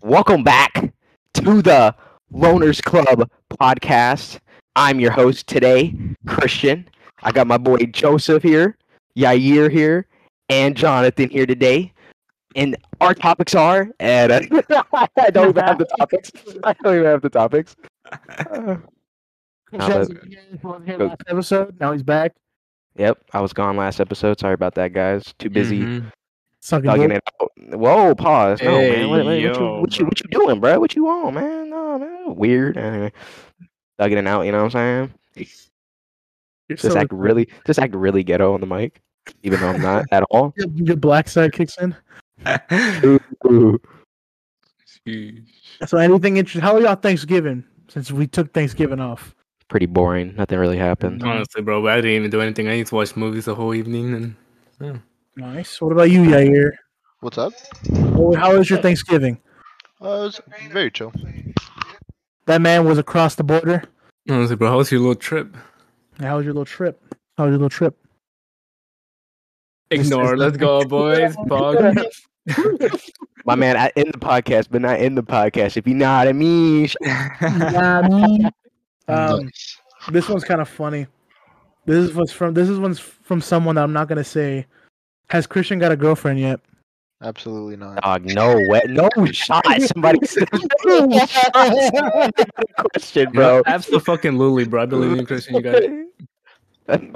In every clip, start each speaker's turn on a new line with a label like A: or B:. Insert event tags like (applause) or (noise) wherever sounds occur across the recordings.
A: Welcome back to the Loners Club podcast. I'm your host today, Christian. I got my boy Joseph here, Yair here, and Jonathan here today. And our topics are, and (laughs) I don't even
B: (laughs)
A: have the topics. (laughs) I don't even have the topics. Uh, Now that-
B: Shazzy, he was here last episode. Now he's back.
A: yep, I was gone last episode. Sorry about that, guys. Too busy
C: Mm-hmm.
B: Sucking
A: thugging
B: dick.
A: it out. Whoa, pause. No,
C: Hey,
A: man. What, what- what you,
C: yo,
A: what, you, what you doing, bro? What you on, man? No, man. Weird. Anyway, thugging it out, you know what I'm saying?
B: You're
A: Just
B: so-
A: act really just act really ghetto on the mic. Even though I'm not at
B: (laughs)
A: all.
B: your, your black side kicks in.
A: Ooh.
C: Mm-hmm.
B: So anything interesting? How are y'all Thanksgiving? Since we took Thanksgiving off.
A: Pretty boring. Nothing really happened.
C: (laughs) Honestly, bro, I didn't even do anything. I just watched movies the whole evening, and
B: Nice. What about you, Yair?
D: What's up?
B: Oh, How was your Thanksgiving?
D: Uh, it's very chill.
B: That man was across the border.
C: honestly, bro, how was your little trip?
B: And How was your little trip? How was your little trip? This
C: Ignore.
B: is-
C: Let's go, boys. Bog.
A: My man, I in the podcast, but not in the podcast. If you know what I mean.
B: um,
D: Nice.
B: this one's kind of funny. This is what's from. This is one's from someone that I'm not gonna say. Has Christian got a girlfriend yet?
D: Absolutely not.
B: uh,
A: Dog, no way. No shot. Somebody (laughs) question, bro.
C: Absolutely, bro. I believe in Christian. You guys,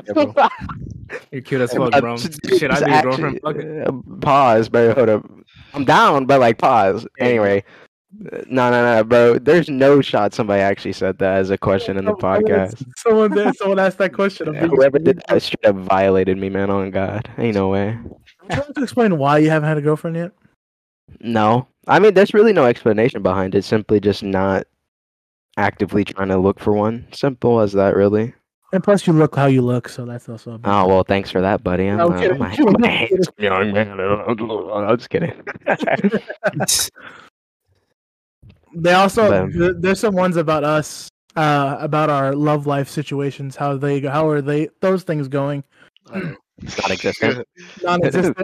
A: (laughs)
D: bro.
C: you're cute as
A: Hey,
C: fuck,
A: but (laughs)
C: bro.
A: just-
C: Shit, I
A: just
C: be your girlfriend.
A: (laughs) actually-
C: (laughs) Fuck it.
A: uh, Pause, bro. Hold up. I'm down, but like pause.
C: Yeah.
A: Anyway, Uh, no, no, no, bro. There's no shot somebody actually said that as a question in
B: (laughs)
A: the
B: Someone-
A: podcast.
B: Someone did. Someone asked that question. I'm
A: Yeah,
B: being-
A: Whoever did that straight up violated me, man. On God, ain't no way.
B: I'm trying to explain why you haven't had a girlfriend yet.
A: No, I mean there's really no explanation behind it. Simply just not actively trying to look for one. Simple as that, really.
B: And plus, you look how you look, so that's also. A big-
A: Oh well, thanks for that, buddy. I'm,
B: No, I'm
A: uh, I'm
B: kidding.
A: a- I'm a
B: (laughs)
A: handsome young man. (laughs) I'm just kidding. (laughs)
B: They also
A: Them.
B: th- there's some ones about us, uh, about our love life situations. How they how are they those things going?
D: (laughs)
A: Non-existent.
B: Non-existent.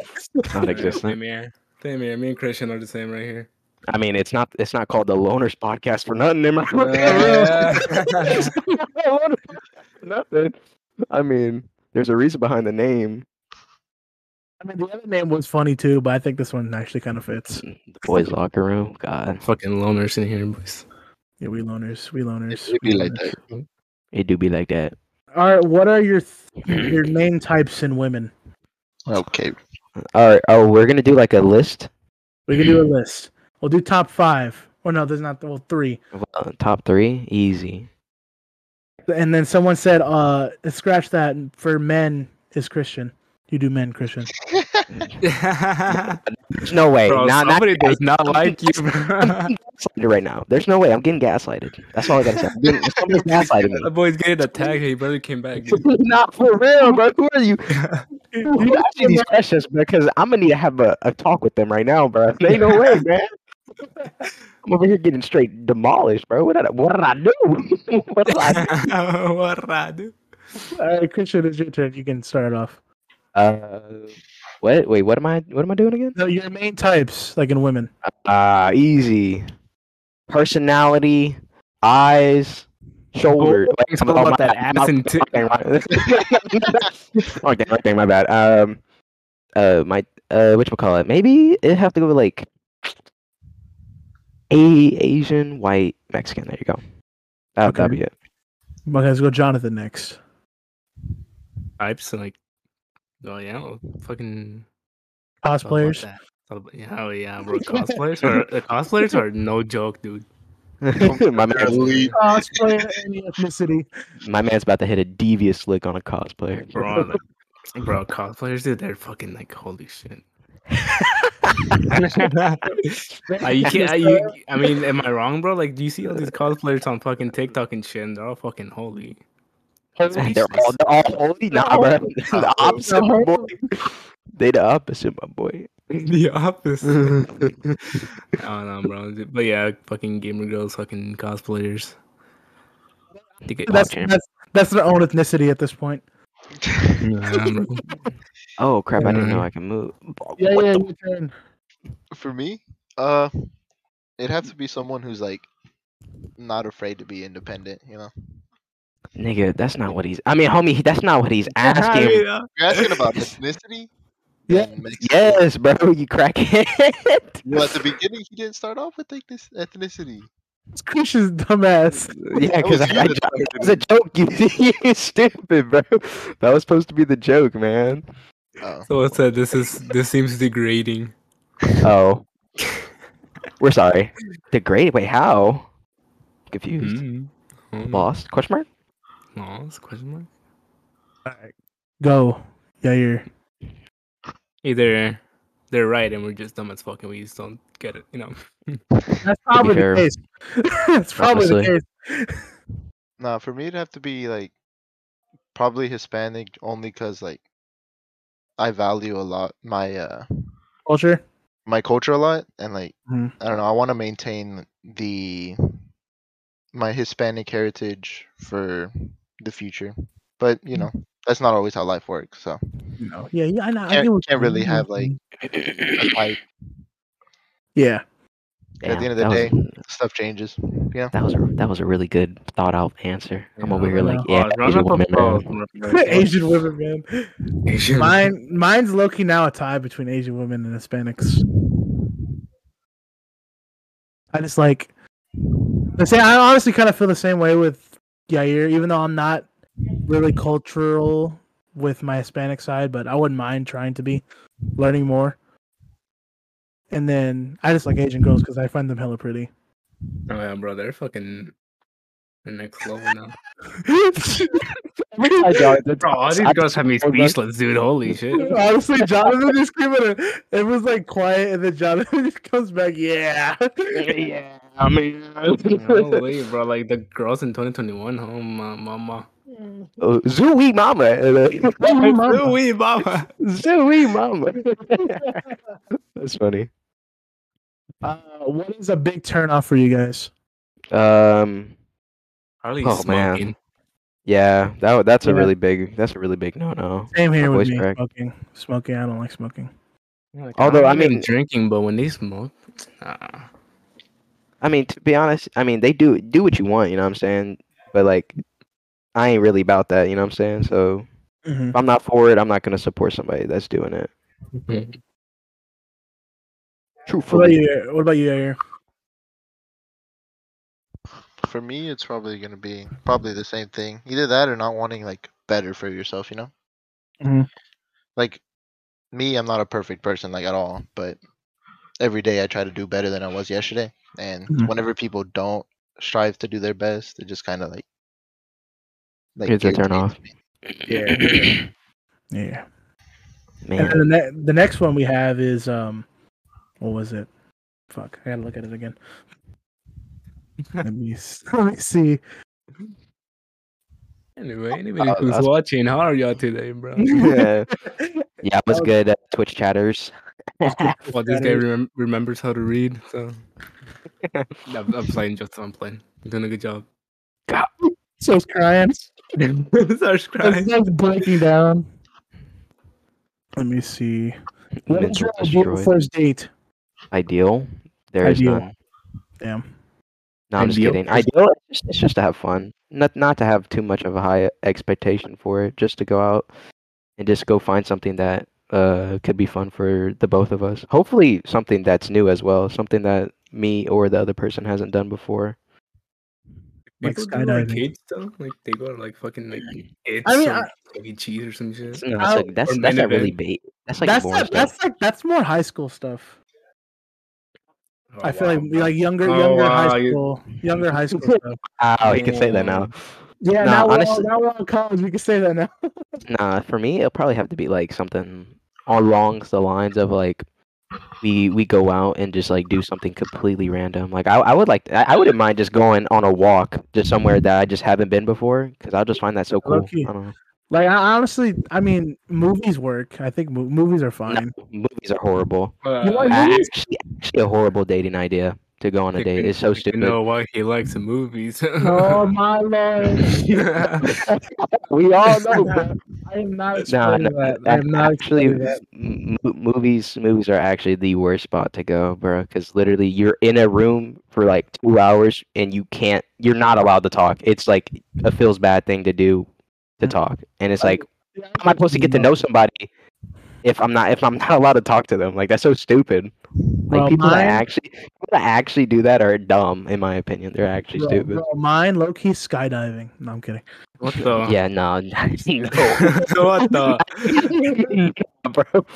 A: Non-existent.
C: Same here. Same here. Me and Christian are the same right here.
A: I mean, it's not it's not called the Loners Podcast for nothing. (laughs) Am I
C: Yeah.
A: (laughs) nothing. I mean, there's a reason behind the name.
B: I mean, the other name was funny too, but I think this one actually kind of fits.
A: The boys' locker room. God,
C: (laughs) Fucking loners in here, boys.
B: Yeah, we loners, we loners.
D: It'd be
B: we
D: like
B: loners. (laughs)
D: that.
A: it do be like that.
B: All right, what are your th- your main types in women?
D: Okay.
A: All right. Oh, we're gonna do like a list.
B: We can do a list. We'll do top five. Or no, there's not. Well, three.
A: of, uh, top three, easy.
B: And then someone said, uh, scratch that for men is Christian. You do men, Christian.
A: There's no way.
C: bro,
A: not,
C: somebody
A: not,
C: does not like you,
A: (laughs) I'm
C: bro.
A: getting gaslighted right now. There's no way. I'm getting gaslighted. That's all I gotta say. I'm getting- Somebody's gaslighting me.
C: The boy's getting attacked. He barely came back. Dude.
A: (laughs) not for real, bro. Who are you? You ask me these questions, bro, because I'm gonna need to have a, a talk with them right now, bro. There ain't no way, man. I'm over here getting straight demolished, bro. What did I, what did I do? (laughs) what did
C: (laughs)
A: I do?
C: what I do?
B: All right, Uh, Christian, it's your turn. You can start it off.
A: Uh, what? Wait, what am I? What am I doing again?
B: No, your main types, like in women.
A: Uh easy. Personality, eyes, shoulder.
C: Oh,
A: Wait,
C: it's all about that ass and tit.
A: Okay, my- okay, okay, my bad. Um, uh, my uh, which call it? Maybe it have to go with like a Asian, white, Mexican. There you go. That would
B: Okay.
A: be it.
B: Okay, let's go Jonathan next.
C: Types like, oh yeah, well, fucking it's all about
B: Cosplayers.
C: that. It's all about- yeah, Oh yeah, (laughs) bro, cosplayers are the cosplayers are no joke, dude.
A: (laughs) my man's,
B: (laughs)
D: Lead.
B: Cosplayer, any ethnicity.
A: my man's about to hit a devious lick on a cosplayer. (laughs)
C: Bro, (laughs) like, bro, cosplayers, dude, they're fucking like holy (laughs) shit. Uh, you can't, uh, you, I mean, am I wrong, bro? Like, do you see all these cosplayers on fucking TikTok and shit? And they're all fucking holy.
A: (laughs) They're all they're all holy, nah, bro. (laughs) The opposite, my boy. They the opposite, my boy.
C: (laughs) the
A: (laughs)
C: opposite. I don't know, bro. But yeah, fucking gamer girls, fucking cosplayers. They get-
B: (laughs) That's,
A: Jam.
B: that's that's their own ethnicity at this point.
C: (laughs)
D: (laughs)
A: (laughs)
C: Nah, bro.
A: Oh crap! I didn't know
C: Yeah.
A: I can move.
B: Yeah,
A: What
B: yeah,
A: the-
B: your turn.
D: For me, uh, it'd have to be someone who's like not afraid to be independent. You know,
A: Nigga, that's not what he's. I mean, homie, that's not what he's asking.
C: mean, (laughs) uh,
D: you're
B: (laughs)
D: asking about ethnicity.
B: Yeah.
D: Then make
A: yes,
D: sense.
A: bro, you crackhead.
D: (laughs) Well, at the beginning, he didn't start off with ethnic- ethnicity.
B: It's (laughs) Christian's dumbass.
A: yeah,
D: That
A: because
D: was
A: I, (laughs)
D: you
A: I,
D: that
A: jo- it was a joke. You, (laughs) you stupid, bro. That was supposed to be the joke, man.
D: Oh,
C: so it said this is this seems degrading.
A: Oh, we're sorry. Degraded? Wait, how? Confused.
C: Mm. Oh,
A: Lost? Question mark?
C: No, it's a question mark.
B: Alright. Go. Yeah, you're.
C: Either they're right and we're just dumb as fuck and we just don't get it.
A: (laughs)
C: You know.
B: That's probably
A: fair,
B: the (laughs) case. That's probably
A: honestly.
B: the
D: nah, for me, it'd have to be like probably Hispanic, only because like I value a lot my uh
B: case. Culture.
D: my culture a lot, and like
B: Mhm.
D: I don't know, I want to maintain the my Hispanic heritage for the future, but you know that's not always how life works. So
B: You know. Yeah, yeah. I, know, I
D: Can't-
B: get what
D: can't
B: you
D: really
B: mean.
D: have, like- like
B: Yeah.
D: At the end of the
A: that
D: day,
A: was,
D: stuff changes. Yeah,
A: that was a, that was a really good thought out answer. I'm
C: Yeah,
A: over here
B: yeah.
A: like, yeah,
C: Oh,
A: Asian
C: round
A: woman,
C: up applause, (laughs)
A: man. (laughs)
C: motherfucker.
B: Asian women, man.
C: Asian
B: Mine, mine's low key now a tie between Asian women and Hispanics. I just like, I say I honestly kind of feel the same way with Yair, even though I'm not really cultural with my Hispanic side, but I wouldn't mind trying to be, learning more. And then I just like Asian girls because I find them hella pretty.
C: Oh yeah, bro, they're fucking the next level now.
A: Hi, Jonathan.
C: (laughs) Bro, all
A: (laughs)
C: these
A: I-
C: girls have me
A: Oh, that's-
C: speechless, dude. Holy (laughs) shit.
B: Honestly, Jonathan just came in. and It was like quiet, and then Jonathan (laughs) just comes back. Yeah.
A: (laughs) yeah, I mean,
C: (laughs) Holy, bro, like the girls in 2021, oh my mama.
A: Oh, Zooey Mama.
B: (laughs)
C: Ooh-wee, mama.
A: Zooey Mama. That's funny.
B: Uh, what is a big turnoff for you guys?
A: Um,
C: Harley's
A: Oh, man.
C: smoking.
A: yeah, that wa- that's a
B: Yeah.
A: really big that's a really big no no.
B: Same here
A: My
B: with
A: voice
B: me.
A: cracked.
B: Smoking, smoking. I don't like smoking.
C: Yeah, like,
A: Although,
C: I'm
A: I
C: even
A: mean-
C: drinking, but when they smoke, nah.
A: I mean, to be honest, I mean they do do what you want, you know what I'm saying? But like, I ain't really about that, you know what I'm saying? So
B: Mm-hmm.
A: if I'm not for it. I'm not gonna support somebody that's doing it.
B: What about
A: Truthfully,
B: you? What about you, Yair?
D: for me, it's probably gonna be probably the same thing. Either that or not wanting like better for yourself. You know,
A: Mm-hmm.
B: Mhm.
D: like me, I'm not a perfect person like at all, but every day I try to do better than I was yesterday. And
A: Mm-hmm.
B: Mhm.
D: whenever people don't strive to do their best, it just kind of like like
A: It's a turn
D: irritates
A: off.
D: me.
B: Yeah. yeah.
A: (laughs)
B: And
A: man.
B: then the, ne- the next one we have is um, what was it? Fuck, I gotta look at
A: (laughs)
B: it again. let me s- (laughs) let me see.
C: (laughs) Anyway, anybody
A: Uh,
C: who's
A: that's-
C: watching, how are y'all today,
B: (laughs)
C: bro?
A: yeah, yeah, it was good. Uh, Twitch chatters.
C: Well, this guy
B: Better.
C: remem- remembers how to read, so. (laughs) I'm, I'm playing, just I'm playing. You're doing a good (laughs) job.
B: So it's crying.
C: Starts crying.
B: It's like breaking down. Let me see. What is
A: Mental
B: your ideal
A: destroyed.
B: first date?
A: Ideal. There is
B: Ideal.
A: none.
B: Damn.
A: No, I'm just
C: Ideal
A: kidding.
C: person.
A: Ideal, it's just, it's just to have fun, not not to have too much of a high expectation for it. Just to go out and just go find something that uh could be fun for the both of us. Hopefully, something that's new as well, something that me or the other person hasn't done before.
B: Like
C: People do, like
B: skydiving.
C: cage stuff. Like they go to like fucking like it's
B: I mean,
C: or
B: I-
C: Chuck E. Cheese or some shit.
A: No, it's
B: Out-
A: like, that's
C: or
A: that's
C: main
A: not really
C: event.
A: bait. That's like
B: that's
A: boring
B: not,
A: stuff.
B: that's like that's more high school stuff.
C: Oh,
B: I feel
C: wow,
B: like
C: bro.
B: like younger
C: Oh,
B: younger
C: wow,
B: high
C: you-
B: school younger high (laughs) school stuff.
A: Wow, oh, you can say that now. Nah,
B: Yeah, now, we're all-
A: honestly-
B: now we're all in college. We can say that now.
A: Nah, for me, it'll probably have to be like something along the lines of like we we go out and just like do something completely random. Like I I would like I, I wouldn't mind just going on a walk just somewhere that I just haven't been before because I'll just find that so cool.
B: Low-key.
A: I don't know.
B: Like I honestly, I mean, movies work. I think
A: (laughs)
B: mo- movies are fine.
A: Movies are horrible.
C: Uh,
B: You like
A: Ah,
B: movies?
A: Actually, actually, a horrible dating idea. to go on a
C: Like,
A: date.
C: we-
A: It's so
C: like, we
A: stupid.
C: know why he likes the movies. (laughs)
B: Oh my lord!
A: We all know. bro.
B: I am
A: Nah,
B: not explaining
A: nah,
B: that. I
A: that's
B: am not
A: actually
B: explaining that.
A: m- m- movies. Movies are actually the worst spot to go, bro. Because literally, you're in a room for like two hours and you can't. You're not allowed to talk. It's like a feels bad thing to do to
B: Mm.
A: talk, and it's
B: I-
A: like, how am I supposed to get to know somebody if I'm not if I'm not (laughs) allowed to talk to them? Like that's so stupid. Like
B: Bro,
A: people
B: mine-
A: that actually people that actually do that are dumb, in my opinion. They're actually
B: Bro,
A: stupid.
B: bro, mine low key skydiving. No,
A: (laughs)
B: I'm kidding.
C: what the?
A: Yeah, no, (laughs) no,
C: (laughs) what
A: (laughs)
C: the?
A: bro.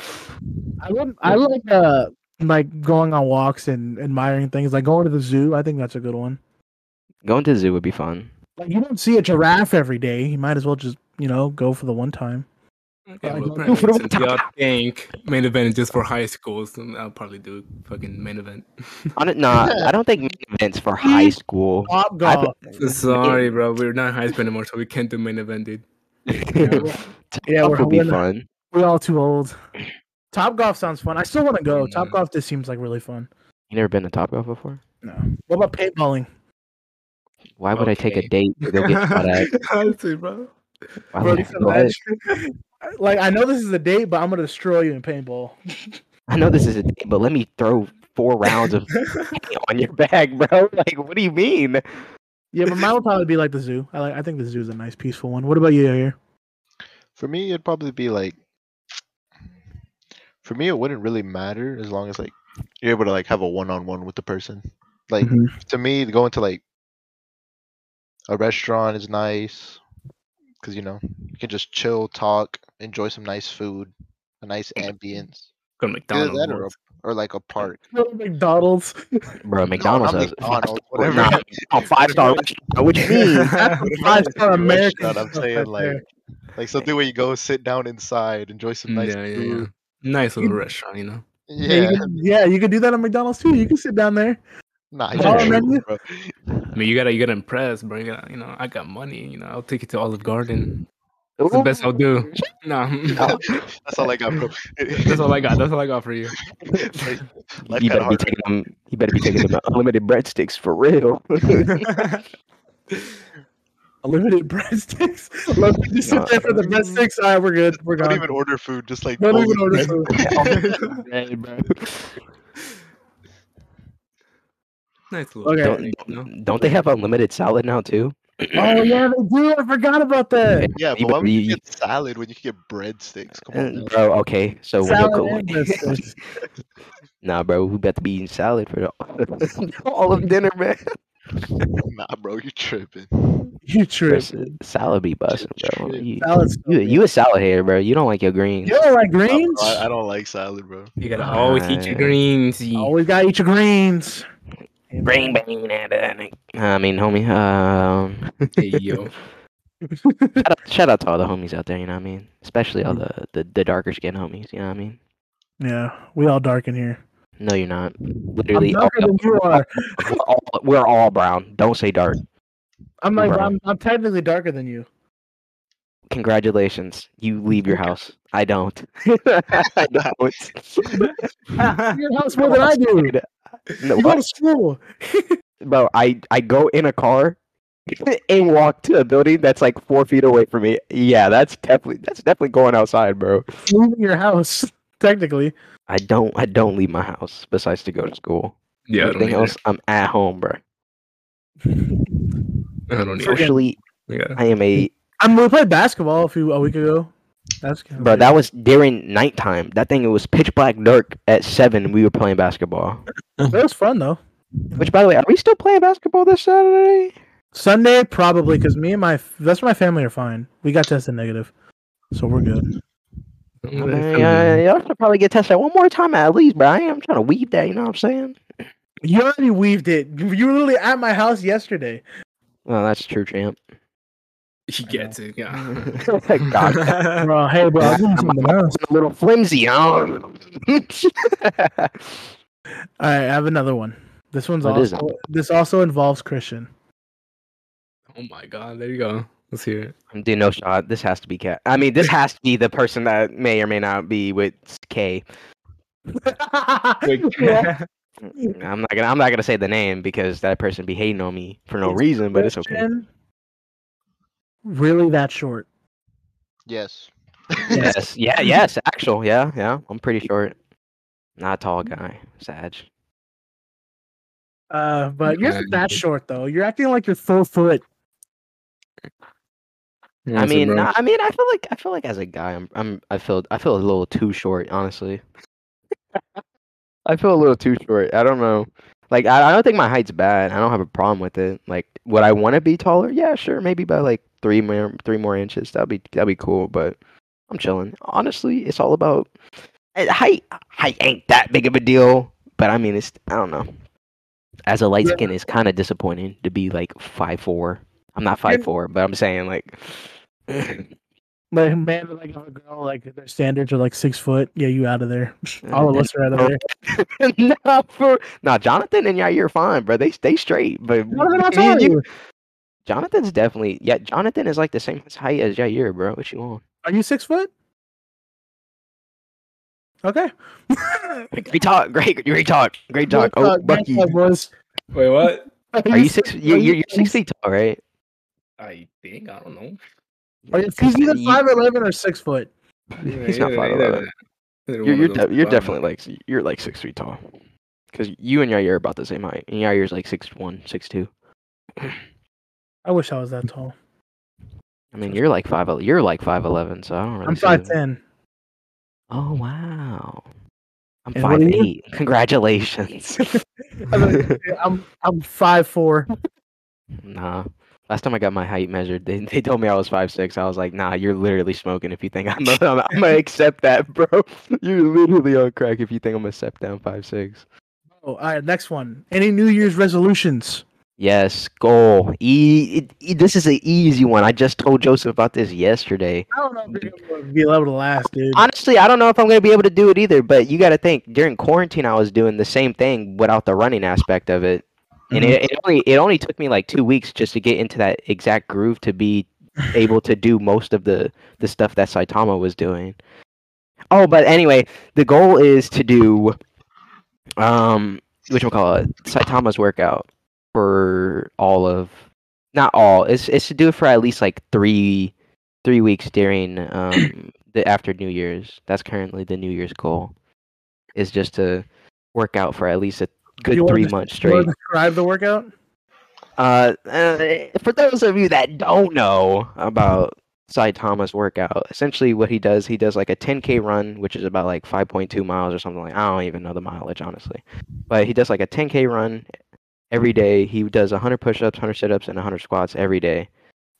B: I would. I like uh like going on walks and admiring things. Like going to the zoo. I think that's a good one.
A: Going to the zoo would be fun.
B: Like you don't see a giraffe every day. You might as well just you know go for the one time.
D: (laughs)
C: Okay,
B: Like,
C: well,
B: no.
C: apparently,
A: Who
C: since y'all think main event is just for high schools, then I'll probably do fucking main event. (laughs)
A: I don't,
B: (laughs)
A: nah, I don't think main events for high school.
B: Top
A: I
B: golf.
C: Sorry, bro, we're not high school anymore, so we can't do main event, dude.
B: (laughs)
A: (laughs)
B: Yeah,
A: Top
B: we're-
A: would be
B: we're not-
A: fun.
B: We're all
A: (clears throat)
B: too old. Top golf sounds fun. I still want to go. Top
C: Mm.
B: golf just seems like really fun.
A: You never been to Top Golf before?
B: No. What about paintballing?
A: Why would I take a
C: Okay.
A: date to go
C: (laughs)
A: get shot at?
C: Honestly, bro.
A: Why
B: Bro,
A: would I
B: just
A: go ahead?
B: imagine- (laughs) like I know this is a date, but I'm gonna destroy you in paintball.
A: I know this is a date, but let me throw four rounds
C: (laughs)
A: of (laughs) on your back, bro. (laughs) Like, what do you mean?
B: Yeah, but mine would probably be like the zoo. I like. I think the zoo is a nice, peaceful one. What about you, Yair?
D: For me, it'd probably be like. For me, it wouldn't really matter as long as like you're able to like have a one-on-one with the person. Like to me, going to like a restaurant is nice because you know you can just chill, talk, enjoy some nice food, a nice ambience,
C: Go to
D: Either that or, a,
C: McDonald's.
D: or like a park.
B: (laughs) McDonald's.
A: Bro, McDonald's
D: not
A: has (laughs)
D: McDonald's,
A: Nah,
D: (laughs) whatever.
A: oh, five star
C: (laughs)
A: restaurant. What do you mean? (laughs)
B: Five star
D: Restaurant,
B: American.
D: I'm saying like like something where you go sit down inside, enjoy some nice
C: yeah, yeah, yeah.
D: food.
C: Nice little restaurant, you know.
D: Yeah,
B: yeah, you could, yeah, you could do that at McDonald's too. You can sit down there.
D: nah,
A: Is
D: you're
A: that a
D: tripping,
B: menu?
D: bro.
C: I mean, you gotta, you gotta impress, bro. You gotta, you know, I got money, you know. I'll take you to Olive Garden. That's the best I'll do. (laughs) Nah,
A: No.
D: That's all I got, bro.
C: that's all I got. (laughs) That's all I got for you.
D: (laughs) Life got
A: you better be
D: hard.
A: taking them. You better be taking them unlimited breadsticks for real.
B: Unlimited
D: (laughs)
B: breadsticks. Look, you sit there for the breadsticks. All right, we're good. We're
D: Don't
B: gone.
D: even order food, just like
B: Don't
D: bowl
B: even
D: of
B: order
D: bread.
B: food.
A: Bread, bro.
C: nice little.
B: Okay.
C: Okay.
A: Don't, don't they have unlimited salad now too?
B: Oh yeah, they do. I forgot about that.
D: Yeah,
A: You
D: but
A: better
D: why would you
A: be-
D: get salad when you can get breadsticks? Come on,
A: Uh,
D: now.
A: bro, okay. So when you're
B: Salad and
A: going,
B: biscuits.
A: nah, bro, we about to be eating salad for the, (laughs) all of dinner,
B: (laughs)
A: man.
D: (laughs) nah, bro, you tripping.
B: You
A: Bro,
B: trip.
A: s- salad be busting, bro.
D: true.
A: You,
B: Salad's so
A: you,
B: good.
A: you a salad hater, bro. You don't like your greens.
B: You don't like
D: Nah, bro,
B: greens?
D: I, I don't like salad, bro.
C: You gotta always eat your
A: Uh,
C: greens. you-
B: Always Oh, gotta eat your greens.
A: Green bean at it. I mean, homie. Um,
C: Hey, (laughs) yo.
A: shout, out, shout out to all the homies out there. You know what I mean? Especially all the the, the darker skin homies. You know what I mean?
B: Yeah, we all dark in here.
A: No, you're not. Literally, all,
B: I'm darker than you are.
A: we're, all, we're all brown. Don't say dark.
B: I'm like,
A: Bro.
B: I'm, I'm technically darker than you.
A: Congratulations, you leave your house. I don't. (laughs) I
B: (laughs)
A: don't. (laughs)
B: You're in your house more than I do.
A: No,
B: You go
A: what?
B: to school.
A: bro, I I go in a car (laughs) and walk to a building that's like four feet away from me. Yeah, that's definitely that's definitely going outside, bro.
B: Leaving your house, (laughs) technically.
A: I don't I don't leave my house besides to go to school.
C: Yeah, I don't
A: Everything
C: either.
A: else, I'm at home, bro.
C: I don't either.
A: Socially,
C: Yeah.
A: I am a
B: I mean, we played basketball a few a week ago. That's kind of
A: bro. That was during nighttime. That thing it was pitch black dark at seven. We were playing basketball.
B: was, fun though.
A: Which, by the way, are we still playing basketball this Saturday?
B: Sunday probably because me and my that's my family are fine. We got tested negative, so we're good.
C: (laughs)
A: I mean, uh, y'all should probably get tested one more time at least, bro. I am trying to weave that. You know what I'm saying?
B: You already weaved it. You were literally at my house yesterday.
A: Well, that's true, champ.
C: He gets
A: (laughs)
C: it. Yeah.
A: God,
B: Bro, hey, bro, I'm (laughs) doing
A: I'm-
B: something else.
A: a little flimsy, huh?
B: All right, I have another one. This one's
A: What is
B: also this also involves Christian.
C: (laughs)
B: (laughs)
C: Oh my god, there you go. Let's hear it.
A: (laughs) I'm doing no shot. This has to be cat. I mean, this has to be the person that may or may not be with K.
C: Wait,
B: Yeah.
A: I'm not gonna I'm not gonna say the name because that person be hating on me for no reason, but it's okay.
B: Question, Really that short?
D: Yes.
A: Yes, yeah, yes, actual, yeah, yeah. I'm pretty short. Not a tall guy, Sag.
B: (laughs) Uh, but you're
C: Yeah,
B: not
C: you
B: that
C: did.
B: short though. You're acting like you're four foot.
A: I mean, nah, I mean, I feel like I feel like as a guy, I'm, I'm, I feel, I feel a little too short, honestly. (laughs) I feel a little too short. I don't know. Like, I, I don't think my height's bad. I don't have a problem with it. Like, would I want to be taller? Yeah, sure, maybe by like three more, three more inches. That'd be, that'd be cool. But I'm chilling. Honestly, it's all about eh, height. Height ain't that big of a deal. But I mean, it's, I don't know. As a light
B: Yeah.
A: skin, it's kind of disappointing to be like five four. I'm not
B: Yeah.
A: five four, but I'm saying like. (laughs)
B: Like a man, like if a girl, like their standards are like six foot. Yeah, you out of there. All (laughs) of us are out of there.
A: no, for no, Jonathan and Yair fine, bro. They stay straight, but
B: No, they're not
A: me and
B: taller.
A: you- Jonathan's definitely yeah. Jonathan is like the same height as Yair, bro. What you want?
B: Are you six foot? Okay.
A: Great talk, great, great talk, great talk.
B: Good
A: Oh,
B: talk, good
A: Bucky,
B: talk, (laughs) boys.
C: Wait, what?
A: are you six? You, you're, you're six feet tall, right?
C: I think I don't know.
B: Are you, he's either
A: You-
B: five eleven or six foot.
A: He's not five eleven. You're you're, de- you're definitely like s- you're like six feet tall, because you and Yair are about the same height, and Yair's like six one, six two.
B: I wish I was that tall.
A: I mean, you're like five. You're like five eleven, so I don't really.
B: I'm
A: see
B: five
A: the-
B: ten.
A: Oh wow. I'm
B: And what
A: five
B: are you?
A: eight.
B: (laughs)
A: Congratulations.
B: I'm I'm five four.
A: (laughs) nah. Last time I got my height measured, they, they told me I was five six. I was like, nah, you're literally smoking if you think I'm i (laughs) I'm, I'm gonna accept that, bro. (laughs) You're literally on crack if you think I'm gonna step down five six.
B: Oh, all right, next one. Any New Year's resolutions?
A: Yes, goal. E, it, e- this is an easy one. I just told Joseph about this yesterday.
B: I don't know if you're gonna be able to last, dude.
A: honestly, I don't know if I'm gonna be able to do it either. But you got to think during quarantine, I was doing the same thing without the running aspect of it, and
B: Mhm.
A: it, it only it only took me like two weeks just to get into that exact groove to be able to do most of the the stuff that Saitama was doing. Oh, but anyway, the goal is to do um which we'll call it Saitama's workout for all of not all. It's it's to do it for at least like three three weeks during
B: (clears throat)
A: um the after New Year's. That's currently the New Year's goal. Is just to work out for at least a good
B: You wanna
A: three
B: just-
A: months
B: You wanna
A: straight.
B: describe the workout.
A: Uh, uh, for those of you that don't know about Saitama's workout, essentially what he does, he does like a 10k run, which is about like 5.2 miles or something like. I don't even know the mileage honestly, but he does like a 10k run every day. He does 100 push-ups, 100 sit-ups, and 100 squats every day.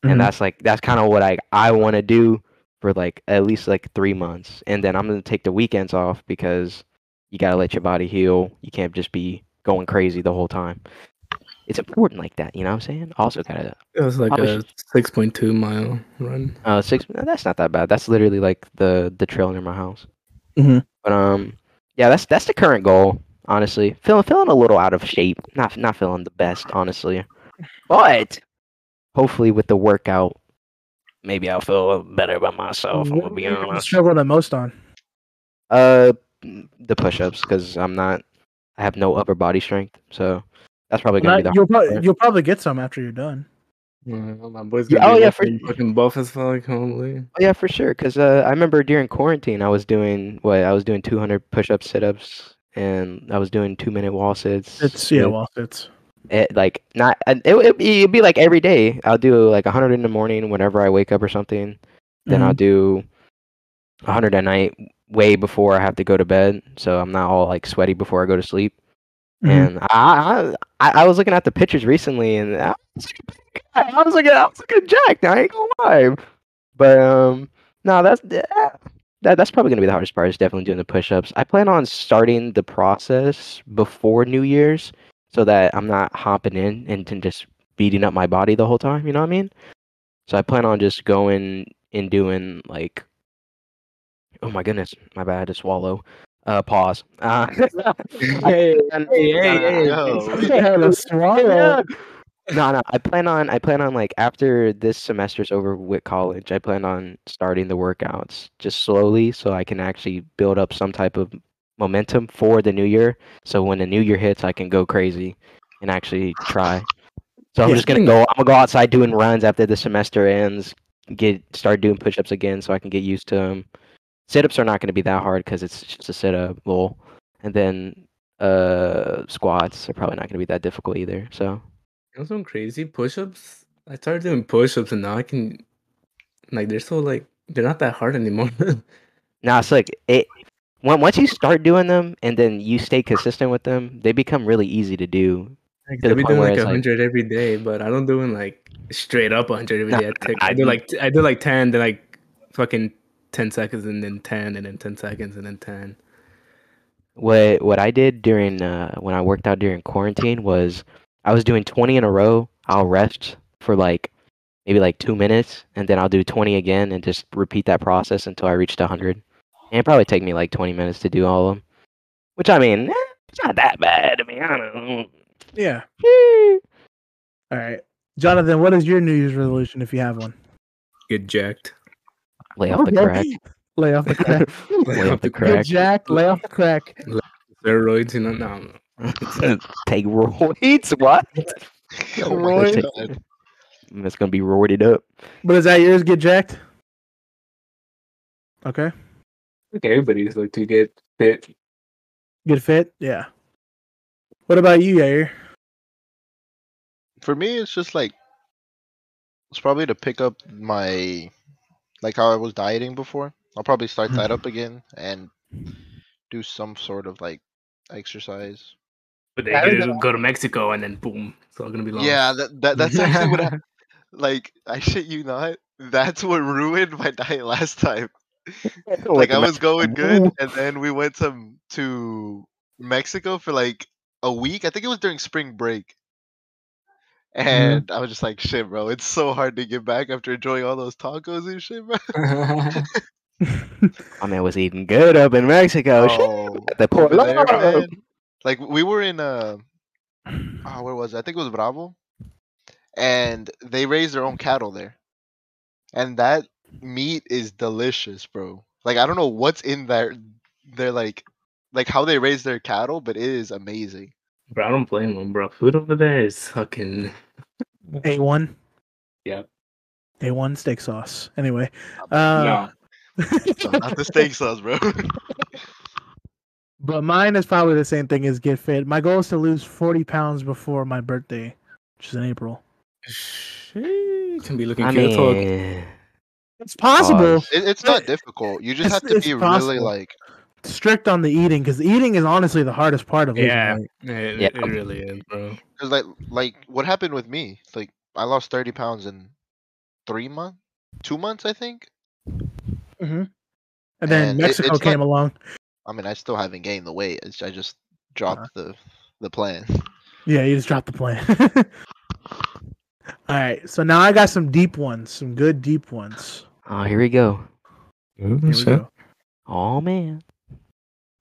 B: Mhm.
A: and that's like that's kind of what I I want to do for like at least like three months, and then I'm gonna take the weekends off because you gotta let your body heal. You can't just be going crazy the whole time. It's important like that, you know what I'm saying? Also gotta
C: It was like
A: Probably
C: a 6.2 mile run.
A: uh six. no, that's not that bad. That's literally like the the trail near my house.
B: Mhm.
A: But um, yeah, that's that's the current goal. Honestly, feeling feeling a little out of shape. Not not feeling the best, honestly. But hopefully, with the workout, maybe I'll feel a little better about myself. I'm
B: What
A: gonna
B: are
A: be
B: you gonna
A: honest.
B: struggle the most on?
A: Uh, n- the push-ups because I'm not. I have no upper body strength, so that's probably gonna be
B: Not-
A: the.
B: you'll, probably,
A: part.
B: you'll probably get some after you're done.
C: my boy's
A: Yeah,
C: gonna
A: oh,
C: be
A: yeah,
C: looking
A: for-
C: fucking buff as fuck. Holy.
A: Oh, yeah, for sure. Cause uh, I remember during quarantine, I was doing what I was doing 200 push-ups, sit-ups, and I was doing two-minute wall sits.
B: It's yeah,
A: with-
B: well, it's
A: it, like not. and It would be, it'd be like every day. I'll do like 100 in the morning whenever I wake up or something. Then I'll
B: Mm-hmm.
A: do 100 at night way before I have to go to bed, so I'm not all like sweaty before I go to sleep.
B: Mhm.
A: And I, I I was looking at the pictures recently, and I was looking, I was looking, I was looking jacked. I ain't gonna lie, but um, no, that's that, that's probably gonna be the hardest part. Is definitely doing the push-ups. I plan on starting the process before New Year's, so that I'm not hopping in and then just beating up my body the whole time. You know what I mean? So I plan on just going and doing like, oh my goodness, my bad, I had to swallow. Uh, pause. Uh, (laughs)
C: Hey,
A: and-
C: hey, hey,
B: (laughs)
C: hey. (laughs)
D: Yo.
B: I had a swallow.
A: Yeah. no, no. I plan on I plan on like after this semester's over with college, I plan on starting the workouts just slowly so I can actually build up some type of momentum for the new year. So when the new year hits, I can go crazy and actually try. So I'm
B: Yeah.
A: just gonna go. I'm gonna go outside doing runs after the semester ends. Get start doing push-ups again, so I can get used to them. Sit-ups are not gonna be that hard because it's just a sit-up goal, and then uh squats are probably not gonna be that difficult either. So
C: You know something crazy? Push-ups. I started doing push-ups and now I can, like, they're so like they're not that hard anymore. (laughs)
A: now it's like it. on- Once you start doing them and then you stay consistent with them, they become really easy to do.
C: I've
A: the
C: been
A: point
C: doing
A: where
C: like
A: it's, like-
C: hundred every day, but I don't doing like straight up hundred every
A: No,
C: day. I, take, I
A: I
C: do
A: do-
C: like t- I do like ten, then like fucking ten seconds, and then ten, and then ten seconds, and then ten.
A: What what I did during uh, when I worked out during quarantine was I was doing 20 in a row. I'll rest for like maybe like two minutes, and then I'll do 20 again, and just repeat that process until I reached 100. And it probably take me like 20 minutes to do all of them, which I mean, eh, it's not that bad. I mean, I don't know.
B: Yeah.
A: Eh.
B: All right. Jonathan, what is your New Year's resolution if you have one?
C: Get jacked.
A: Lay off the
C: (laughs)
A: crack.
B: (laughs) Lay off the crack.
A: Lay off the
B: Get
A: crack.
B: jacked. Lay off the crack.
C: Steroids, you know? No, no.
A: Take roids. (laughs) What?
D: (laughs) Oh my
A: Roy.
D: God.
A: It's gonna be roided up.
B: But is that yours? Get jacked. Okay.
C: I think everybody's like to get fit.
B: Good fit. Yeah. What about you, Yair?
D: For me, it's just like it's probably to pick up my like how I was dieting before. I'll probably start that (sighs) up again and do some sort of like exercise.
C: But they
B: I
C: get
B: don't
C: to go to Mexico and then boom, it's all gonna be long. (laughs)
D: Yeah, that, that that's actually what I like. I shit you not. That's what ruined my diet last time.
A: (laughs) Oh,
D: like I was going good, and then we went to to Mexico for like a week. I think it was during spring break, and I was just like, "Shit, bro, it's so hard to get back after enjoying all those tacos and shit, bro." (laughs)
C: Oh,
A: I mean, I was eating good up in Mexico. Shit, at the Port
D: Oh, over there,
A: Lauderdale.
D: man. Like we were in uh, oh, where was it? I think it was Bravo, and they raise their own cattle there, and that meat is delicious, bro. Like I don't know what's in their They're like, like how they raise their cattle, but it is amazing.
C: bro, I don't blame them, bro. Food over there is fucking.
B: A one.
C: Yep.
B: A one steak sauce. Anyway.
C: no.
B: Uh,
D: (laughs) So, not the steak sauce, bro.
B: (laughs)
D: (laughs)
B: But mine is probably the same thing as get fit. My goal is to lose 40 pounds before my birthday, which is in April.
C: Shit, Can be looking
A: I
C: cute. Talk.
A: mean, oh,
B: It's possible.
A: Pause.
D: It, it's not difficult. You just
B: It's-
D: have to
B: it's
D: be really
B: possible.
D: like.
B: Strict on the eating because eating is honestly the hardest part of losing
C: Yeah.
B: weight.
C: It,
A: Yeah.
C: it really is, bro.
D: Cause like like what happened with me? Like I lost thirty pounds in three months, two months I think.
B: And then
D: And it-
B: Mexico
D: it's
B: came along.
D: I mean I still haven't gained the weight. It's, I just
B: Uh-huh.
D: dropped the the plan.
B: Yeah, you just dropped the plan. (laughs) All right, so now I got some deep ones, some good deep ones.
A: oh, here we go.
B: Here we go.
A: Oh man,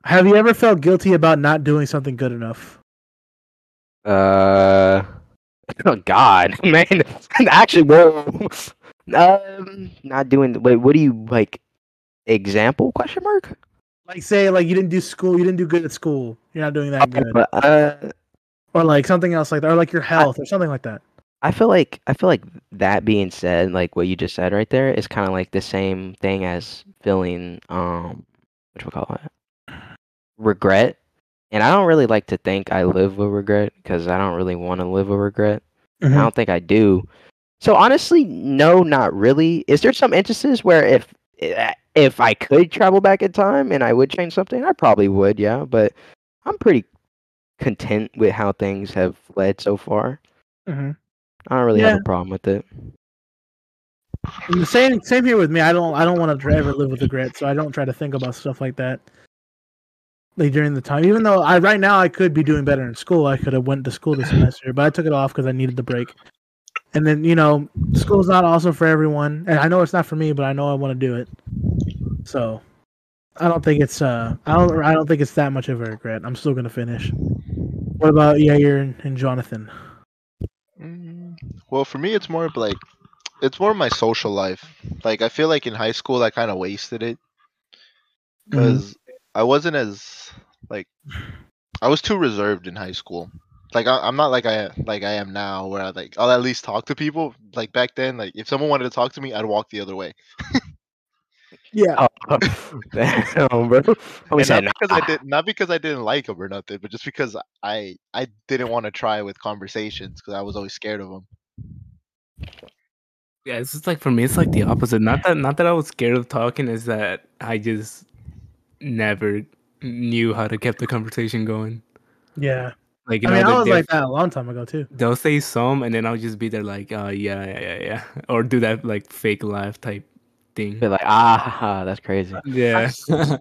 B: Have you ever felt guilty about not doing something good enough?
A: Uh, (laughs) oh God, (laughs) man! Actually, whoa. (laughs) um, not doing. Wait, what do you like? Example? Question mark?
B: Like, say, like you didn't do school, you didn't do good at school, you're not doing that good,
A: Oh, But, uh,
B: or like something else like that, or like your health, or something like that.
A: I feel like I feel like that being said, like what you just said right there, is kind of like the same thing as feeling um, what do we call it? Regret. And I don't really like to think I live with regret because I don't really want to live with regret.
B: Mm-hmm.
A: I don't think I do. So honestly, no, not really. Is there some instances where if eh, if I could travel back in time and I would change something, I probably would, yeah. But I'm pretty content with how things have led so far.
B: Mm-hmm.
A: I don't really
B: Yeah.
A: have a problem with it.
B: And the same same here with me. I don't I don't want to ever live with regret, so I don't try to think about stuff like that. Like during the time, even though I right now I could be doing better in school, I could have went to school this semester, but I took it off because I needed the break. And then you know, school's not also for everyone, and I know it's not for me, but I know I want to do it. So, I don't think it's uh I don't I don't think it's that much of a regret. I'm still gonna finish. What about Yair and, and Jonathan?
D: Mm, Well, for me, it's more of like it's more of my
C: Mm-hmm.
D: social life. Like I feel like in high school, I kind of wasted it because I wasn't as like I was too reserved in high school. Like I, I'm not like I like I am now, where I like I'll at least talk to people. Like back then, like if someone wanted to talk to me, I'd walk the other way.
B: Yeah.
A: Oh, (laughs) damn, bro.
C: Oh,
A: Homie
D: And
A: said,
D: not because
C: "Ah."
D: I did not because I didn't like them or nothing, but just because I I didn't want to try with conversations because I was always scared of them.
C: Yeah, it's just like for me, it's like the opposite. Not that not that I was scared of talking, is that I just never knew how to keep the conversation going.
B: Yeah.
C: Like you
B: I mean,
C: know,
B: I
C: they-
B: was
C: they'll-
B: like that a long time ago too.
C: they'll say some, and then I'll just be there like, uh, yeah, yeah, yeah, (laughs) yeah, or do that like fake laugh type thing.
A: Be like, ah, ha, ha, that's crazy.
C: Yeah. (laughs)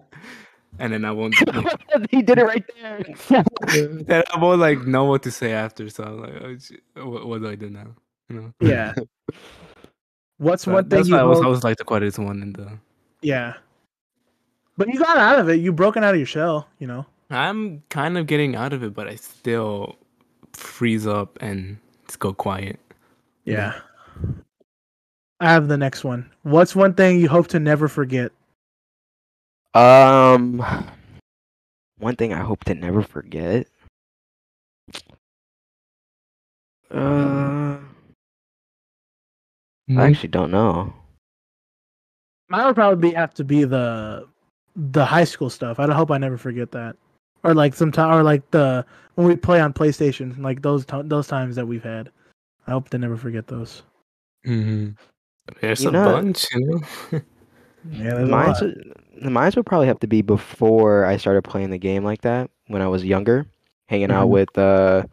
C: and then I won't
A: (laughs) he did it right there.
C: (laughs) then I won't like know what to say after. So I'm like, oh, shit, what, what do I do now? You know.
B: Yeah.
C: (laughs)
B: What's
C: So
B: one thing
C: that's
B: you
C: why I was
B: hold-
C: always like the quietest one in the.
B: Yeah. But you got out of it. You broken out of your shell, you know.
C: I'm kind of getting out of it, but I still freeze up and just go quiet.
B: Yeah. I have the next one. What's one thing you hope to never forget?
A: (laughs) Um, one thing I hope to never forget. Uh,
C: Mm-hmm.
A: I actually don't know.
B: Mine would probably be, have to be the the high school stuff. I hope I never forget that. Or like sometime, or like the when we play on PlayStation, like those ti- those times that we've had. I hope to never forget those.
C: Mm-hmm. There's
A: You
C: a
A: know-
C: bunch, you know.
B: Yeah, there's a
A: Mine's
B: lot.
A: would- mine's would probably have to be before I started playing the game like that when I was younger, hanging out
B: Mhm.
A: with uh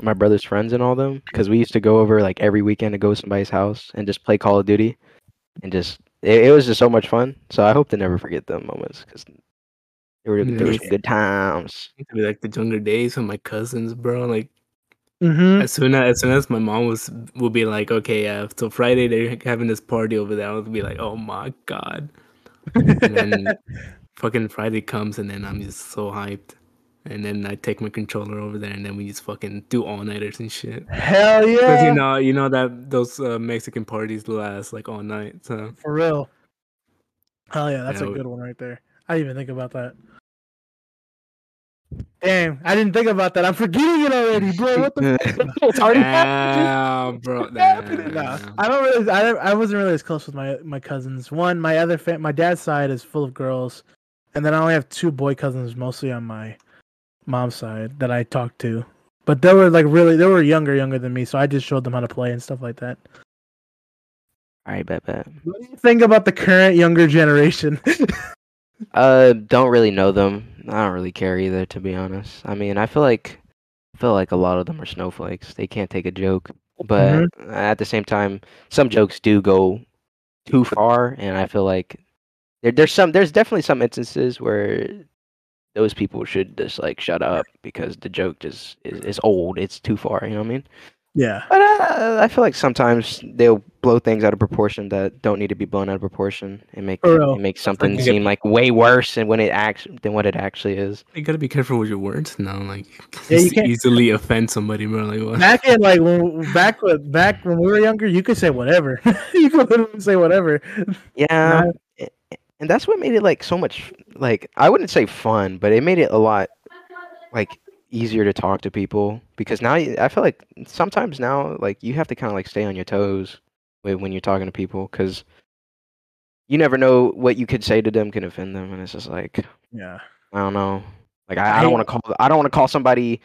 A: my brother's friends and all them because we used to go over like every weekend to go to somebody's house and just play Call of Duty, and just it, it was just so much fun. So I hope to never forget them moments because they were, they were some
C: Nice.
A: good times.
C: It'd be like the younger days with my cousins, bro. Like
B: Mm-hmm.
C: as soon as, as soon as my mom was would be like, okay, yeah, so Friday they're having this party over there. I would be like, oh my god. And then
B: (laughs)
C: fucking Friday comes, and then I'm just so hyped. And then I take my controller over there, and then we just fucking do all nighters and shit.
B: Hell
C: Because
B: yeah!
C: you know, you know that those uh, Mexican parties last like all night. So
B: For real. Hell yeah, that's
C: Yeah,
B: a
C: we-
B: good one right there. I didn't even think about that. Damn, I didn't think about that. I'm forgetting it already, bro. What the
A: (laughs) it's already happened.
C: Ah, bro,
B: happened? Nah,
C: damn.
B: I don't really. I, don't- I wasn't really as close with my my cousins. One, my other fam, my dad's side is full of girls, and then I only have two boy cousins, mostly on my mom's side that I talked to. But they were like really, they were younger, younger than me, so I just showed them how to play and stuff like that.
A: All right, bet bet.
B: What do you think about the current younger generation? (laughs)
A: Uh, don't really know them. I don't really care either, to be honest. I mean, I feel like I feel like a lot of them are snowflakes. They can't take a joke, but
B: Mhm.
A: at the same time, some jokes do go too far, and I feel like there, there's some there's definitely some instances where those people should just like shut up because the joke just is, is old. It's too far. You know what I mean?
B: yeah,
A: But uh, I feel like sometimes they'll blow things out of proportion that don't need to be blown out of proportion and make
B: For real.
A: and make something
C: you get-
A: seem like way worse than when it act- than what it actually is.
C: You gotta be careful with your words now. Like,
B: Yeah,
C: you
B: you
C: just
B: can't-
C: easily offend somebody, bro. Like, what?
B: back in like when, back with back when we were younger, you could say whatever. (laughs) you could literally say whatever.
A: Yeah, a- a- and that's what made it like so much like I wouldn't say fun, but it made it a lot like easier to talk to people because now you- I feel like sometimes now like you have to kind of like stay on your toes when when you're talking to people because you never know what you could say to them can offend them, and it's just like.
B: Yeah.
A: I don't know. Like
B: I
A: I, I don't
B: hate-
A: want to call I don't want to call somebody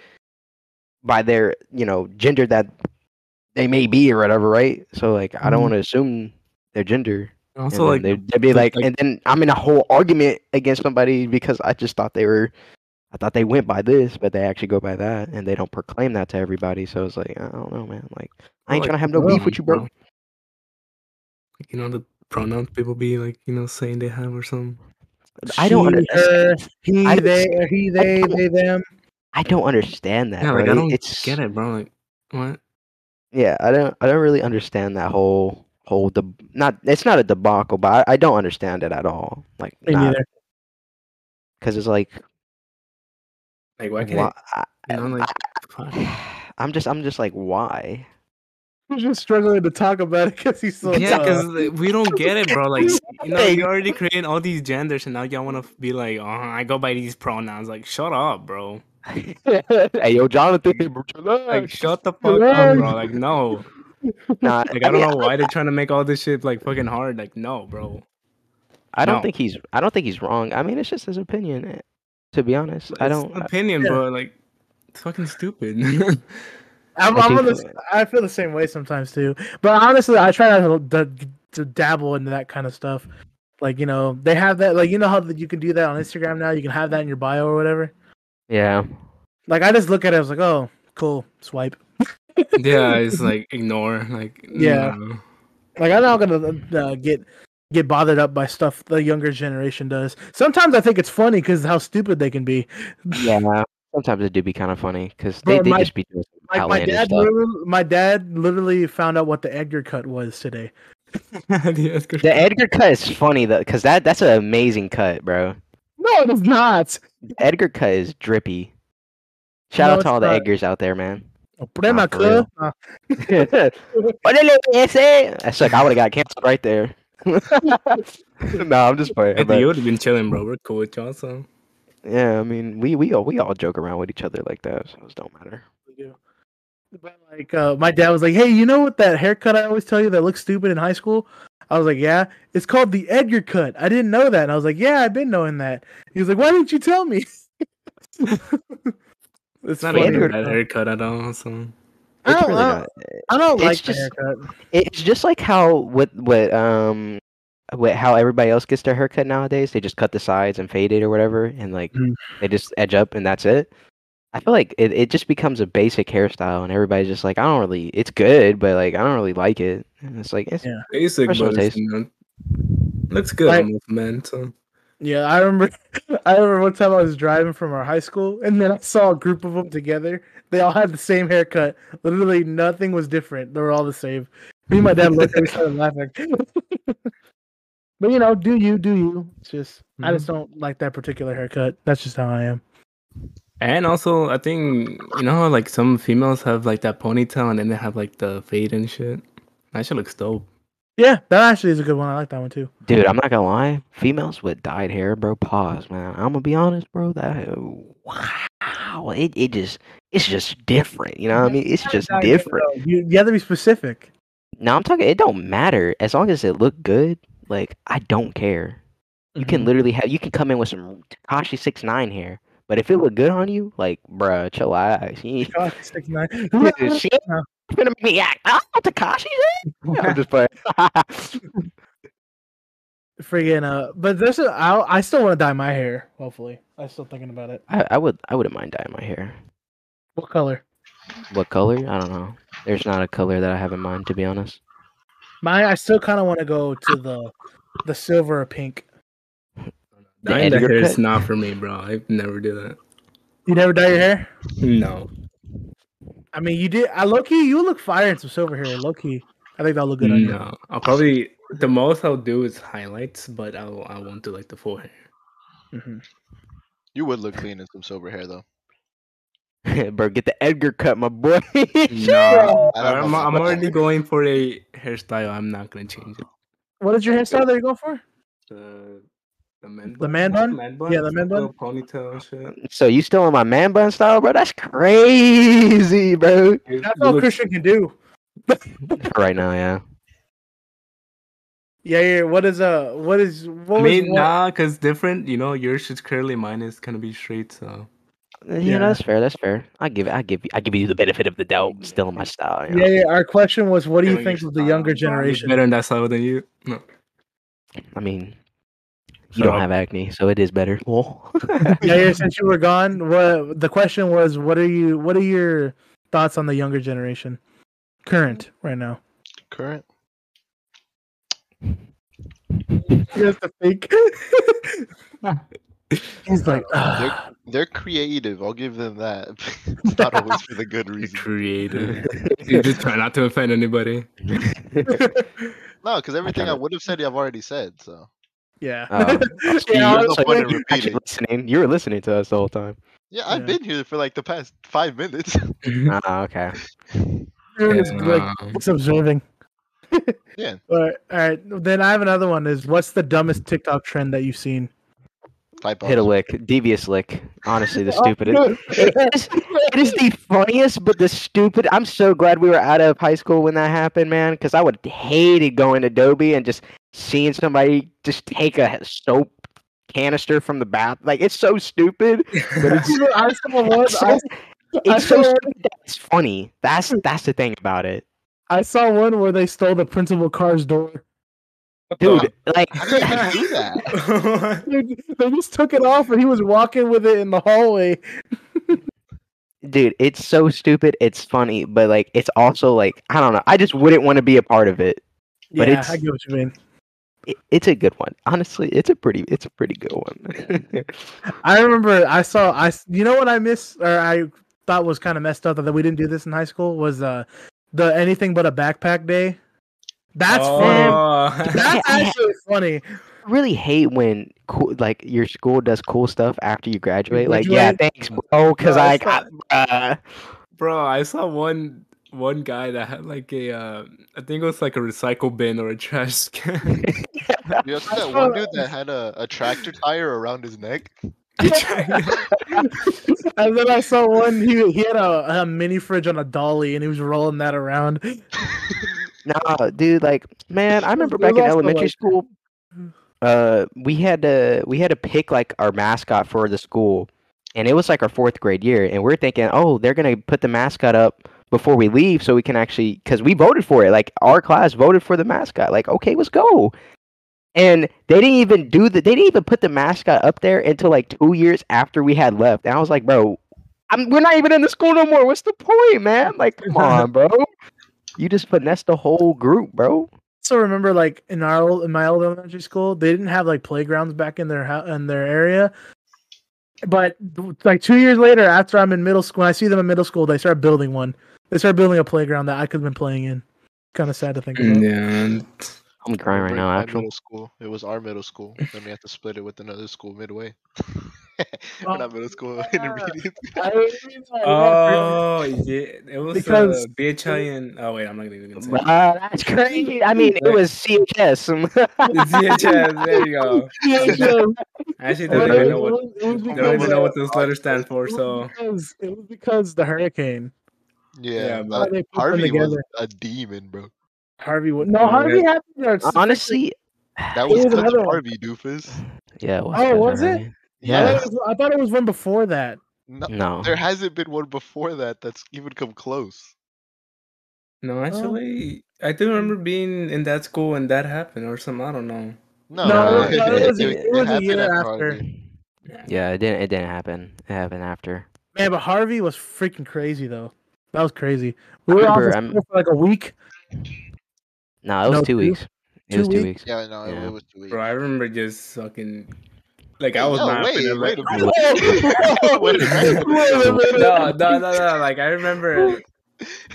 A: by their you know gender that they may be or whatever, right? So like I don't
B: Mhm.
A: want to assume their gender. And
C: Mm-hmm. also, like,
A: they, would be
C: the-
A: like,
C: like-
A: and then I'm in a whole argument against somebody because I just thought they were, I thought they went by this, but they actually go by that, and they don't proclaim that to everybody. So it's like I don't know, man. Like I ain't
C: like,
A: trying to have no beef with you, bro.
C: Like, you know the pronouns people be like, you know, saying they have or something.
A: I don't
B: She,
A: understand.
C: uh,
B: her, he,
A: I don't-
B: they, or he, they, they, them.
A: I don't understand that.
C: Yeah, like
A: bro.
C: I don't
A: it's,
C: get it, bro. Like, what?
A: Yeah, I don't I don't really understand that whole whole deb- not it's not a debacle, but I, I don't understand it at all. Like
B: Me neither.
A: because it's like
C: Like, why can't
A: why, (laughs)
C: it, you know, like, fuck.
A: (sighs) I, am just I'm just like why?
B: He's just struggling to talk about it because he's so
C: yeah,
B: dumb.
C: because we don't get it, bro. Like, you know,
A: Hey.
C: you already created all these genders, and now y'all want to be like, oh, I go by these pronouns. Like, shut up, bro.
A: hey, yo, (laughs) Jonathan.
C: Like,
A: relax.
C: shut the fuck up, bro. Like,
A: (laughs)
C: no.
A: Nah,
C: Like, I don't
A: mean,
C: know why they're trying to make all this shit like fucking hard. Like, no, bro.
A: I don't
C: No.
A: think he's. I don't think he's wrong. I mean, it's just his opinion. eh, To be honest, I
C: It's
A: don't.
C: opinion,
B: yeah.
C: bro. Like, it's fucking stupid. (laughs)
B: I'm,
A: I
B: I'm
A: do
B: on
A: feel
B: this. I feel the same way sometimes too. But honestly, I try not to, to, to dabble into that kind of stuff. Like you know, they have that. Like you know how that you can do that on Instagram now. You can have that in your bio or whatever.
A: Yeah.
B: Like I just look at it. I was like, oh, cool, swipe.
C: yeah, it's like ignore. Like,
B: Yeah.
C: no.
B: Like I'm not gonna uh, get get bothered up by stuff the younger generation does. Sometimes I think it's funny because how stupid they can be.
A: Yeah. Sometimes it do be kind of funny because
B: Bro,
A: they, they
B: my-
A: just be doing some
B: Like my
A: outlandish
B: dad,
A: stuff.
B: literally, my dad literally found out what the Edgar cut was today.
C: (laughs) Yeah, it's good.
A: The Edgar cut is funny though, because that that's an amazing cut, bro.
B: No, it is not.
A: The Edgar cut is drippy. Shout
B: No,
A: out
B: it's
A: to all
B: not.
A: the Edgars out there,
B: (laughs)
A: man.
B: Prema
A: Oh, for real.
B: cut. Uh,
A: Orale, ese. That's like I would have got canceled right
B: (laughs)
A: there. (laughs) no, I'm just playing.
C: Matthew,
A: but-
C: you would have been chilling, bro. We're cool with y'all, so.
A: yeah, I mean, we we all we all joke around with each other like that, so it don't matter.
B: But like, uh, my dad was like, "Hey, you know what that haircut I always tell you that looks stupid in high school?" I was like, "Yeah, it's called the Edgar cut. I didn't know that." And I was like, "Yeah, I've been knowing that." He was like, "Why didn't you tell me?" (laughs)
C: It's not
A: funny,
C: even a
A: right?
C: bad haircut at all, so.
B: I
A: It's
B: don't,
A: really
B: I
A: not.
B: don't, I don't
A: It's
B: like the
A: just-
B: haircut.
A: It's just like how what what um what how everybody else gets their haircut nowadays. They just cut the sides and fade it or whatever, and like
B: Mm.
A: they just edge up and that's it. I feel like it, it just becomes a basic hairstyle, and everybody's just like, I don't really. It's good, but like I don't really like it. And it's like it's,
B: Yeah.
C: Basic,
A: Personal
C: but it's
A: taste.
C: not- uh, looks good,
B: Like-
C: on most men. So
B: Yeah, I remember. (laughs) I remember one time I was driving from our high school, and then I saw a group of them together. They all had the same haircut. Literally, nothing was different. They were all the same. Me and my dad looked at each other laughing. (laughs) but you know, do you do you? It's just I just
A: Mm-hmm.
B: don't like that particular haircut. That's just how I am.
C: And also, I think you know, how, like some females have like that ponytail, and then they have like the fade and shit. That shit looks dope.
B: Yeah, that actually is a good one. I like that one too.
A: dude. I'm not gonna lie. Females with dyed hair, bro. Pause, man. I'm gonna be honest, bro. That wow. It it just it's just different. You know
B: Mm-hmm.
A: what I mean? It's just different.
B: You, you have to be specific.
A: No, I'm talking. It don't matter as long as it look good. Like I don't care. You can literally have. You can come in with some Takashi six nine hair, but if it look good on you, like bruh, chill out. (laughs) She,
B: God, six nine.
A: she gonna make me act. Oh, Takashi. I'm just playing.
B: Friggin' uh, but there's a. I I still want to dye my hair. Hopefully, I'm still thinking about it.
A: (laughs) I, I would. I wouldn't mind dyeing my hair.
B: What color?
A: What color? I don't know. There's not a color that I have in mind, to be honest. (laughs)
B: My, I still kind of want to go to the the silver or pink.
A: The
C: Dyeing the
A: Edgar
C: hair is
A: cut?
C: not for me, bro. I never do that.
B: You never dye your hair.
C: No,
B: I mean, you did. I low key, you look fire in some silver hair. Low key, I think that'll look good on you.
C: no. I'll probably the most I'll do is highlights, but I'll I won't do like the full hair.
B: Mm-hmm.
D: You would look clean in some silver hair though.
A: Bro, get the Edgar cut, my boy. Mm.
C: No,
D: I don't
C: I'm,
D: know.
C: I'm already going for a hairstyle. I'm not gonna change it.
B: What is your hairstyle that you're going for?
C: The the man Oh,
B: The man bun? Yeah, the man bun.
C: ponytail
A: (laughs)
C: shit.
A: so you still in my man bun style, bro? That's crazy, bro.
C: It
B: That's all
C: looks-
B: Christian can do.
A: Right now, yeah.
B: Yeah, yeah. What is uh? What is
C: I
B: what was
C: mean,
B: what-
C: nah, cause different. You know, yours is curly, mine is gonna be straight. So
A: Yeah,
B: Yeah.
A: that's fair. That's fair. I give I give you I give you the benefit of the doubt. Still in my style. You know?
B: Yeah, yeah. Our question was, what do you
C: Knowing
B: think
C: your
B: of the
C: style,
B: younger
C: I'm
B: generation?
C: better in that style than you. No.
A: I mean, you
C: Shut
A: don't
C: up.
A: have acne, so it is better. Oh, Well,
B: yeah, yeah. Since you were gone, what the question was, what are you? What are your thoughts on the younger generation, current right now?
D: Current.
B: He has to think. (laughs) He's like, "Ugh."
D: They're they're creative. I'll give them that. (laughs) It's not always for the good
C: You're
D: reason.
C: creative. (laughs) you just try not to offend anybody.
D: No, because
A: tried
D: everything I,
A: to-
D: would have said, I've already said. So
B: (laughs) yeah.
A: Oh,
B: (laughs) Yeah,
A: you
D: I
A: were
D: was
A: like-
B: (laughs)
D: wondering-
A: you were actually
D: repeating.
A: listening. You were listening to us the whole time.
D: yeah, I've
B: Yeah.
D: (laughs) been here for like the past five minutes.
A: Ah, okay.
B: Aaron is like
C: Nah.
B: just observing. (laughs)
D: Yeah.
B: All right, all right. Then I have another one. Is what's the dumbest TikTok trend that you've seen?
D: Typos.
A: Hit a
D: (laughs)
A: lick, devious lick. Honestly, the
B: Oh,
A: stupidest.
B: no.
A: it, is, it is the funniest, but the stupid. I'm so glad we were out of high school when that happened, man. Because I would hated going to Adobe and just seeing somebody just take a soap canister from the bath. Like it's so stupid. But
C: (laughs)
A: it's,
B: Dude, I saw (laughs) one.
A: it's
B: I,
A: so,
B: I
A: it's so
B: saw-
A: stupid that it's funny. That's
B: Hmm.
A: that's the thing about it,
B: I saw one where they stole the principal car's door.
A: dude. Like
D: How do you even do that?
B: Dude, they just took it off, and he was walking with it in the hallway.
A: dude it's so stupid it's funny but like it's also like i don't know i just wouldn't want to be a part of it But
B: yeah,
A: it's-
B: I get what you mean.
A: It- it's a good one honestly it's a pretty it's a pretty good one (laughs)
B: I remember I saw I s- you know what I miss or I thought was kind of messed up that we didn't do this in high school was uh the anything but a backpack day. That's
A: Oh. (laughs)
B: funny.
A: Yeah,
B: That's
A: I-
B: actually funny.
A: I really hate when cool, like your school does cool stuff after you graduate like yeah
B: graduate.
A: thanks bro because
B: No,
A: i
B: it's not-
A: got uh,
C: Bro, I saw one one guy that had like a uh, I think it was like a recycle bin or a trash can. (laughs)
D: You
B: I
D: saw that one
B: saw-
D: dude that had a, a tractor tire around his neck.
B: And then I saw one he he had a, a mini fridge on a dolly and he was rolling that around.
A: nah dude like man i remember
B: There's
A: back in
B: also,
A: elementary
B: like-
A: school uh we had to we had to pick like our mascot for the school and it was like our fourth grade year and we're thinking oh they're gonna put the mascot up before we leave so we can actually because we voted for it like our class voted for the mascot like okay let's go and they didn't even do the they didn't even put the mascot up there until like two years after we had left and i was like bro I'm, we're not even in the school no more what's the point man like
B: (laughs)
A: come on bro you just finessed the whole group bro
B: So remember like in our old, in my old elementary school, they didn't have like playgrounds back in their house in their area. But like 2 years later after I'm in middle school, when I see them in middle school, they start building one. They start building a playground that I could have been playing in. Kind of sad to think
C: Mm,
B: about.
C: yeah.
A: i'm crying right now
D: Remember my
A: actually
D: Middle school. It was our middle school. Then we had to split it with another school midway. (laughs)
B: Oh.
D: We're not middle school.
B: (laughs)
D: (laughs) intermediate.
B: I mean, like,
C: Oh
D: (laughs)
C: yeah, it was
B: Because-
C: uh, BHI and oh wait, I'm not even gonna say. it.
A: Wow, that's crazy. I mean, it
C: Right.
A: was (laughs) CHS.
C: (laughs) CHS, there (laughs) you go.
B: yeah, Joe,
C: I actually
B: but it
C: don't even know what
B: was- it was
C: don't
B: because,
C: even know
B: uh,
C: what those letters stand for.
B: it was
C: So
B: because- it was because the hurricane.
D: (laughs) Yeah,
C: Yeah,
D: that-
C: but-
B: They put them
D: Harvey was
B: together.
D: a demon,
A: (sighs)
D: bro.
B: Harvey would no
C: Yeah.
B: Harvey happened. there. It's-
A: Honestly,
D: That was,
B: was
D: such
B: another one.
D: Harvey doofus.
A: yeah. It was
B: Oh,
A: Cousin
B: was it?
A: Harry.
B: I
A: Yeah.
B: thought, it was, I thought it was one before that.
D: No,
A: No.
C: Oh.
D: there hasn't been one before that that's even come close. Oh.
C: no, actually, I do remember being in that school when that happened or something. I don't know.
D: No,
A: No,
D: because
A: no, it was- it
B: was a
D: happened
B: year after.
D: Harvey.
A: Yeah, it didn't. It didn't happen. It happened after.
B: Man, but Harvey was freaking crazy though. That was crazy. We were off
A: remember,
B: of
A: I'm-
B: school for like a week.
A: No, it was
B: No,
A: two
B: two-
A: weeks. It
B: two
A: was two weeks.
B: weeks?
D: Yeah, no, it-
A: Yeah.
D: it was too weak.
C: Bro, I remember just fucking like I
D: Hey,
C: was
D: no,
C: not
D: wait,
C: finna let-
D: wait a
C: (laughs)
D: minute. (laughs) Wait a minute. (laughs)
C: no, no, no, no. Like I remember,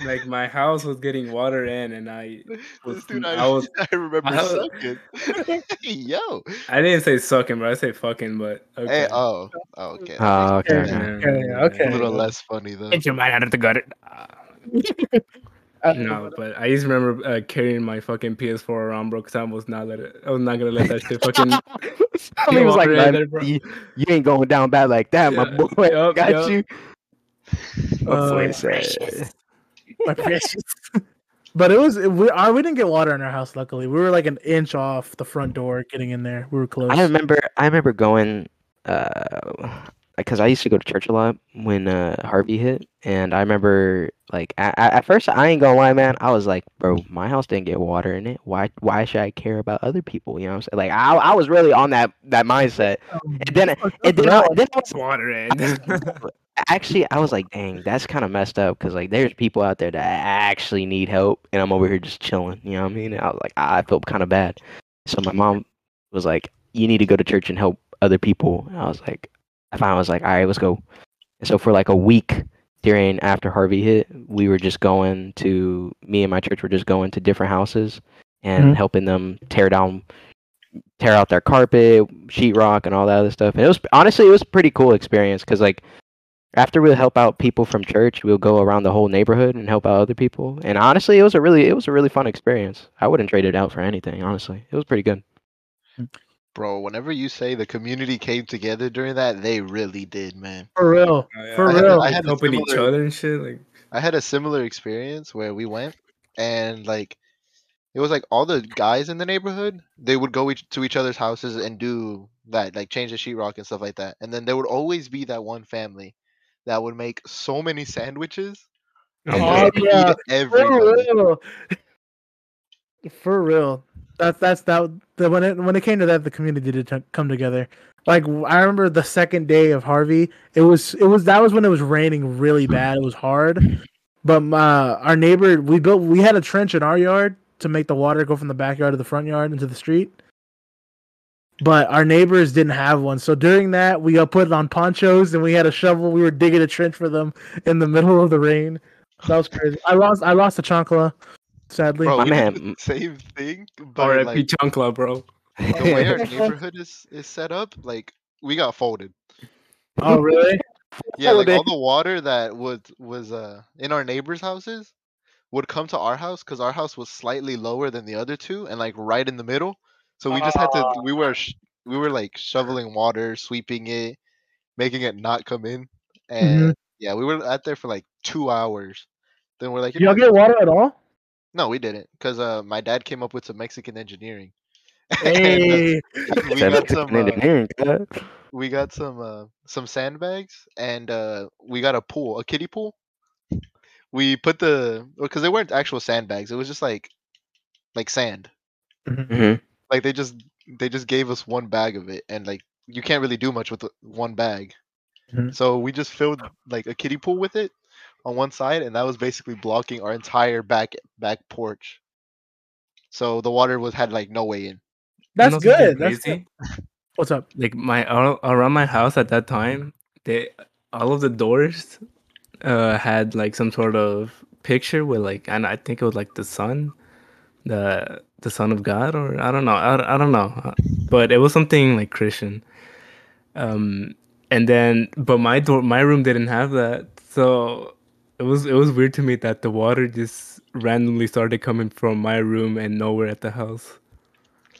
C: like my house was getting water in, and I
D: This
C: was,
D: dude,
C: (laughs)
D: I,
C: I was,
D: (laughs) I remember
C: I was-
D: sucking. (laughs) Yo,
C: I didn't say sucking, but I say fucking. But okay.
D: hey, oh, oh, okay.
A: Oh, okay.
B: Yeah.
A: (laughs) okay.
B: okay.
D: A little less funny though.
C: your mind out of the gutter.
B: Uh,
C: No, but I just remember uh, carrying my fucking PS4 around, bro, because I was not let it. I was not gonna let that shit fucking.
A: I mean, it was like,
C: water in
A: "Man,
C: there, bro.
A: you, you ain't going down bad like that, my
C: Yeah,
A: boy. (laughs)
C: yup,
A: Got
C: yup. Oh,
A: you.
B: Uh,
A: Wait a
B: my
A: sec.
B: precious. (laughs) but it was it, we, our, we didn't get water in our house. Luckily, we were like an inch off the front door getting in there. We were close.
A: I remember. I remember going. Uh, because I used to go to church a lot when uh, Harvey hit, and I remember like I, I, at first I ain't gonna lie, man. I was like, bro, my house didn't get water in it. Why? Why should I care about other people? You know, what I'm saying like I, I was really on that that mindset.
B: Um,
A: And then, and then, I, then I was
B: (laughs)
C: water in.
A: actually I was like, dang, that's kind of messed up because like there's people out there that actually need help, and I'm over here just chilling. You know what I mean? And I was like, I felt kind of bad. So my mom was like, you need to go to church and help other people. And I was like, I finally was like, all right, let's go. And so for like a week during after Harvey hit, we were just going to me and my church were just going to different houses and
B: Mhm.
A: helping them tear down tear out their carpet, sheetrock and all that other stuff. And it was honestly it was a pretty cool experience cuz like After we'll help out people from church, we'll go around the whole neighborhood and help out other people. And honestly, it was a really it was a really fun experience. I wouldn't trade it out for anything, honestly. It was pretty good.
D: Bro, whenever you say the community came together during that, they really did, man.
B: For real.
C: Oh, yeah.
B: For
C: I had-
B: real.
D: I had a
C: helping each
D: similar-
C: other and shit. Like,
D: I had a similar experience where we went and like it was like all the guys in the neighborhood they would go each, to each other's houses and do that like change the sheetrock and stuff like that and then there would always be that one family that would make so many sandwiches and
B: Oh,
C: man.
D: just feed
B: yeah. For
D: everybody.
B: real. For real. That's that's that. The, when it when it came to that, the community did t- come together. Like w- I remember the second day of Harvey, it was it was that was when it was raining really bad. It was hard, but my, our neighbor we built we had a trench in our yard to make the water go from the backyard to the front yard into the street. But our neighbors didn't have one, so during that we uh, put on ponchos and we had a shovel. We were digging a trench for them in the middle of the rain. That was crazy. I lost I lost a chancla, sadly.
D: Bro,
A: My
D: we did
A: man-
D: the same thing, but
C: RIP
D: like,
C: Chancla, bro.
D: the
B: (laughs)
D: way
A: (laughs)
D: our neighborhood is, is set up, like we got folded.
B: Oh really? (laughs)
D: Yeah, like all
A: Folded.
D: the water that was was uh in our neighbors' houses would come to our house because our house was slightly lower than the other two and like right in the middle. So we just had to
B: Oh.
D: we were sh- we were like shoveling water, sweeping it, making it not come in.
B: Mm-hmm.
D: And yeah, we were out there for like two hours. Then we're like, you know
B: Y'all get
D: what?
B: water at all?
D: no, we didn't because uh my dad came up with some Mexican engineering. (laughs) and,
B: Hey,
D: uh, (laughs) we
A: Said
D: got
A: Mexican
D: some uh,
A: engineering, God.
D: we got some uh, some sandbags and uh, we got a pool, a kiddie pool. We put the because they weren't actual sandbags; it was just like like sand.
A: Mhm.
D: Like they just they just gave us one bag of it, and like you can't really do much with the- one bag.
B: Mhm.
D: So we just filled like a kiddie pool with it on one side, and that was basically blocking our entire back back porch. So the water was had like no way in.
B: that's
C: You know something
B: good. That's good.
C: crazy?
B: (laughs) What's up?
C: Like my ar- around my house at that time, they all of the doors uh, had like some sort of picture with like, and I think it was like the sun, the the son of God, or I don't know, I, don't- I don't know, uh, but it was something like Christian. Um, and then, but my door, my room didn't have that, so it was it was weird to me that the water just randomly started coming from my room and nowhere at the house.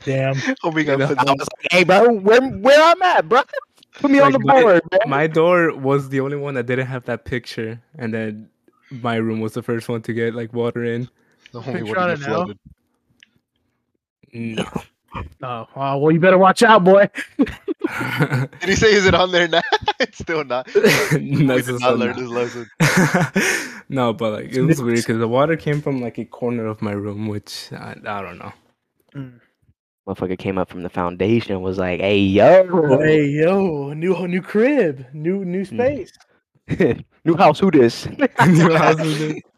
B: Damn.
D: (laughs) Oh (laughs) my god!
C: know,
D: put
A: I was like, hey bro, where where I'm at, bro? Put me on the
C: Like, my-
A: board, bro.
C: my door was the only one that didn't have that picture, and then my room was the first one to get like water in.
D: the homie
B: picture
D: would've
B: on
D: been
B: it now.
D: flooded.
C: (laughs) No.
B: Oh, oh, well, you better watch out, boy.
D: (laughs) Did he say is it on there now? (laughs) it's
C: (laughs)
D: still not.
C: No,
D: we
C: it's just
D: did not
C: on
D: learn
C: that.
D: his lesson.
C: (laughs) no, but like it was weird because the water came from like a corner of my room, which I, I don't know. (laughs)
A: Motherfucker came up from the foundation and was like, hey yo.
B: Hey, yo, new new crib, new new space.
A: (laughs) New house, who (laughs) this?
B: What is?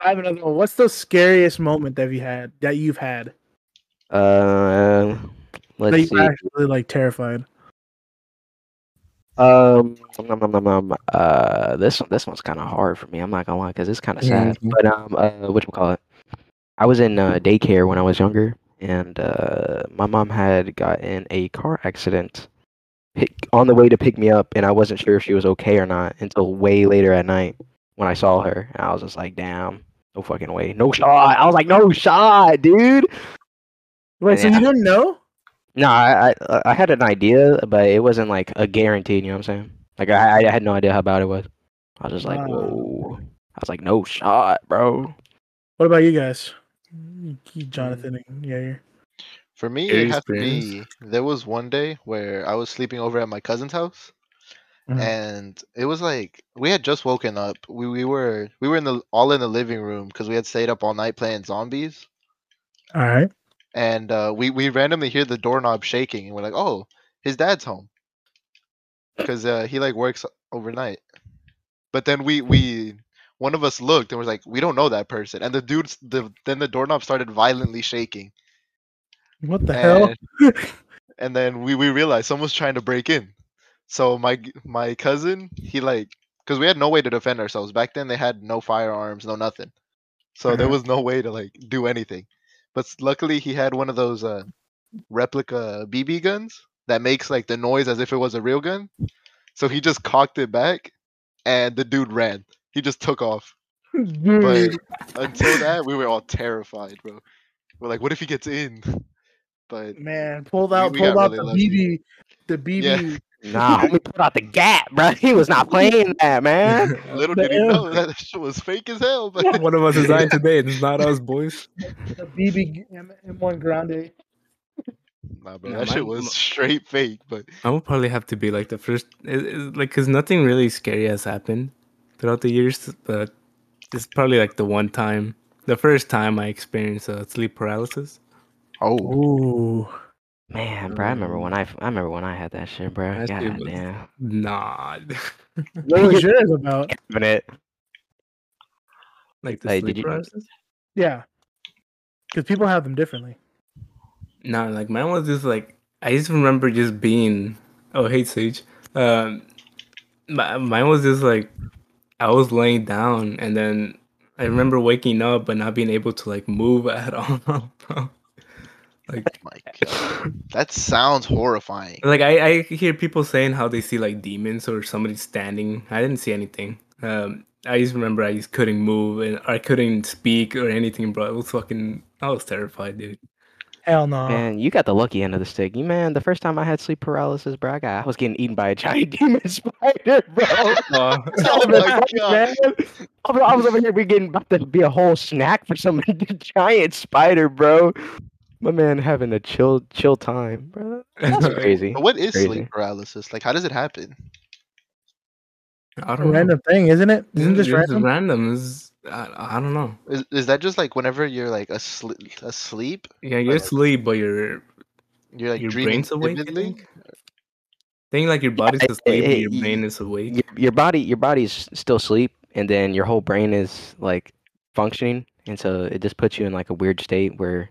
B: I have another one. What's the scariest moment that you had that you've had
A: Uh,
B: that
A: let's
B: you
A: see.
B: were actually like terrified?
A: Um, um, um, um, um, uh, this this one's kind of hard for me. I'm not gonna lie, cause it's kind of
C: Yeah,
A: sad. But um, uh, which call it? I was in uh, daycare when I was younger, and uh, my mom had got in a car accident pick, on the way to pick me up, and I wasn't sure if she was okay or not until way later at night when I saw her, and I was just like, damn, no fucking way, no shot. I was like, no shot, dude.
B: Wait, so
A: Yeah.
B: you didn't know?
A: No, I, uh, I I had an idea, but it wasn't like a guarantee. You know what I'm saying? Like I I had no idea how bad it was. I was just like,
B: Wow.
A: whoa. I was like, no shot, bro.
B: What about you guys? You- Jonathan, and yeah, you're.
D: For me,
C: Scary
D: it has to be.
C: experience.
D: There was one day where I was sleeping over at my cousin's house,
C: Mm-hmm.
B: Mhm.
D: and it was like we had just woken up. We we were we were in the all in the living room because we had stayed up all night playing zombies,
B: All right.
D: and uh, we we randomly hear the doorknob shaking, and we're like, oh, his dad's home, because uh, he like works overnight. But then we we one of us looked and was like, we don't know that person, and the dude's the then the doorknob started violently shaking.
B: What
D: Eh,
B: the hell?
D: And, and then we, we realized someone's trying to break in. So my g- my cousin, he like, because we had no way to defend ourselves back then. They had no firearms, no nothing. So there
B: Uh-huh.
D: was no way to like do anything. But s- luckily, he had one of those uh, replica BB guns that makes like the noise as if it was a real gun. So he just cocked it back, and the dude ran. He just took off. But
B: Dude.
D: until that, we were all terrified, bro. We're like, what if he gets in? But
B: (laughs) Man, pulled
D: We-
B: out
D: we
B: pulled
D: got
B: out
D: really
B: the
D: lucky.
B: BB, the BB.
D: yeah,
A: Nah, homie put out the gap, bro. (laughs) He was not playing that,
C: (laughs)
A: man.
D: little did he
B: Damn.
D: know that shit was fake as hell. But
C: One of us is dying today. It's not us, boys.
B: the BB M- M1 Grande.
D: nah, bro,
C: Nah,
D: that
C: mine-
D: shit was straight fake. But
C: I will probably have to be like the first, it, it- like, cause nothing really scary has happened throughout the years. But it's probably like the one time, the first time I experienced uh, sleep paralysis.
D: oh,
B: Ooh.
A: Man, bro, I remember when I I remember when I had that shit, bro.
C: That
A: God
C: shit was- (laughs)
A: damn. (laughs)
C: Nah,
B: What was yours about?
A: Minute.
C: like the
A: Hey,
C: sleep
A: did you-
C: paralysis.
B: Yeah. Because people have them differently.
C: No, like mine was just like I just remember just being. Oh, hey Sage. Um, my, mine was just like I was laying down, and then I remember waking up but not being able to like move (laughs) at all. bro. like,
D: my god, that sounds horrifying.
C: like I, I hear people saying how they see like demons or somebody standing. I didn't see anything. Um, I just remember I just couldn't move and I couldn't speak or anything, bro. It was fucking. I was terrified, dude.
B: Hell no.
A: Man, you got the lucky end of the stick. You man, the first time I had sleep paralysis, bro, I, got, I was getting eaten by a giant (laughs) demon spider, bro.
C: (laughs) Uh,
D: Oh my god.
A: man. I was- I was over here we getting about to be a whole snack for some (laughs) giant spider, bro. My man having a chill chill time, bro.
D: (laughs)
A: That's crazy.
D: But What is
A: Crazy.
D: sleep paralysis? Like, how does it happen?
C: I
B: A
C: don't know.
B: random thing, isn't it? Isn't
C: Yeah,
B: this
C: it's
B: (laughs) random?
C: random. It's, I, I don't know.
D: Is, is that just like whenever you're like asleep, asleep
C: Yeah, you're
D: Like-
C: asleep, but your
D: you're like
C: your
D: dreaming
C: brain's awake. I
D: vividly?
C: think. think like your body's
A: it-
C: asleep, but
A: it-
C: your
A: y-
C: brain is awake.
A: Your, your body your body's still asleep and then your whole brain is like functioning and so it just puts you in like a weird state where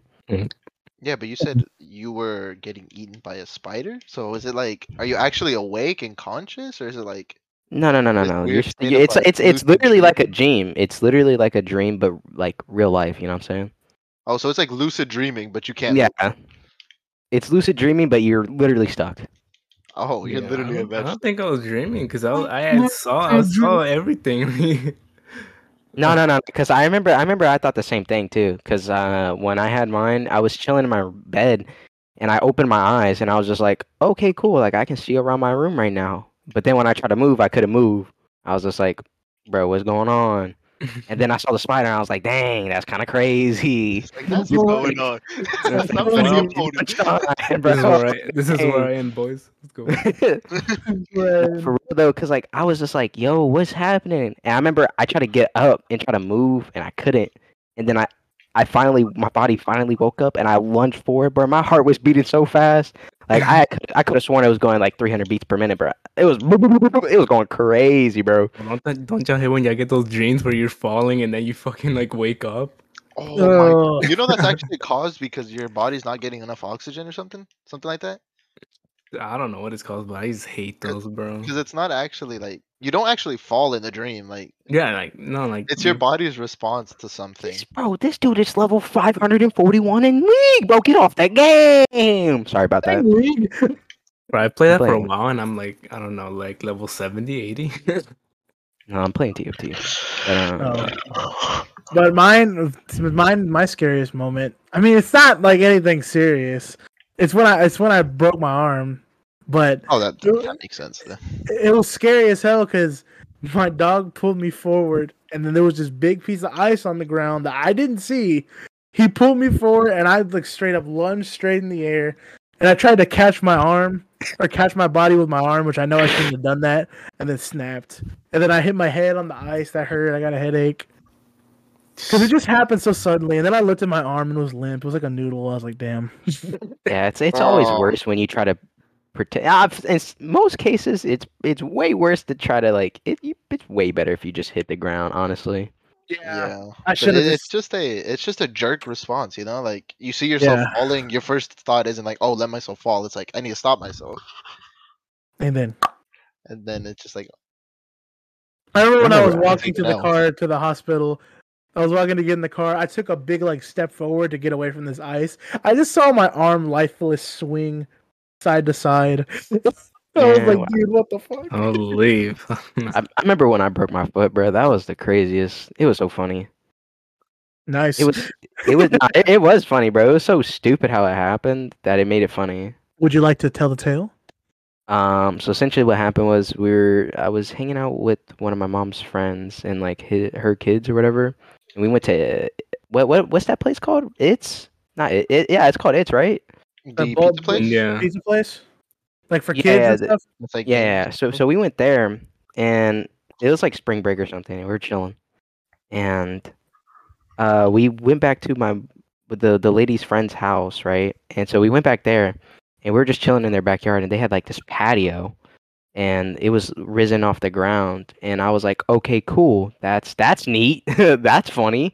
D: Yeah, but you said you were getting eaten by a spider. So is it like, are you actually awake and conscious, or is it like,
A: no no no no
D: This
A: no you're,
D: weird
A: s-
D: state
A: you-
D: of,
A: it's
D: like,
A: it's it's
D: lucid
A: literally like a dream it's literally like a dream but like real life you know what I'm saying
D: oh, so it's like lucid dreaming, but you can't?
A: yeah
D: move?
A: it's lucid dreaming but you're literally stuck
D: Oh, you're
C: Yeah,
D: literally
C: I don't,
D: a
C: I
D: vegetable.
C: don't think I was dreaming because I, was- I
B: No,
C: had saw I
B: I
C: saw everything. (laughs)
A: No, no, no. Because I remember, I remember, I thought the same thing too. Because uh, when I had mine, I was chilling in my bed, and I opened my eyes, and I was just like, "Okay, cool. Like I can see around my room right now." But then when I tried to move, I couldn't move. I was just like, "Bro, what's going on?" And then I saw the spider, and I was like, "Dang, that's kind of crazy."
D: It's Like, that's
B: That's what-
C: (laughs)
D: going on.
C: that's
D: (laughs)
A: (laughs)
D: That's not
B: what
D: what
B: I'm-
D: you
C: (laughs)
D: uploaded.
C: this is
A: Bro.
C: where I, this is where I am, boys. Let's go.
A: (laughs) No, for real though, because like I was just like, "Yo, what's happening?" And I remember I tried to get up and try to move, and I couldn't. And then I, I finally, my body finally woke up, and I lunged forward, bro. My heart was beating so fast, like I, could- I could have sworn it was going like 300 beats per minute, bro. It was, (laughs) it was going crazy, bro.
C: (laughs) Don't that- don't y'all hate when y'all get those dreams where you're falling and then you fucking like wake up?
D: Oh my
B: Ugh.
D: god. You know that's actually caused because your body's not getting enough oxygen or something, something like that.
C: I don't know what it's called, but I just hate those, bro.
A: Mm.
D: Because it's not actually like you don't actually fall in the dream. Like
C: Yeah, like no, like mm,
D: it's your
A: Mm.
C: you-
D: body's response to something.
A: (laughs) This, bro, this dude is level 541 in league, bro. Get off that game. Sorry about that.
C: (laughs) Bro, I played that for a
A: playing.
C: while and I'm like, I don't know, like level 70, (laughs) 80.
A: No, I'm playing TFT. But, um,
B: uh, No.
D: Oh,
B: But mine, mine, my scariest moment. I mean, it's not like anything serious. It's when I, it's when I broke my arm, but
D: Oh, that,
B: Dude.
D: that makes sense. Then.
B: it was scary as hell because my dog pulled me forward, and then there was this big piece of ice on the ground that I didn't see. He pulled me forward, and I like straight up lunged straight in the air, and I tried to catch my arm or catch my body with my arm, which I know I shouldn't have done that, and then snapped. And then I hit my head on the ice. That hurt. I got a headache because it just happened so suddenly. And then I looked at my arm and it was limp. It was like a noodle. I was like, damn.
A: Yeah, it's it's always
D: Oh.
A: worse when you try to pretend. I've, in s- most cases, it's it's way worse to try to like. It, you, it's way better if you just hit the ground. Honestly,
D: Yeah.
B: I
D: But
B: should
D: it,
B: have
D: it's
B: just.
D: just a it's just a jerk response, you know. Like you see yourself falling, your first thought isn't like, "Oh, let myself fall." It's like I need to stop myself,
B: And then
D: and then it's just like,
B: I remember when I was
A: Remember, I
B: walking
D: think
B: to the
D: now.
B: car to the hospital. I was walking to get in the car. I took a big like step forward to get away from this ice. I just saw my arm lifeless swing side (laughs) to side. I was
A: Yeah,
B: like,
A: wow.
B: dude, what the fuck?
C: I'll (laughs) leave.
A: I, I remember when I broke my foot, bro. That was the craziest. It was so funny.
B: Nice.
A: It was, it was, nah, it, it was funny, bro. It was so stupid how it happened that it made it funny.
B: Would you like to tell the tale?
A: Um, so essentially, what happened was we were I was hanging out with one of my mom's friends and like hi her kids or whatever, and we went to what what what's that place called? It's not it, it yeah, it's called it's right.
D: The
B: ball-
D: pizza place.
C: yeah.
B: Pizza place, like for kids
A: Yeah,
B: and
A: the-
B: stuff.
D: It's like
A: Yeah, yeah. So so we went there and it was like spring break or something, and we were chilling, and uh, we went back to my with the the lady's friend's house, right? And so we went back there, and we were just chilling in their backyard, and they had like this patio, and it was risen off the ground, and I was like, okay, cool, that's that's neat, (laughs) that's funny,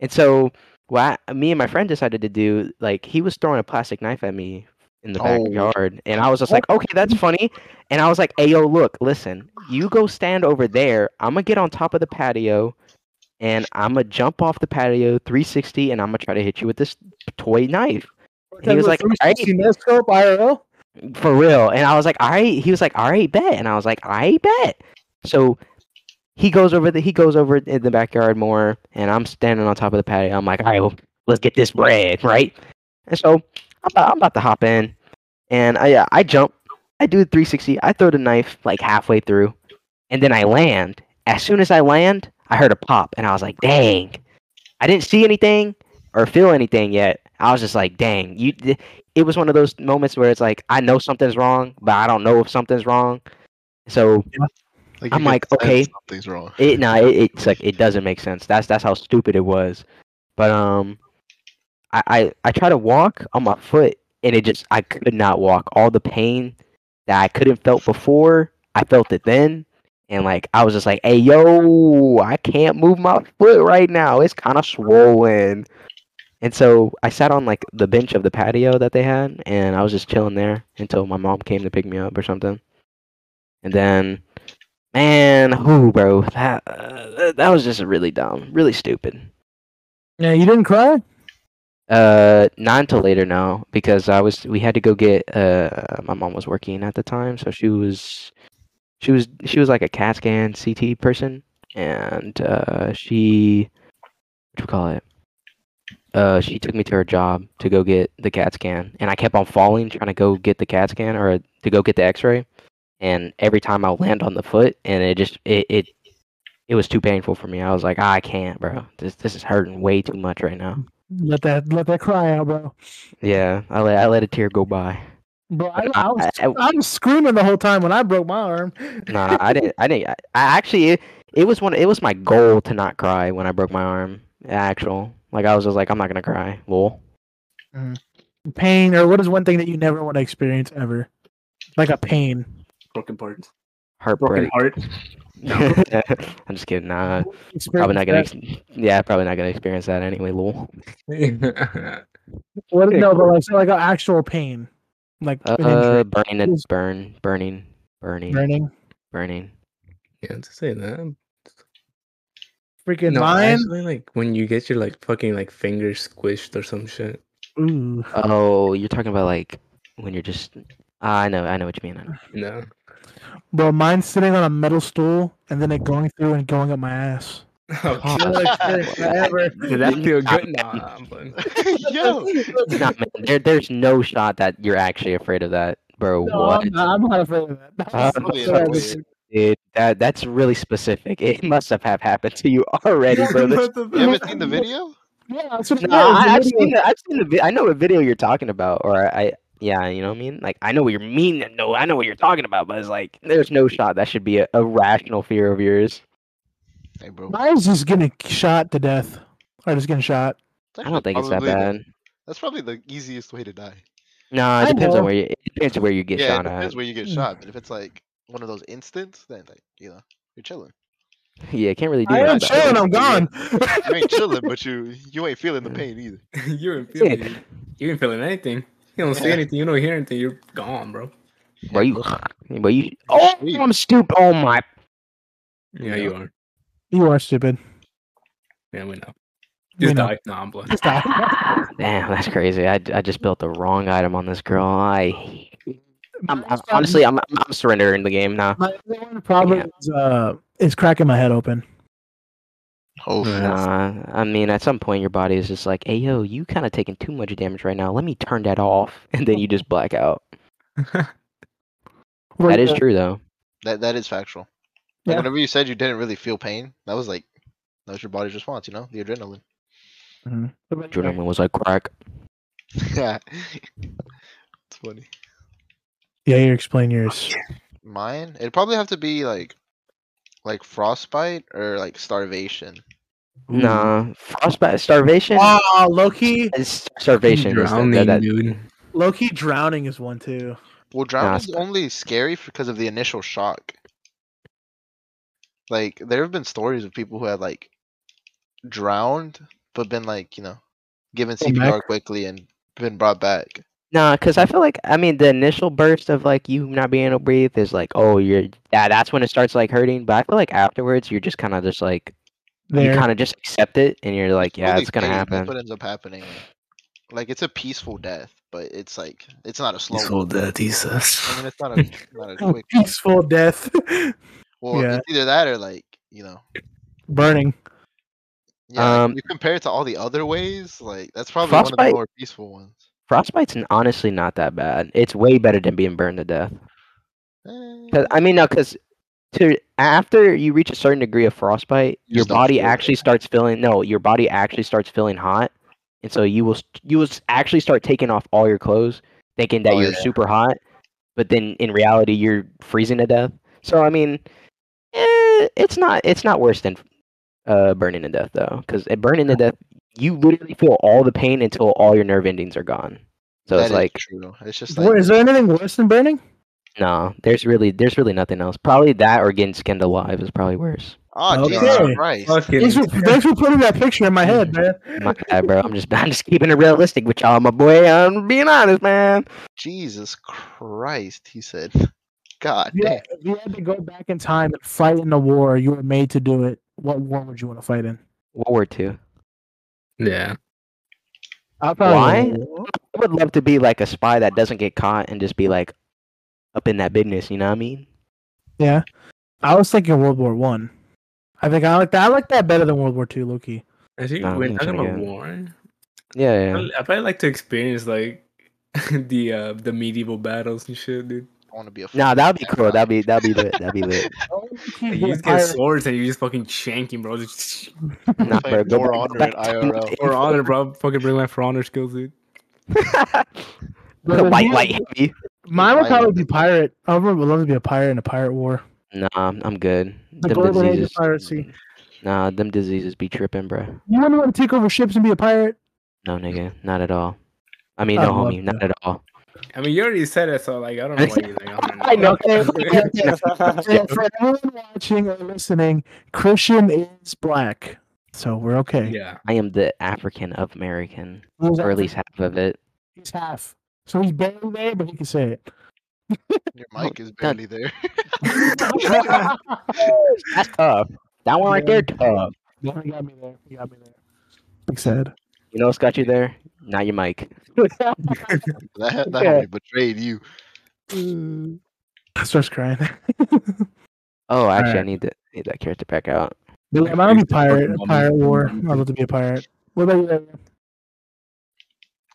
A: and so what I- me and my friend decided to do, like he was throwing a plastic knife at me in the
D: Oh.
A: backyard, and I was just like, okay, that's funny, and I was like, hey, yo, look, listen, you go stand over there, I'm gonna get on top of the patio and I'm gonna jump off the patio 360 and I'm gonna try to hit you with this toy knife He was like, "Alright."
B: 360 no scope IRL.
A: for real. And I was like, all right. He was like, all right, bet. And I was like, I bet. So he goes over the he goes over in the backyard more, and I'm standing on top of the patio. I'm like, all right, well, let's get this bread, right? And so I'm about, I'm about to hop in, and I uh, I jump, I do the 360, I throw the knife like halfway through, and then I land. As soon as I land, I heard a pop, and I was like, dang. I didn't see anything or feel anything yet. I was just like, dang, you. th- It was one of those moments where it's like, I know something's wrong, but I don't know if something's wrong. So
D: you
A: I'm
D: can
A: like,
D: sense
A: okay. (laughs)
D: something's wrong. (laughs)
A: it no, it, it's like it doesn't make sense. That's that's how stupid it was. But um, I I, I try to walk on my foot, and it just I could not walk. All the pain that I couldn't felt before, I felt it then, and like I was just like, hey yo, I can't move my foot right now. It's kind of swollen. And so I sat on like the bench of the patio that they had, and I was just chilling there until my mom came to pick me up or something. And then Man, who, bro? That uh, that was just really dumb, really stupid.
B: Yeah, you didn't cry.
A: Uh, not until later, no, because I was we had to go get uh my mom was working at the time, so she was she was she was like a CAT scan CT person, and uh she what do we call it? Uh, she took me to her job to go get the CAT scan, and I kept on falling trying to go get the CAT scan or to go get the X-ray, and every time I land on the foot, and it just it it it was too painful for me. I was like, "Ah, I can't, bro. This this is hurting way too much right now.
B: Let that let that cry out, bro.
A: Yeah, I let I let a tear go by.
B: Bro, I,
A: But
B: I, was,
A: I- I-
B: I was screaming the whole time when I broke my arm.
A: Nah, I didn't. I didn't. I I actually, it, it was one. It was my goal to not cry when I broke my arm. Actual, like I was just like, I'm not gonna cry. Lol.
B: Pain, or what is one thing that you never want to experience ever? Like a pain.
C: Broken parts.
A: Heartbreak.
C: Broken (laughs) heart.
A: (laughs) I'm just kidding. Nah, probably not gonna. Ex- yeah, probably not gonna experience that anyway. Lol.
B: What, no, but like, so like an actual pain, like
A: Uh,
B: an injury,
A: burning.
B: Yes.
A: It, burn. Burning. Burning.
B: burning.
A: Burning.
C: yeah, to say that.
B: Freaking
C: no,
B: mine.
C: actually, like when you get your like fucking like fingers squished or some shit.
B: Ooh,
A: Oh, you're talking about like when you're just. ah, I know. I know what you mean. I know.
C: (laughs) No.
B: bro, mine's sitting on a metal stool and then it going through and going up my ass.
C: Oh,
B: Killer experience
A: (laughs)
B: forever.
C: Did that feel good? Nah, but (laughs)
D: Yo,
A: Nah, man, there, there's no shot that you're actually afraid of that, bro.
B: No,
A: what?
B: I'm not, I'm not afraid of that. That was
A: Uh,
B: so sad,
D: yeah, that's
B: dude.
A: Dude, that that's really specific. It (laughs) must have have happened to you (laughs) already, bro. This,
D: you haven't seen the video?
B: Yeah, (laughs) that's what it
A: no,
B: is,
A: I,
B: the
A: I've
B: video.
A: seen the, I've seen the vi- I know what video you're talking about, or I, yeah, you know what I mean. Like I know what you're mean. No, I know what you're talking about, but it's like there's no shot that should be a, a rational fear of yours.
D: Hey, bro.
B: Mine's just getting shot to death. Or just getting shot.
A: I don't think it's that
D: Probably the-
A: bad.
D: That's probably the easiest way to die.
A: No, it
B: I
A: depends
B: know.
A: on where you. It depends on where you get
D: yeah, it
A: shot
D: depends
A: at.
D: where you get
B: Mm.
D: shot. But if it's like one of those instants, then like you know, you're chilling.
A: Yeah, can't really do
B: I am
A: much about
B: chilling,
A: it.
B: I'm gone. (laughs)
A: (laughs)
D: You ain't chilling, but you you ain't feeling the pain either.
C: you ain't
A: Yeah.
C: feeling it. you ain't feeling anything. You don't see
D: Yeah.
C: anything. You don't hear anything. You're gone, bro.
A: Bro, you, bro, you. (sighs) Oh,
D: Sweet.
A: I'm stupid. Oh my. (sighs)
C: Yeah, you are.
B: you are stupid.
C: Yeah, we know.
B: We
C: Just
B: know.
C: die. Nah, I'm blind.
B: Just die.
A: Damn, that's crazy. I, I just built the wrong item on this girl. I I'm, I'm- honestly, I'm, I'm I'm surrendering the game now.
B: My other one probably
A: Yeah.
B: is, uh, is cracking my head open.
D: Oh,
C: Yeah.
A: Nah, Uh, I mean, at some point, your body is just like, "Hey, yo, you kind of taking too much damage right now. Let me turn that off," (laughs) and then you just black out. That is true, though.
D: that that is factual. Like,
B: Yeah.
D: Whenever you said you didn't really feel pain, that was like that was your body's response. You know, the adrenaline. (laughs)
A: Adrenaline was like crack.
D: Yeah, it's funny.
B: Yeah, you explain yours.
D: Mine, it'd probably have to be like like frostbite or like starvation.
A: Nah, frostbite, starvation,
B: Wow, Loki,
A: is starvation. is the-
C: Drowning,
A: that- that-
C: dude.
B: Loki drowning is one too.
D: Well, drowning's
A: sp-
D: only scary because of the initial shock. Like there have been stories of people who had like drowned but been like you know given
B: Come back.
D: CPR quickly and been brought back.
A: Nah, because I feel like I mean the initial burst of like you not being able to breathe is like oh you're yeah that's when it starts like hurting but I feel like afterwards you're just kind of just like you
B: There,
A: kind of just accept it and you're like yeah
D: Only
A: it's gonna
D: pain,
A: happen
D: That's what ends up happening. Like it's a peaceful death, but it's like it's not a slow.
C: He's
D: one.
C: all dead, he (laughs) says.
D: I mean,
A: (laughs)
D: it's not a not a
A: Oh,
D: quick.
B: (laughs) peaceful death, (laughs)
D: Well,
B: Yeah.
D: it's either that or like you know.
B: burning.
D: Yeah, like,
A: Um,
D: you compare it to all the other ways, like that's probably one of
A: Frostbite-
D: the more peaceful ones.
A: frostbite's n- honestly not that bad it's way better than being burned to death
D: Eh,
A: 'Cause- I mean no because to after you reach a certain degree of frostbite
D: You
A: your
D: stop
A: body
D: feeling it.
A: actually starts feeling no your body actually starts feeling hot and so you will st- you will s- actually start taking off all your clothes thinking that
D: Oh,
A: you're
D: yeah.
A: super hot but then in reality you're freezing to death so I mean eh, it's not it's not worse than uh, burning to death though because burning to death you literally feel all the pain until all your nerve endings are gone so
D: that
A: it's
D: is
A: like
D: true. It's just
B: Wha-
D: like
B: Is there anything worse than burning?
A: No, there's really there's really nothing else. Probably that or getting skinned alive is probably worse.
D: oh
B: Okay.
D: Jesus Christ.
C: Fucking-
B: Thanks for, thanks for putting that picture in my head, man.
A: (laughs) My bad, bro. I'm just I'm just keeping it realistic with y'all, my boy. I'm being honest, man.
D: Jesus Christ, he said. God
B: Yeah,
D: damn.
B: if you had to go back in time and fight in a war, you were made to do it. What war would you want to fight in?
A: World War Two.
C: (laughs) Yeah.
B: I
A: Why? I would love to be like a spy that doesn't get caught and just be like up in that business. You know what I mean?
B: Yeah, I was thinking World War One. I. think I like that. I like that better than World War Two, Loki.
C: Actually,
A: Nah,
C: we're
A: I'm
C: talking
A: trying to
C: about
A: get-
C: war.
A: Yeah, yeah.
C: I I'd probably like to experience like (laughs) the uh the medieval battles and shit, dude.
D: I want to be a
A: Nah,
D: fucking
A: that'd be cool.
D: samurai.
A: That'd be that'd be lit. That'd be lit. (laughs)
C: Like, you just get swords and you just fucking shanking, bro. Just
A: Nah, bro.
D: Playing
A: Go
D: For
A: back, go back
D: Honor in
A: to my
D: IRL.
A: info-
C: for honor, bro. Fucking bring my for honor skills, dude.
B: But
A: light,
B: yeah,
A: light, heavy.
B: Mine would
D: Mine
B: probably
D: would
B: be
D: be-
B: pirate. I would love to be a pirate in a pirate war.
A: Nah, I'm good.
B: The
A: them
B: golden age of
A: diseases.
B: piracy.
A: Nah, them diseases be tripping, bro.
B: You wouldn't want to take over ships and be a pirate.
A: No, nigga, not at all. I mean,
B: I'd
A: no,
B: love
A: homie, not at all.
C: I mean, you already said it, so like I don't know what you think.
A: (laughs) I know.
B: Okay, okay,
C: (laughs)
B: okay. For- for everyone watching or listening, Christian is black, so we're okay.
C: Yeah.
A: I am the African of American,
B: He's
A: or at
B: Afri-
A: least half of it.
B: he's half, so he's barely there, but he can say
A: (laughs)
B: it.
D: Your mic is
A: that-
D: barely there. (laughs)
A: That's tough. That one right there, tough.
B: No, he got me there. He got me there. Big sad.
A: You know what's got you there? Not your mic.
D: That, that
B: Okay.
D: homie betrayed you.
B: I starts crying. (laughs)
A: Oh, actually, I
B: Alright.
A: need that need that character back out.
B: But yeah, mine would
C: He's
B: be
C: the
B: pirate,
C: fucking
B: pirate
C: mummy.
B: war. I'd love to be a pirate. What about you? Ariel?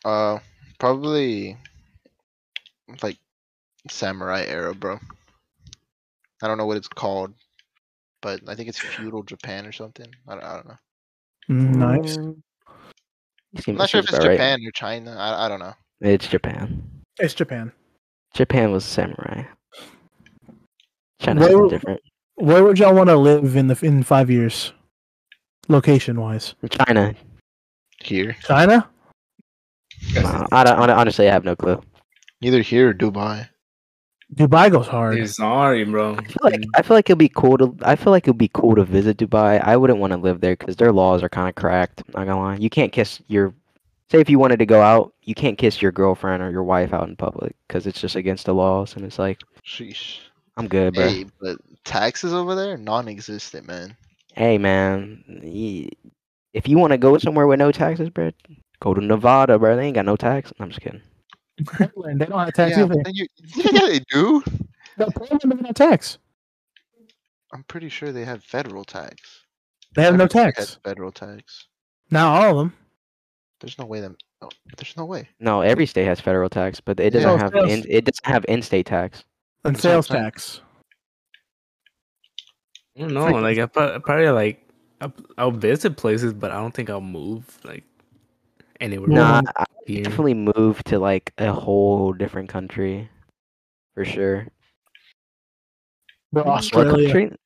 D: Uh, probably like samurai era, bro. I don't know what it's called, but I think it's feudal Japan or something. I don't, I don't know.
B: Mm, Nice.
A: Um, You seem-
D: I'm not sure if
A: seems
D: it's
A: about right.
D: Japan or China. I, I don't know.
A: It's Japan.
B: It's Japan.
A: Japan was samurai. China's
B: Where-
A: something different.
B: Where would y'all want to live in the in five years? Location wise,
A: China.
D: Here,
B: China.
A: Wow, I don't. I don't- honestly, I have no clue.
D: either here or Dubai.
B: Dubai goes hard.
C: Dude,
B: (laughs)
C: sorry, bro.
A: I feel like I feel like it'd be cool to. I feel like it'd be cool to visit Dubai. I wouldn't want to live there because their laws are kind of cracked. Not gonna lie, you can't kiss your. Say if you wanted to go out, you can't kiss your girlfriend or your wife out in public because it's just against the laws. And it's like,
D: Sheesh.
A: I'm good, bro. Hey,
D: Hey, but taxes over there non-existent, man.
A: man, y- if you want to go somewhere with no taxes, bro, go to Nevada, bro. They ain't got no tax. I'm just kidding.
B: Portland, they don't have tax
D: yeah,
B: either.
D: but then you, yeah, they do.
B: No, Portland doesn't have tax.
D: I'm pretty sure they have federal tax.
B: They have no
D: Everything has
B: tax.
D: federal tax.
B: Not all of them.
D: There's no way them. No, there's no way.
A: No, every state has federal tax, but it doesn't
B: Yeah.
A: have
B: Oh,
A: in, it doesn't have in-state tax.
B: And
D: That's what I'm
B: sales
D: saying.
B: tax.
C: I don't know.
D: Freaking-
C: Like I pro- probably like I'll, I'll visit places, but I don't think I'll move like anywhere.
A: Nah,
C: around
A: I
C: here.
A: definitely moved to like a whole different country, for sure.
B: Bro,
D: What
A: What
B: Australia.
A: country?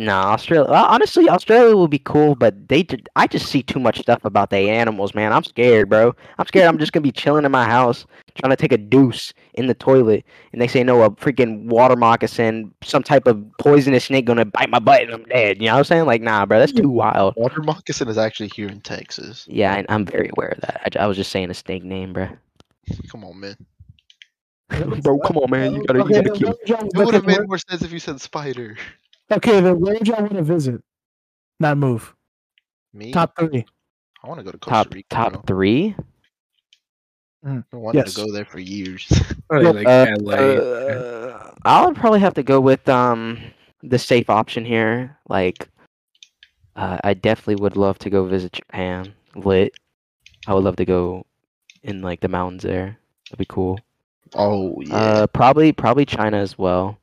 A: Nah, Australia. well, honestly, Australia would be cool, but they ju- I just see too much stuff about they animals, man. I'm scared, bro. I'm scared. I'm just gonna be chilling in my house, trying to take a deuce in the toilet, and they say no, a freaking water moccasin, some type of poisonous snake, gonna bite my butt, and I'm dead. You know what I'm saying? Like, nah, bro, that's too wild.
D: Water moccasin is actually here in Texas.
A: Yeah, I, I'm very aware of that. I, j- I was just saying a snake name, bro.
D: Come on, man.
A: (laughs) bro, come on, man. You gotta,
B: Okay,
A: you
B: the
A: gotta keep.
B: range I would
D: It would
B: visit
D: have made
B: would-
D: more sense if you said spider. (laughs)
B: Okay, the range I want to visit, not move.
D: Me?
B: Top three.
D: I want to go to Costa
A: Top
D: Rica. bro.
A: top three.
D: I've been wanting
B: yes.
D: to go there for years. (laughs)
A: Yo,
C: Probably like
A: uh,
C: LA.
A: Uh, I would probably have to go with um the safe option here. Like, uh, I definitely would love to go visit Japan. Lit. I would love to go in like the mountains there. That'd be cool.
D: oh yeah.
A: Uh, probably probably China as well.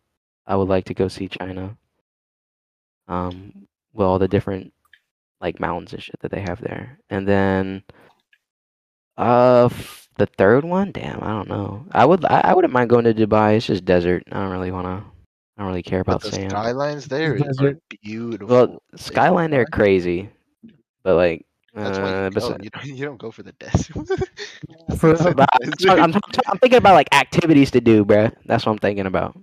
A: I would like to go see China. Um, with all the different like mountains and shit that they have there, and then uh, f- the third one. Damn, I don't know. I would I, I wouldn't mind going to Dubai. It's just desert. I don't really wanna. I don't really care
D: but
A: about
D: the
A: sand.
D: skylines there
B: Because
D: are
B: it-
D: beautiful.
A: well, skyline they're crazy, but like.
D: That's why you,
A: uh,
D: go.
A: besi-
D: You, don't, you don't go for the desert. (laughs)
B: For-
D: It's a
A: but I- I'm,
D: desert.
A: I'm, I'm, I'm thinking about like activities to do, bruh. That's what I'm thinking about.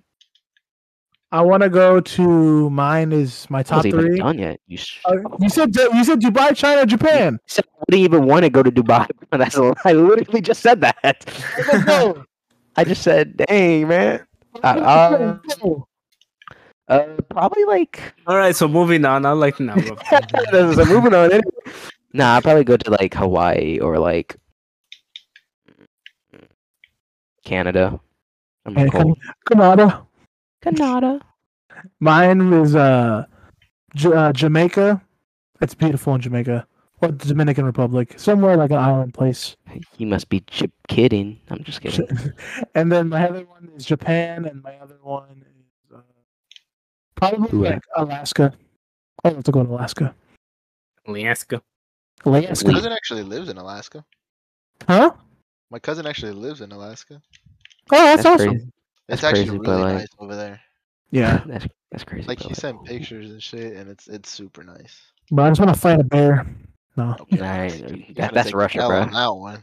B: I want to go to mine is my top
A: I wasn't even
B: three.
A: done yet. You s-
B: Uh, you said you said Dubai, China, Japan.
A: said I wouldn't even want to go to Dubai. (laughs) That's a lie. I literally just said that. (laughs)
B: Let's go.
A: I just said, dang, man. Uh, uh,
B: Let's go.
A: uh, probably like.
C: All right, so moving on. I like
A: (laughs)
C: now.
A: This is- moving on. Anyway. Nah, I'd probably go to like Hawaii or like Canada. I'm
B: Hey,
A: cold.
B: Come on. uh,
A: Canada.
B: Mine is uh, J- uh Jamaica. It's beautiful in Jamaica. Or the Dominican Republic, somewhere like an island place.
A: He must be chip kidding. I'm just kidding.
B: (laughs) and then my other one is Japan, and my other one is uh, probably
A: Ooh, I-
B: like Alaska. I have to go to Alaska.
C: Alaska.
B: Alaska,
D: My cousin actually lives in Alaska.
B: huh?
D: My cousin actually lives in Alaska.
B: Oh, that's, awesome.
A: crazy.
D: It's
A: That's
D: actually
A: crazy, but,
D: really
A: like-
D: nice over there.
B: Yeah,
A: (laughs) That's that's crazy.
D: Like
A: but, oh.
D: she sent pictures and shit, and it's it's super nice.
B: but I just want to fight a bear. No,
D: Okay,
A: Nah,
D: you
A: that-
D: gotta
A: that's
D: take
A: Russia,
D: L
A: bro.
D: on that one.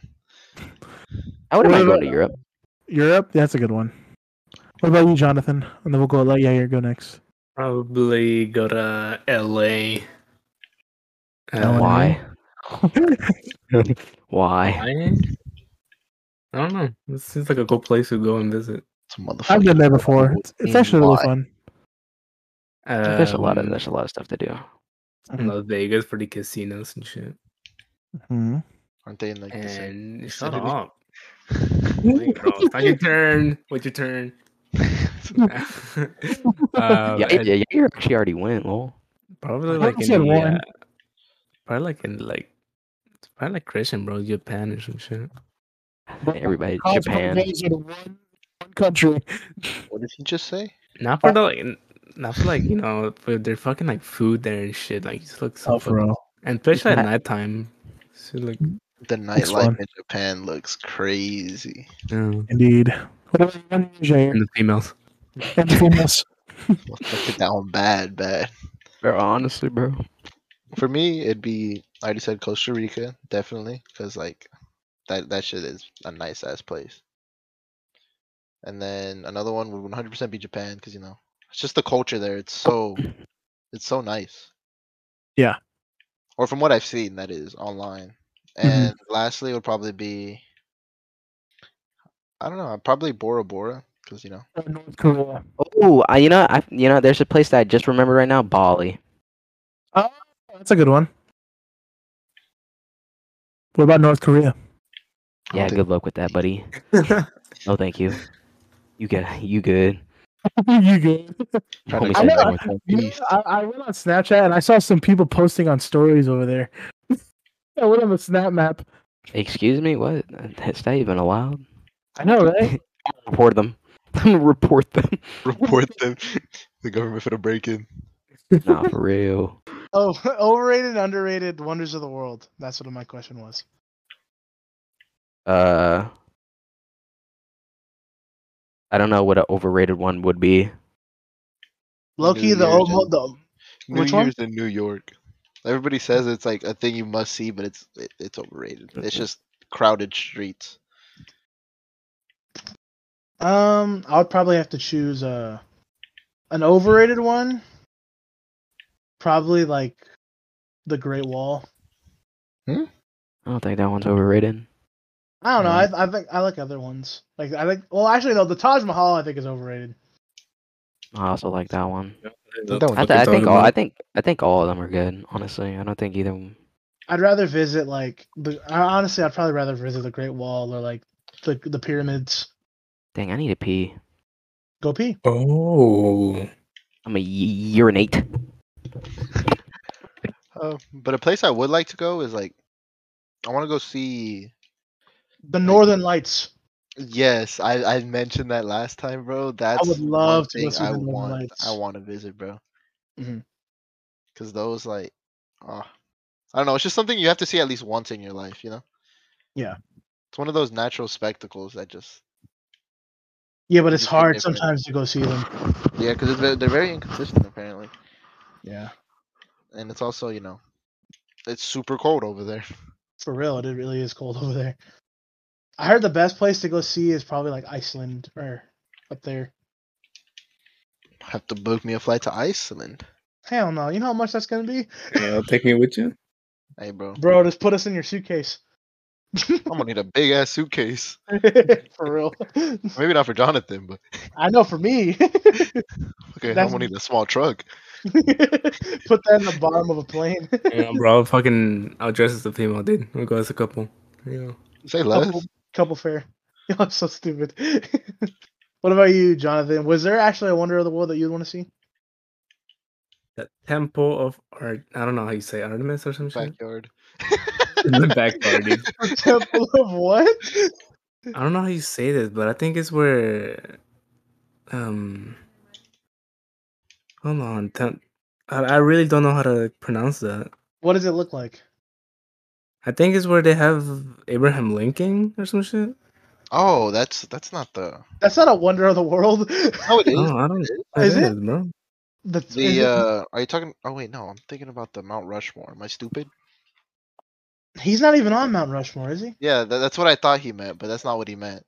A: I wouldn't mind going
B: What
A: to
B: about-
A: Europe.
B: Europe. That's a good one. What about you, Jonathan? And then we'll go. Let yeah, you go next. (laughs)
C: Probably go to LA.
B: LA.
C: why?
A: Why? Why?
C: I don't know. This seems like a good place to go and visit.
D: It's a motherfucker.
B: I've been there before. It's, it's actually really
D: Why?
B: fun.
A: There's a lot of
C: Um,
A: there's a lot of stuff to do.
C: Las Vegas for the casinos and shit.
B: Mhm.
D: Aren't they in like the same?
C: And shut
B: (laughs)
D: city.
C: up. Like, bro,
A: (laughs)
C: it's not your turn. What's
B: (laughs)
C: your turn? (laughs)
D: (laughs)
C: Uh,
A: yeah,
C: and
A: yeah, yeah, you actually already went, lol.
C: Probably
B: I
C: like in
B: said
C: the,
B: one.
C: uh, probably like in like it's probably like Christian, bro. Japan or some shit.
B: But
A: Everybody,
B: college
A: Japan.
B: parties are the one, one country.
D: what did he just say?
C: Not
B: Oh.
C: for the like, n- not for like you know, for their fucking like food there and shit. Like, just looks so
B: Oh,
C: fucking-
B: for real. Mm.
C: and especially at
A: not-
C: nighttime. So like,
D: The
B: fun.
D: nightlife in Japan looks crazy.
B: Indeed. What about you, Jonathan, Jair?
C: and the
B: (laughs)
C: females.
B: Anything else?
D: Look at that one, bad, bad.
A: Bro, honestly, bro.
D: For me, it'd be I already said Costa Rica, definitely, because like that that shit is a nice ass place. And then another one would 100% be Japan, because you know it's just the culture there. It's so it's so nice.
B: Yeah.
D: Or from what I've seen, that is online.
B: Mhm.
D: And lastly, would probably be I don't know, probably Bora Bora, because you know
B: Or North Korea.
A: Oh, I, you know, I, you know, there's a place that I just remember right now, Bali.
B: Oh, that's a good one. What about North Korea?
D: I don't
A: Yeah,
D: think-
A: good luck with that, buddy. No, thank you. You get you (laughs) good.
E: (laughs) you good?
D: trying to
A: Homie
E: I
D: come
A: said
E: know,
D: down with one
E: You know,
D: piece.
E: I, I went on Snapchat and I saw some people posting on stories over there. (laughs) I went on the Snap map.
A: Excuse me, what? That's not even allowed.
E: I know, right?
A: Report (laughs) them. Report (laughs) them.
D: (laughs) Report them. the government for the break in.
A: nah, for real.
B: Oh, (laughs) overrated, underrated wonders of the world. That's what my question was.
A: Uh, I don't know what an overrated one would be.
B: Loki,
D: New
B: the
D: Year's
B: old,
D: and-
B: the
D: New
B: Which one?
D: Year's in New York. Everybody says it's like a thing you must see, but it's it, it's overrated. It's just crowded streets.
B: Um, I would probably have to choose uh an overrated one. Probably like the Great Wall.
A: I don't think that one's overrated.
B: I don't know. I I think I like other ones. Like I like well actually no, the Taj Mahal I think is overrated.
A: I also like that one.
D: That one-
A: I, th-
D: Fucking
A: I think
D: Taj
A: all I think I think all of them are good. Honestly, I don't think either. one-
B: I'd rather visit like the I- honestly I'd probably rather visit the Great Wall or like the the pyramids.
A: Dang, I need to pee.
B: Go pee.
A: (laughs)
C: oh,
A: I'm a y- urinate.
B: Oh.
D: Uh, but a place I would like to go is like I want to go see.
B: The Northern Lights.
D: Yes, I I mentioned that last time, bro. That's one
B: love to go
D: thing
B: see
D: I
B: the Northern
D: want. I
B: Lights.
D: want to visit, bro.
B: Mhm.
D: Cause those like, oh, I don't know. It's just something you have to see at least once in your life, you know.
B: Yeah.
D: It's one of those natural spectacles that just
B: Yeah, but it's
D: Just like
B: hard
D: different.
B: sometimes to go see them.
D: yeah, because they're very inconsistent apparently,
B: Yeah.
D: and it's also you know, it's super cold over there. (laughs)
B: For real, it really is cold (laughs) over there. I heard the best place to go see is probably like Iceland or up there.
D: Have to book me a flight to Iceland.
B: Hell no. You know how much that's gonna be?
C: yeah, take me with you.
D: Hey, bro,
B: (laughs) Bro, just put us in your suitcase.
D: I'm gonna need a big ass suitcase.
B: (laughs) for real.
D: Maybe not for Jonathan, but
B: (laughs)
D: (laughs)
B: I know for me. (laughs)
D: okay,
B: That's-
D: I'm gonna need a small truck.
B: put that in the bottom of a plane.
C: Yeah, bro, I'll fucking I'll dress as a female dude. We'll go as a couple. Yeah.
D: Say less.
B: couple, couple fare. (laughs) you are so stupid. (laughs) what about you, Jonathan? Was there actually a wonder of the world that you'd want to see?
C: The Temple of Art. I don't know how you say Artemis or something.
D: Backyard.
C: In the (laughs) back party.
B: Temple (laughs) of what?
C: I don't know how you say this, but I think it's where. Um. Hold on. Tem- I, I really don't know how to pronounce that.
B: What does it look like?
C: I think it's where they have Abraham Lincoln or some shit.
D: Oh, that's that's not the.
B: That's not a wonder of the world. (laughs)
D: No, it is.
C: Oh, I don't. I
B: Is
C: don't
B: it?
C: know, bro?
B: The, is
D: The
B: it-
D: uh, are you talking? Oh wait, no, I'm thinking about the Mount Rushmore. Am I stupid?
B: he's not even on Mount Rushmore, is he?
D: Yeah, tha- that's what I thought he meant, but that's not what he meant.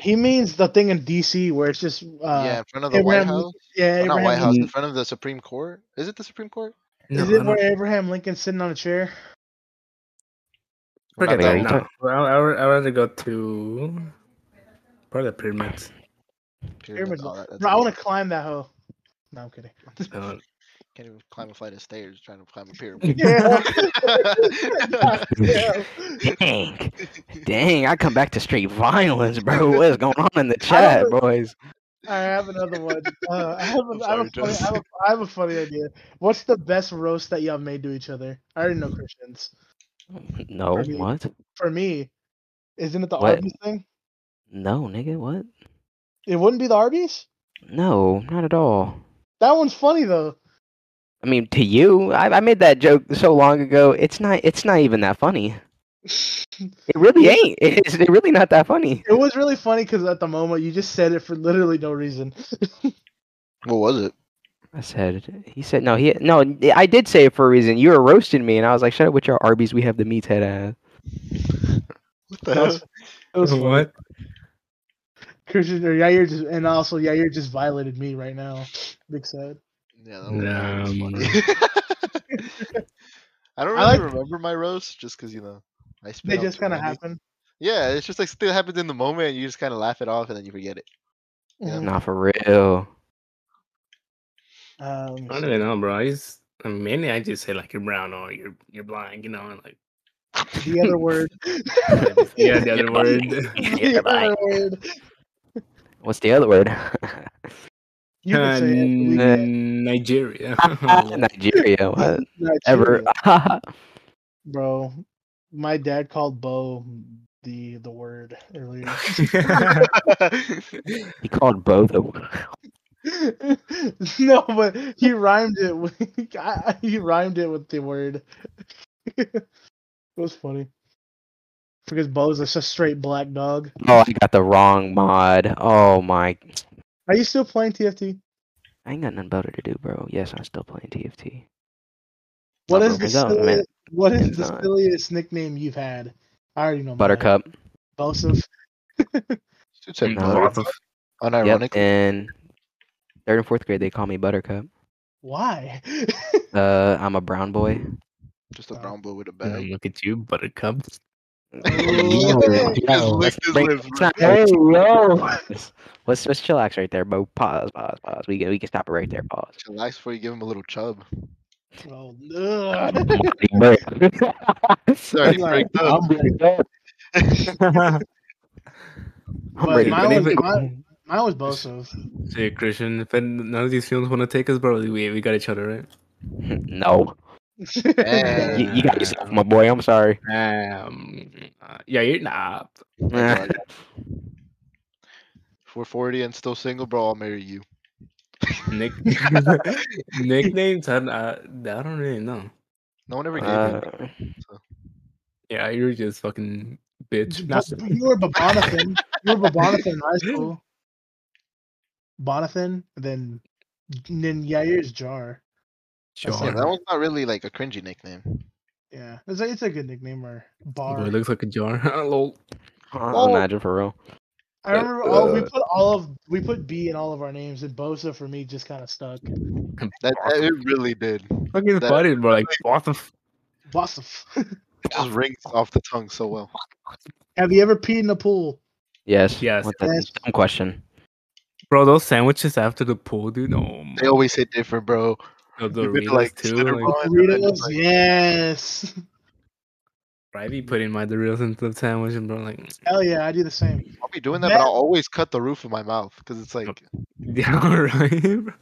B: He means the thing in D.C. where it's just
D: yeah,
B: uh,
D: in front of the White
B: Abraham
D: House.
B: Lincoln- yeah,
D: or not White
B: Abraham
D: House, in
C: Lincoln.
D: front of the Supreme Court. Is it the Supreme Court?
C: No,
B: is
C: I
B: it
C: don't-
B: where Abraham Lincoln's sitting on a chair?
D: We're not
C: Forget
A: there
C: that.
A: yet.
C: No. Well, I, I would I'd rather go to part of the
B: (laughs)
C: pyramids.
D: Pyramids,
B: Pyramids-
D: all that, that's
B: Bro, I
D: a
B: want
D: lot.
B: to climb that hoe. No, I'm kidding.
C: Uh,
D: Can't even climb a flight of stairs trying to climb a pyramid.
C: (laughs)
B: Yeah.
A: Dang, dang! I come back to straight violence, bro. What is going on in the chat, boys?
B: I have another one. Uh, I, have
D: I'm
B: a, I, have a
D: sorry,
B: funny, I, have a, I have a funny idea. What's the best roast that y'all made to each other? I already know Christians.
A: No,
B: Pardon me.
A: what?
B: For me, isn't it the
A: What?
B: Arby's thing?
A: No, nigga, what?
B: It wouldn't be the Arby's.
A: No, not at all.
B: That one's funny though.
A: I mean, to you, I, I made that joke so long ago. It's not. It's not even that funny. It really ain't. It's it really not that funny.
B: It was really funny because at the moment you just said it for literally no reason. (laughs)
D: what was it?
A: I said. He said no. He no. n- I did say it for a reason. You were roasting me, and I was like, "Shut up with your Arby's. We have the meat head ass."
D: What the
B: That's-
D: (laughs) hell?
B: It was funny.
C: what?
B: Christian or Yair just and also Yair just violated me right now. Big sad.
D: Yeah, that was, that was
C: Um,
D: funny. (laughs) I don't really
B: I like-
D: remember my roast just because you know I spit
B: They
D: out
B: just
D: too
B: kind of
D: many.
B: happened.
D: Yeah, it's just like still happens in the moment, and you just kind of laugh it off, and then you forget it.
B: (laughs)
D: Yeah.
B: Mhm.
A: Nah, for real.
B: Uh, let me
C: I don't
B: see. (laughs)
C: Oh, even know, bro. I just, I mean, mainly I just say like you're brown or you're you're blind, you know, and like
B: The
D: (laughs)
B: other word.
C: yeah, the other word. (laughs)
B: (laughs) The other word.
A: What's the other word? (laughs)
B: You can say it.
C: Uh,
B: Believe (laughs)
C: Nigeria. (laughs) Oh,
A: Nigeria. What?
B: it. (laughs) Not
A: Ever.
B: true, bro. My dad called Bo the the word
A: (laughs)
B: earlier. (laughs)
C: (laughs)
A: he called both of them.
B: no, but he rhymed it. With, (laughs) I, he rhymed it with the word. (laughs) it was funny because Bo's just a straight black dog.
A: Oh, I got the wrong mod. Oh my.
B: Are you still playing TFT?
A: I ain't got nothing better to do, bro. Yes, I'm still playing TFT.
B: What
A: No, bro,
B: is the
A: it's not, man.
B: silliest, what is
A: It's
B: the
A: not.
B: silliest nickname you've had? I already know. mine.
A: Buttercup.
B: Bosef.
D: Should say
A: No.
D: butter.
A: Mm-hmm. Yep.
D: Unironically.
A: And third and fourth grade, they call me Buttercup.
B: Why? (laughs)
A: Uh, I'm a brown boy.
D: Just a
B: Uh,
D: brown boy with a
C: Now
D: bag.
C: Look at you, buttercup.
A: Mm-hmm. (laughs)
D: (laughs)
A: Yeah,
D: He
A: yeah,
D: just licked his
A: bring-
D: lips.
A: let's not- let's- let's- Let's let's chillax right there, bro. Pause, pause, pause. We can we can stop it right there.
D: (laughs)
A: Pause.
D: Relax before you give him a little chub.
B: oh, no.
D: Sorry,
B: Like, um,
D: break
A: um,
D: up.
B: But
A: ready.
B: mine
C: But
B: was,
C: even-
B: mine, mine was Bosef. (laughs)
C: Hey, Christian, if any- none of these films want to take us, bro, we, we got each other, right?
A: (laughs) no,
D: Man.
A: you, you got yourself, my boy. I'm (laughs) sorry.
C: Um, uh, yeah, you're not.
A: Eh,
D: If we're 40 and still single, bro, I'll marry you.
C: Nick- (laughs) nicknames, I, I, I don't really know.
D: No one ever gave
A: uh,
D: me.
C: Yeah, you're just fucking bitch.
B: Bo-
C: (laughs)
B: you were Bonathan. You were Bonathan in high school. Bonathan, then then Yair's Jar.
D: That's it,
C: Jar.
D: That one's not really like a cringy nickname.
B: Yeah, it's a, it's a good nickname or bar.
C: Boy, it looks like a jar. (laughs) Lol.
A: I'll imagine for real.
B: I remember all
D: uh,
B: we put all of we put B in all of our names, and Bosa for me just kind of stuck.
D: That, that it really did. It
C: Fucking
D: That-
C: funny, bro. Like, what the f-
B: Bosif.
D: (laughs) just rings off the tongue so well.
B: (laughs) Have you ever peed in a pool?
A: Yes.
C: Yes.
A: What the
B: Yes.
A: dumb question?
C: Bro, those sandwiches after the pool, dude. Oh, my.
D: They always hit different, bro.
C: The
D: you could,
C: Doritos,
D: like,
C: too.
D: slither
C: Like,
D: bun. Oh, I know, I
B: Burritos,
D: just like-
B: yes. (laughs)
C: I be putting my Doritos into the sandwich, and bro, like, (laughs)
B: Hell yeah, I do the same.
D: I'll be doing that, but I'll always cut the roof of my mouth because it's like
C: Yeah, all right.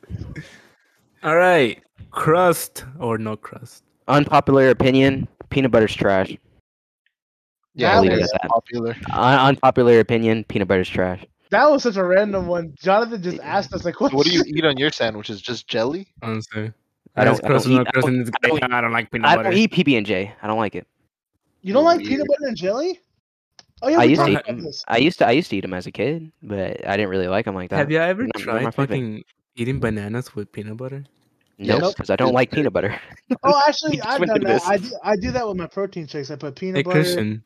C: all right. Crust or no crust?
A: Unpopular opinion: peanut butter's trash.
D: yeah,
A: I'll
D: that
A: leave it
D: is
A: at that.
D: popular.
A: Un- unpopular opinion: peanut butter's trash.
B: That was such a random one. Jonathan just asked us like,
D: What do you eat (laughs) on your sandwiches? Just jelly?
C: Honestly.
A: I
C: Yes,
A: don't- I don't
C: crust or no
A: eat- I
C: crust,
A: don't-
C: and it's
A: I don't
C: great. I don't like peanut
A: I
C: butter.
A: don't eat PB and J. I don't like it.
B: You don't like peanut
D: Weird.
B: butter and jelly? Oh yeah,
A: I
B: we
A: used to
B: talked
A: eat
B: about
A: them.
B: this.
A: I used to I used to eat them as a kid, but I didn't really like them like that.
C: Have you ever
A: They're not- they're my
C: tried
A: favorite.
C: fucking eating bananas with peanut butter?
A: Nope,
D: Yes.
A: because I don't like peanut butter. (laughs)
B: Oh, actually, I've
A: went
B: done
A: through
B: that.
A: this.
B: I do, I do that with my protein shakes. I put peanut
C: Hey,
B: butter.
C: Christian,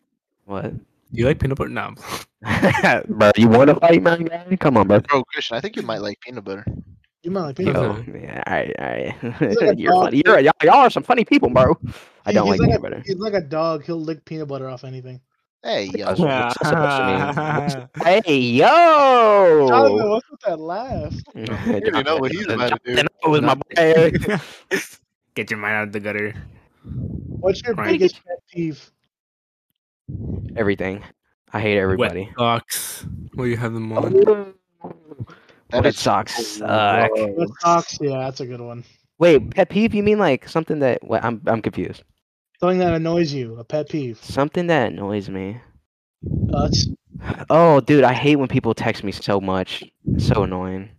A: What?
C: do you like peanut butter? No.
A: (laughs) bro, you want to fight, man? guy? Come on, bro.
D: Bro, Christian, I think you might like peanut butter.
B: You might like
A: Yo,
B: peanut butter.
A: all
C: Okay.
A: right, all
B: He's like
A: right. (laughs)
B: a
A: you're
B: dog,
A: funny. You're, y'all, y'all are some funny people, bro. I
B: He-
A: don't like
B: he's
A: peanut
B: a,
A: butter.
B: He's like a dog. He'll lick peanut butter off anything.
D: Hey, yo.
C: (laughs)
A: That's what's supposed to Hey, yo! Oh.
B: Jonathan, what's with that laugh?
D: already know what he's about to do.
A: Jonathan, that (laughs) was my boy.
C: (laughs) Get your mind out of the gutter.
B: What's your
C: Right.
B: biggest pet peeve?
A: Everything. I hate everybody.
C: Wet socks. Well, you have
A: Oh,
C: them on.
A: Ooh,
D: That uh,
A: Wet
D: is Oh,
A: socks
D: (laughs)
A: suck.
B: Wet socks. Yeah, that's a good one.
A: Wait, pet peeve? You mean like something that? What, I'm I'm confused.
B: Something that annoys you, a pet peeve.
A: Something that annoys me.
B: Us.
A: Oh, dude, I hate when people text me so much. It's so annoying.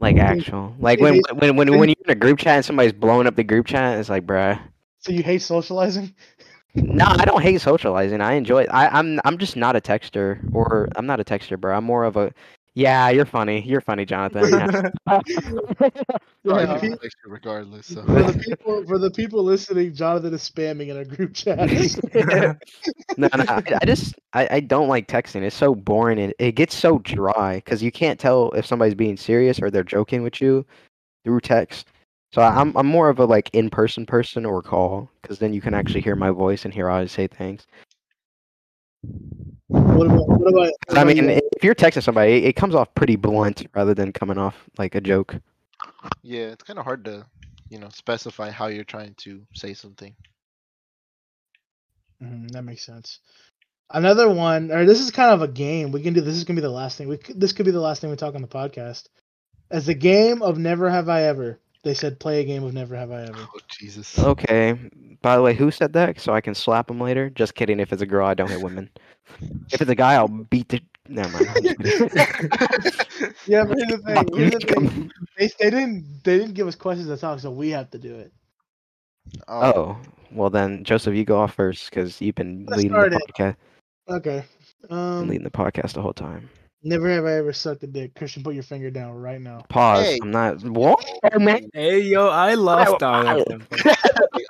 A: Like
B: Dude,
A: actual, like
B: it
A: when
B: is-
A: when when
B: it
A: when you're in a group chat and somebody's blowing up the group chat, it's like, bruh.
B: So you hate socializing? (laughs)
A: No, I don't hate socializing. I enjoy. It. I I'm I'm just not a texter, or I'm not a texter, bro. I'm more of a. Yeah, you're funny. You're funny, Jonathan.
C: (laughs)
A: yeah."
D: Bro, I
B: Yeah.
D: think it likes you
B: (laughs)
D: regardless. So.
B: For the people, for the people listening, Jonathan is spamming in our group chat. (laughs)
A: no, no, I, I just I, I don't like texting. It's so boring and it gets so dry because you can't tell if somebody's being serious or they're joking with you through text. So I- I'm I'm more of a like in person person or call because then you can actually hear my voice and hear how I say things.
B: what about? What about?
A: 'Cause I mean, if you're texting somebody, it comes off pretty blunt rather than coming off like a joke.
D: (laughs) Yeah, it's kind of hard to, you know, specify how you're trying to say something.
B: Mhm, that makes sense. Another one, or this is kind of a game we can do. This is gonna be the last thing we. c- This could be the last thing we talk on the podcast. As the game of Never Have I Ever, they said play a game of Never Have I Ever.
D: Oh Jesus.
A: Okay. By the way, who said that? So I can slap him later. Just kidding. If it's a girl, I don't hit women. If it's a guy, I'll beat the. Never mind. I'm just kidding.
B: (gasps)
D: (laughs)
B: Yeah, but here's the thing.
A: Fuck,
B: Here's the
A: come-
B: (laughs) thing. They, they didn't they didn't give us questions to talk, so we have to do it.
D: (laughs)
A: (laughs)
D: Oh,
A: Oh, well then, Joseph, you go off first because you've been
B: I
A: leading the,
B: started.
A: podcast,
B: Okay. Um,
A: leading the podcast the whole time.
B: Never have I ever sucked a dick. Christian, put your finger down right now.
A: Pause.
D: Hey.
A: I'm not. What? man.
C: Hey yo, I lost all
A: ow.
C: of them.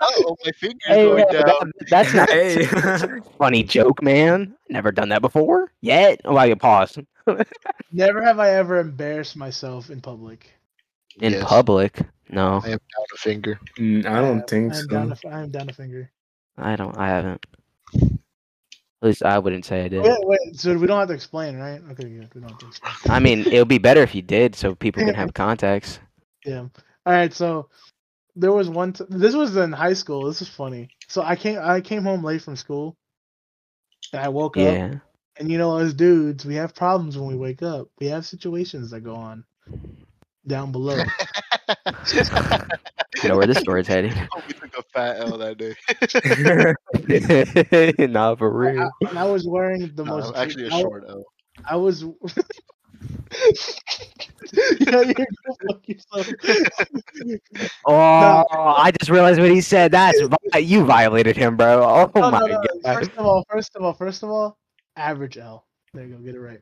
D: oh, my finger's
A: Hey,
D: going
A: man,
D: down.
A: that- that's (laughs) not
C: Hey.
A: funny joke, man. Never done that before yet. Oh, I pause
B: Never have I ever embarrassed myself in public.
A: in
D: Yes,
A: public. No,
D: I am down a finger.
C: Mm, I don't think
B: I'm down.
C: so.
B: A, I'm down a finger.
A: I don't. I haven't. At least I wouldn't say I did.
B: Wait, wait. So we don't have to explain, right? Okay, good. We don't have to explain.
A: I mean, it would be better if you did, so people can have context.
B: Damn. All right, so there was one. T- this was in high school. This is funny. So I came. I came home late from school, and I woke up.
A: Yeah.
B: And you know, as dudes, we have problems when we wake up. We have situations that go on down
D: (laughs)
B: below.
A: You know where this story's heading. (laughs)
D: Oh, we took a fat L that
B: (laughs)
C: (laughs)
D: day.
A: Not for real.
B: and I was wearing the
D: No,
B: most.
D: actually, a
B: I-
D: short L.
B: I was. (laughs) yeah, you're gonna fuck yourself.
A: Oh, I just realized what he said. That's vi- you violated him, bro. Oh
B: No,
A: my
B: no, no.
A: god.
B: First of all, first of all, first of all, average L. There you go, get it right.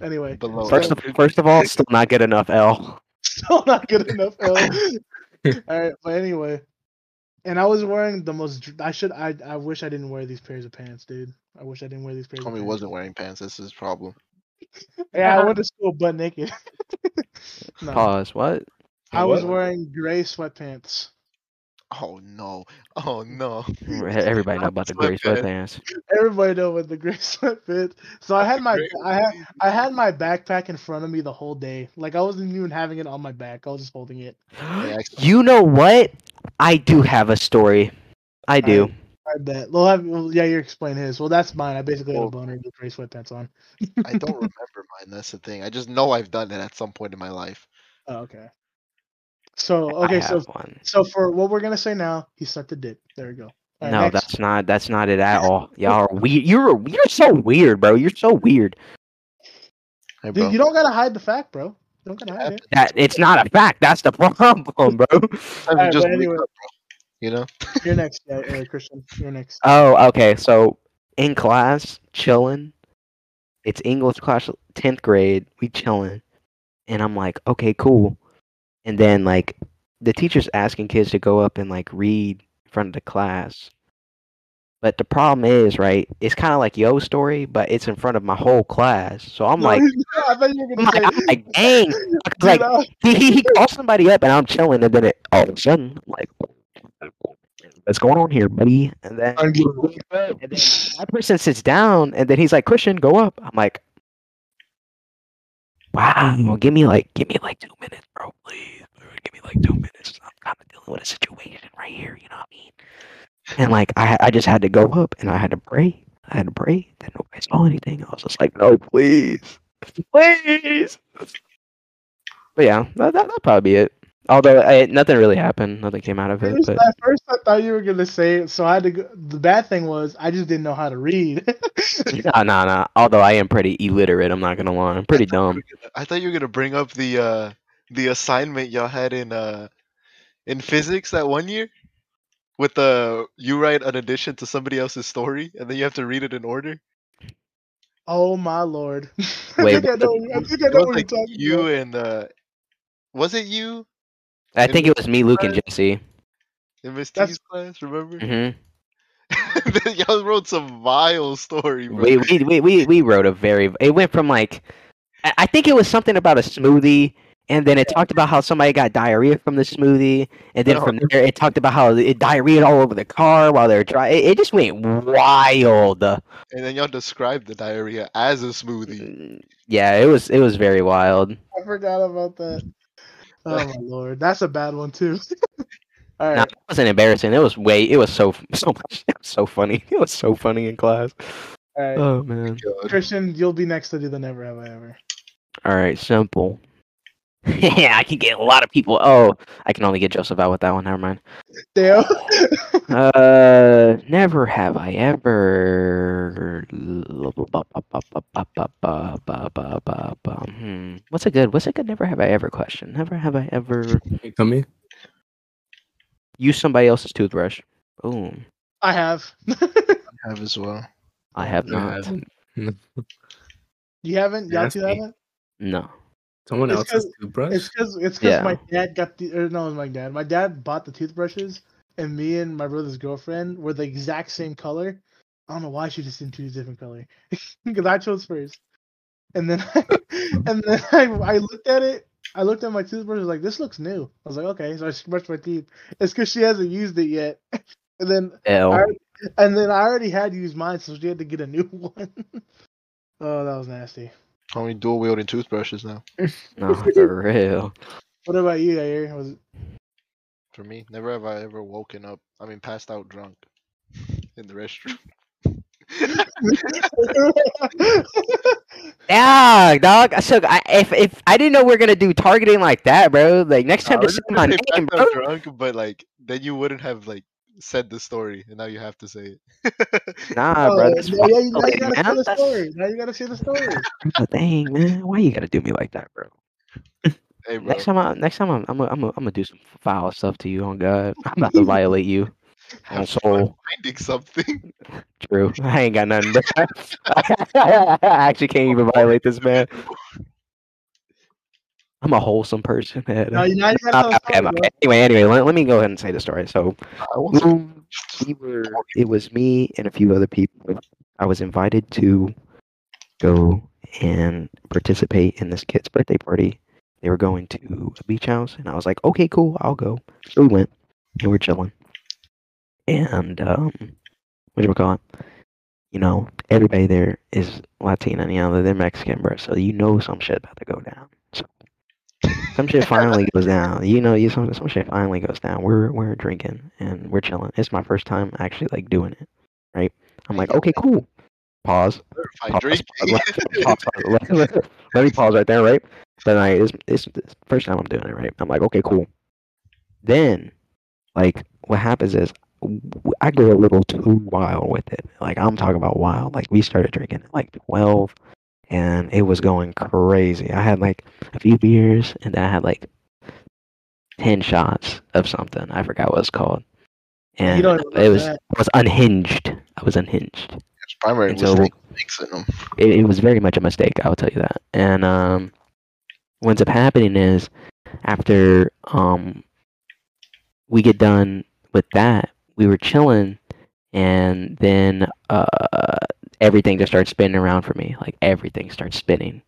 B: Anyway,
D: Below
A: First
D: L.
A: of first of all, still not good enough. L.
B: (laughs) still not good enough L. all right, but anyway, and I was wearing the most. dr- I should. I. I wish I didn't wear these pairs of pants, dude. I wish I didn't wear these pairs. of
D: Homie
B: pants.
D: wasn't wearing pants. That's his problem.
B: Yeah, I went to school butt naked. (laughs) no,
A: Pause. What?
B: I was
D: What?
B: wearing gray sweatpants.
D: Oh no! Oh no!
A: Everybody know about the gray sweatpants.
B: Everybody know what the gray (laughs) sweatpants. So I had my. I had. I had my backpack in front of me the whole day. Like I wasn't even having it on my back. I was just holding it.
A: (gasps) You know what? I do have a story. I do.
B: I bet. Well, have, well yeah, you explain his. Well, that's mine. I basically had a
D: Well-
B: boner with gray sweatpants on. (laughs)
D: I don't remember mine. That's the thing. I just know I've done it at some point in my life.
B: Oh, okay. So
A: I
B: okay,
A: have
B: so
A: one.
B: so for what we're gonna say now, he sucked a dick. There we go. All right,
A: No,
B: next.
A: that's not that's not it at all. Y'all are weird. You're you're so weird, bro. You're so weird.
D: Hey, bro.
B: Dude, you don't gotta hide the fact, bro. You don't gotta hide
A: (laughs)
B: it.
D: Happens.
A: That it's not a fact. That's the (laughs) problem, bro.
D: Sometimes you
B: Alright,
D: just
B: but
D: wake
B: anyway.
D: up, bro. You know?
B: You're next, yeah, uh, Christian. You're next.
A: Oh, okay. So in class, chilling. It's English class, tenth grade. We chilling, and I'm like, okay, cool. And then like, the teacher's asking kids to go up and like read in front of the class. But the problem is, right? It's kind of like yo story, but it's in front of my whole class. So I'm (laughs)
B: No,
A: like,
B: (laughs) I thought you were
A: I'm
B: gonna
A: like,
B: say.
A: I'm like, dang.
B: Dude, (laughs)
A: Like,
B: I was-
A: he, he, he calls somebody up and I'm chilling, and then it all of a sudden, I'm like, what's going on here, buddy? And then, and then that person sits down, and then he's like, Christian, go up. I'm like, wow, give me like, give me like two minutes, bro, please. bro, Give me like two minutes. I'm kind of dealing with a situation right here, you know what I mean? And like, I, I just had to go up, and I had to pray. I had to pray that nobody saw anything. I was just like, no, please, please. But yeah, that that would probably be it. Although I, nothing really happened, nothing came out of it.
B: First,
A: But
B: at first, I thought you were gonna say it, so I had to. Go, the bad thing was I just didn't know how to read. (laughs)
A: (laughs) no, no, no. Although I am pretty illiterate, I'm not gonna lie. I'm pretty dumb.
D: I thought you were gonna bring up the uh the assignment y'all had in uh in physics that one year with the you write an addition to somebody else's story and then you have to read it in order.
B: oh my lord! (laughs)
A: Wait,
B: I think I know. I think I
D: It
B: know
D: was
B: what
D: like
B: you're talking
D: you
B: about.
D: and uh was it you
A: I think it was me, Luke, and Jesse.
D: in Miss
B: That's-
D: T's class? Remember? (laughs)
A: hmm
D: y'all wrote some vile story, bro.
A: We, we we we we wrote a very. It went from like, I, I think it was something about a smoothie, and then it talked about how somebody got diarrhea from the smoothie, and then
D: No.
A: from there it talked about how it diarrhea all over the car while they were driving. It, it just went wild.
D: And then y'all described the diarrhea as a smoothie.
A: Yeah, it was it was very wild.
D: (laughs)
B: (laughs) I forgot about that. Oh my lord, that's a bad one too.
F: All right.
A: Nah, it wasn't embarrassing. It was way. It was so (laughs) so much. It was so funny. It was so funny in class.
F: All right.
A: Oh man.
F: (laughs)
D: God.
F: Christian, you'll be next to do the never have I ever.
A: All right,
D: (laughs)
A: simple. yeah, I can get a lot of people. Oh, I can only get Joseph out with that one. Never mind.
F: Dale.
A: Uh, never have I ever. Hmm. What's a good? What's a good? Never have I ever question. Never have I ever
C: Come in.
A: used somebody else's toothbrush. Boom.
F: (laughs) I have. (laughs)
D: I have as well.
A: I have
C: No, I
A: not.
C: haven't.
F: you haven't? Y'all
C: Ask
F: two
C: me.
F: haven't?
A: No.
C: Someone
F: It's
C: else's
F: 'cause-
C: toothbrush.
F: It's because it's 'cause
A: Yeah.
F: my dad got the. Or no, it was my dad. My dad bought the toothbrushes, and me and my brother's girlfriend were the exact same color. I don't know why she just didn't choose a different color. (laughs) Because I chose first, and then (laughs) I, and then I, I looked at it. I looked at my toothbrush. I was like, "This looks new." I was like, "Okay." So I just brushed my teeth. It's because she hasn't used it yet. (laughs) And then
A: L.
F: Alright. and then I already had used mine, so she had to get a
B: (laughs)
F: new one. oh, that was nasty.
D: Only dual wielding toothbrushes now.
A: No, for real.
F: What about you, Yair? Was it-
D: For me, never have I ever woken up. I mean, passed out drunk in the restroom.
A: Dog, dog. So I, if if I didn't know we are gonna do targeting like that, bro. Like next
D: Nah,
A: time,
D: I was
A: just say
D: gonna
A: my
D: say
A: name,
D: passed
A: bro.
D: out drunk, but like then you wouldn't have like said the story, and now you have to say it.
A: (laughs)
D: (laughs)
A: Nah,
F: Oh,
A: bro.
B: (laughs)
A: That's
F: now, yeah, you, now you
A: violating,
F: gotta
A: man.
F: share the
A: That's-
F: story. Now you gotta share the story.
A: Oh, dang, man. Why you gotta do me like that, bro?
D: hey, bro.
A: Next time, I, next time, I'm, I'm, I'm, I'm gonna do some foul stuff to you. On God, I'm
F: (laughs)
A: about to violate you. On
D: Have fun
A: soul,
D: finding something.
A: true. (laughs) I ain't got nothing. Bro. (laughs) I actually can't even violate this man. I'm a wholesome person. man.
F: Now, you- now you gotta
A: Uh,
F: tell the
A: okay,
F: story,
A: okay. Anyway, anyway, let, let me go ahead and say the story. So,
D: (laughs) I won't say-
A: um, we were, it was me and a few other people. I was invited to go and participate in this kid's birthday party. They were going to a beach house, and I was like, okay, cool, I'll go. So we went, and we're chilling. And, um, what do we call it? You know, everybody there is Latina, you know, they're Mexican, bro. So you know some shit about to go down. So some shit finally goes down. You know, you some some shit finally goes down. We're we're drinking and we're chilling. It's my first time actually like doing it, right? I'm like, okay, cool. Pause.
D: Fine
A: Pause,
D: drinking.
A: pause, pause, pause, pause. Let, me pause right there, right? But like, it's, it's it's the first time I'm doing it, right? I'm like, okay, cool. Then, like, what happens is w- I get a little too wild with it. Like, I'm talking about wild. Like, we started drinking at like 12, and it was going crazy. I had like a few beers, and then I had like 10 shots of something. I forgot what it's called. And
F: You don't
A: it was (laughs)
F: that.
A: I was unhinged. I was unhinged
D: It's (laughs) primary
A: And so-
D: mistake mixing them.
A: it, it was very much a mistake. I'll tell you that. And um, what ends up happening is after um, we get done with that, we were chilling, and then uh, everything just starts spinning around for me. Like everything starts spinning.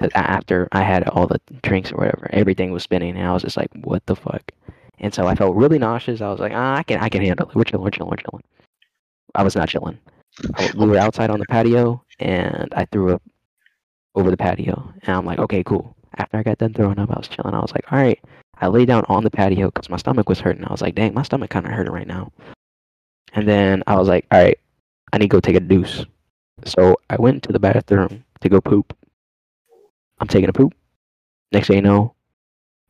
A: 'Cause a- after I had all the drinks or whatever, everything was spinning, and I was just like, "What the fuck." And so I felt really nauseous. I was like, ah, I can, I can handle it. We're chilling, we're chilling, we're chilling. I was not chilling. I w- we were outside on the patio and I threw up over the patio. And I'm like, okay, cool. After I got done throwing up, I was chilling. I was like, all right. I lay down on the patio because my stomach was hurting. I was like, dang, my stomach kind of hurting right now. And then I was like, all right, I need to go take a deuce. So I went to the bathroom to go poop. I'm taking a poop. Next thing you know,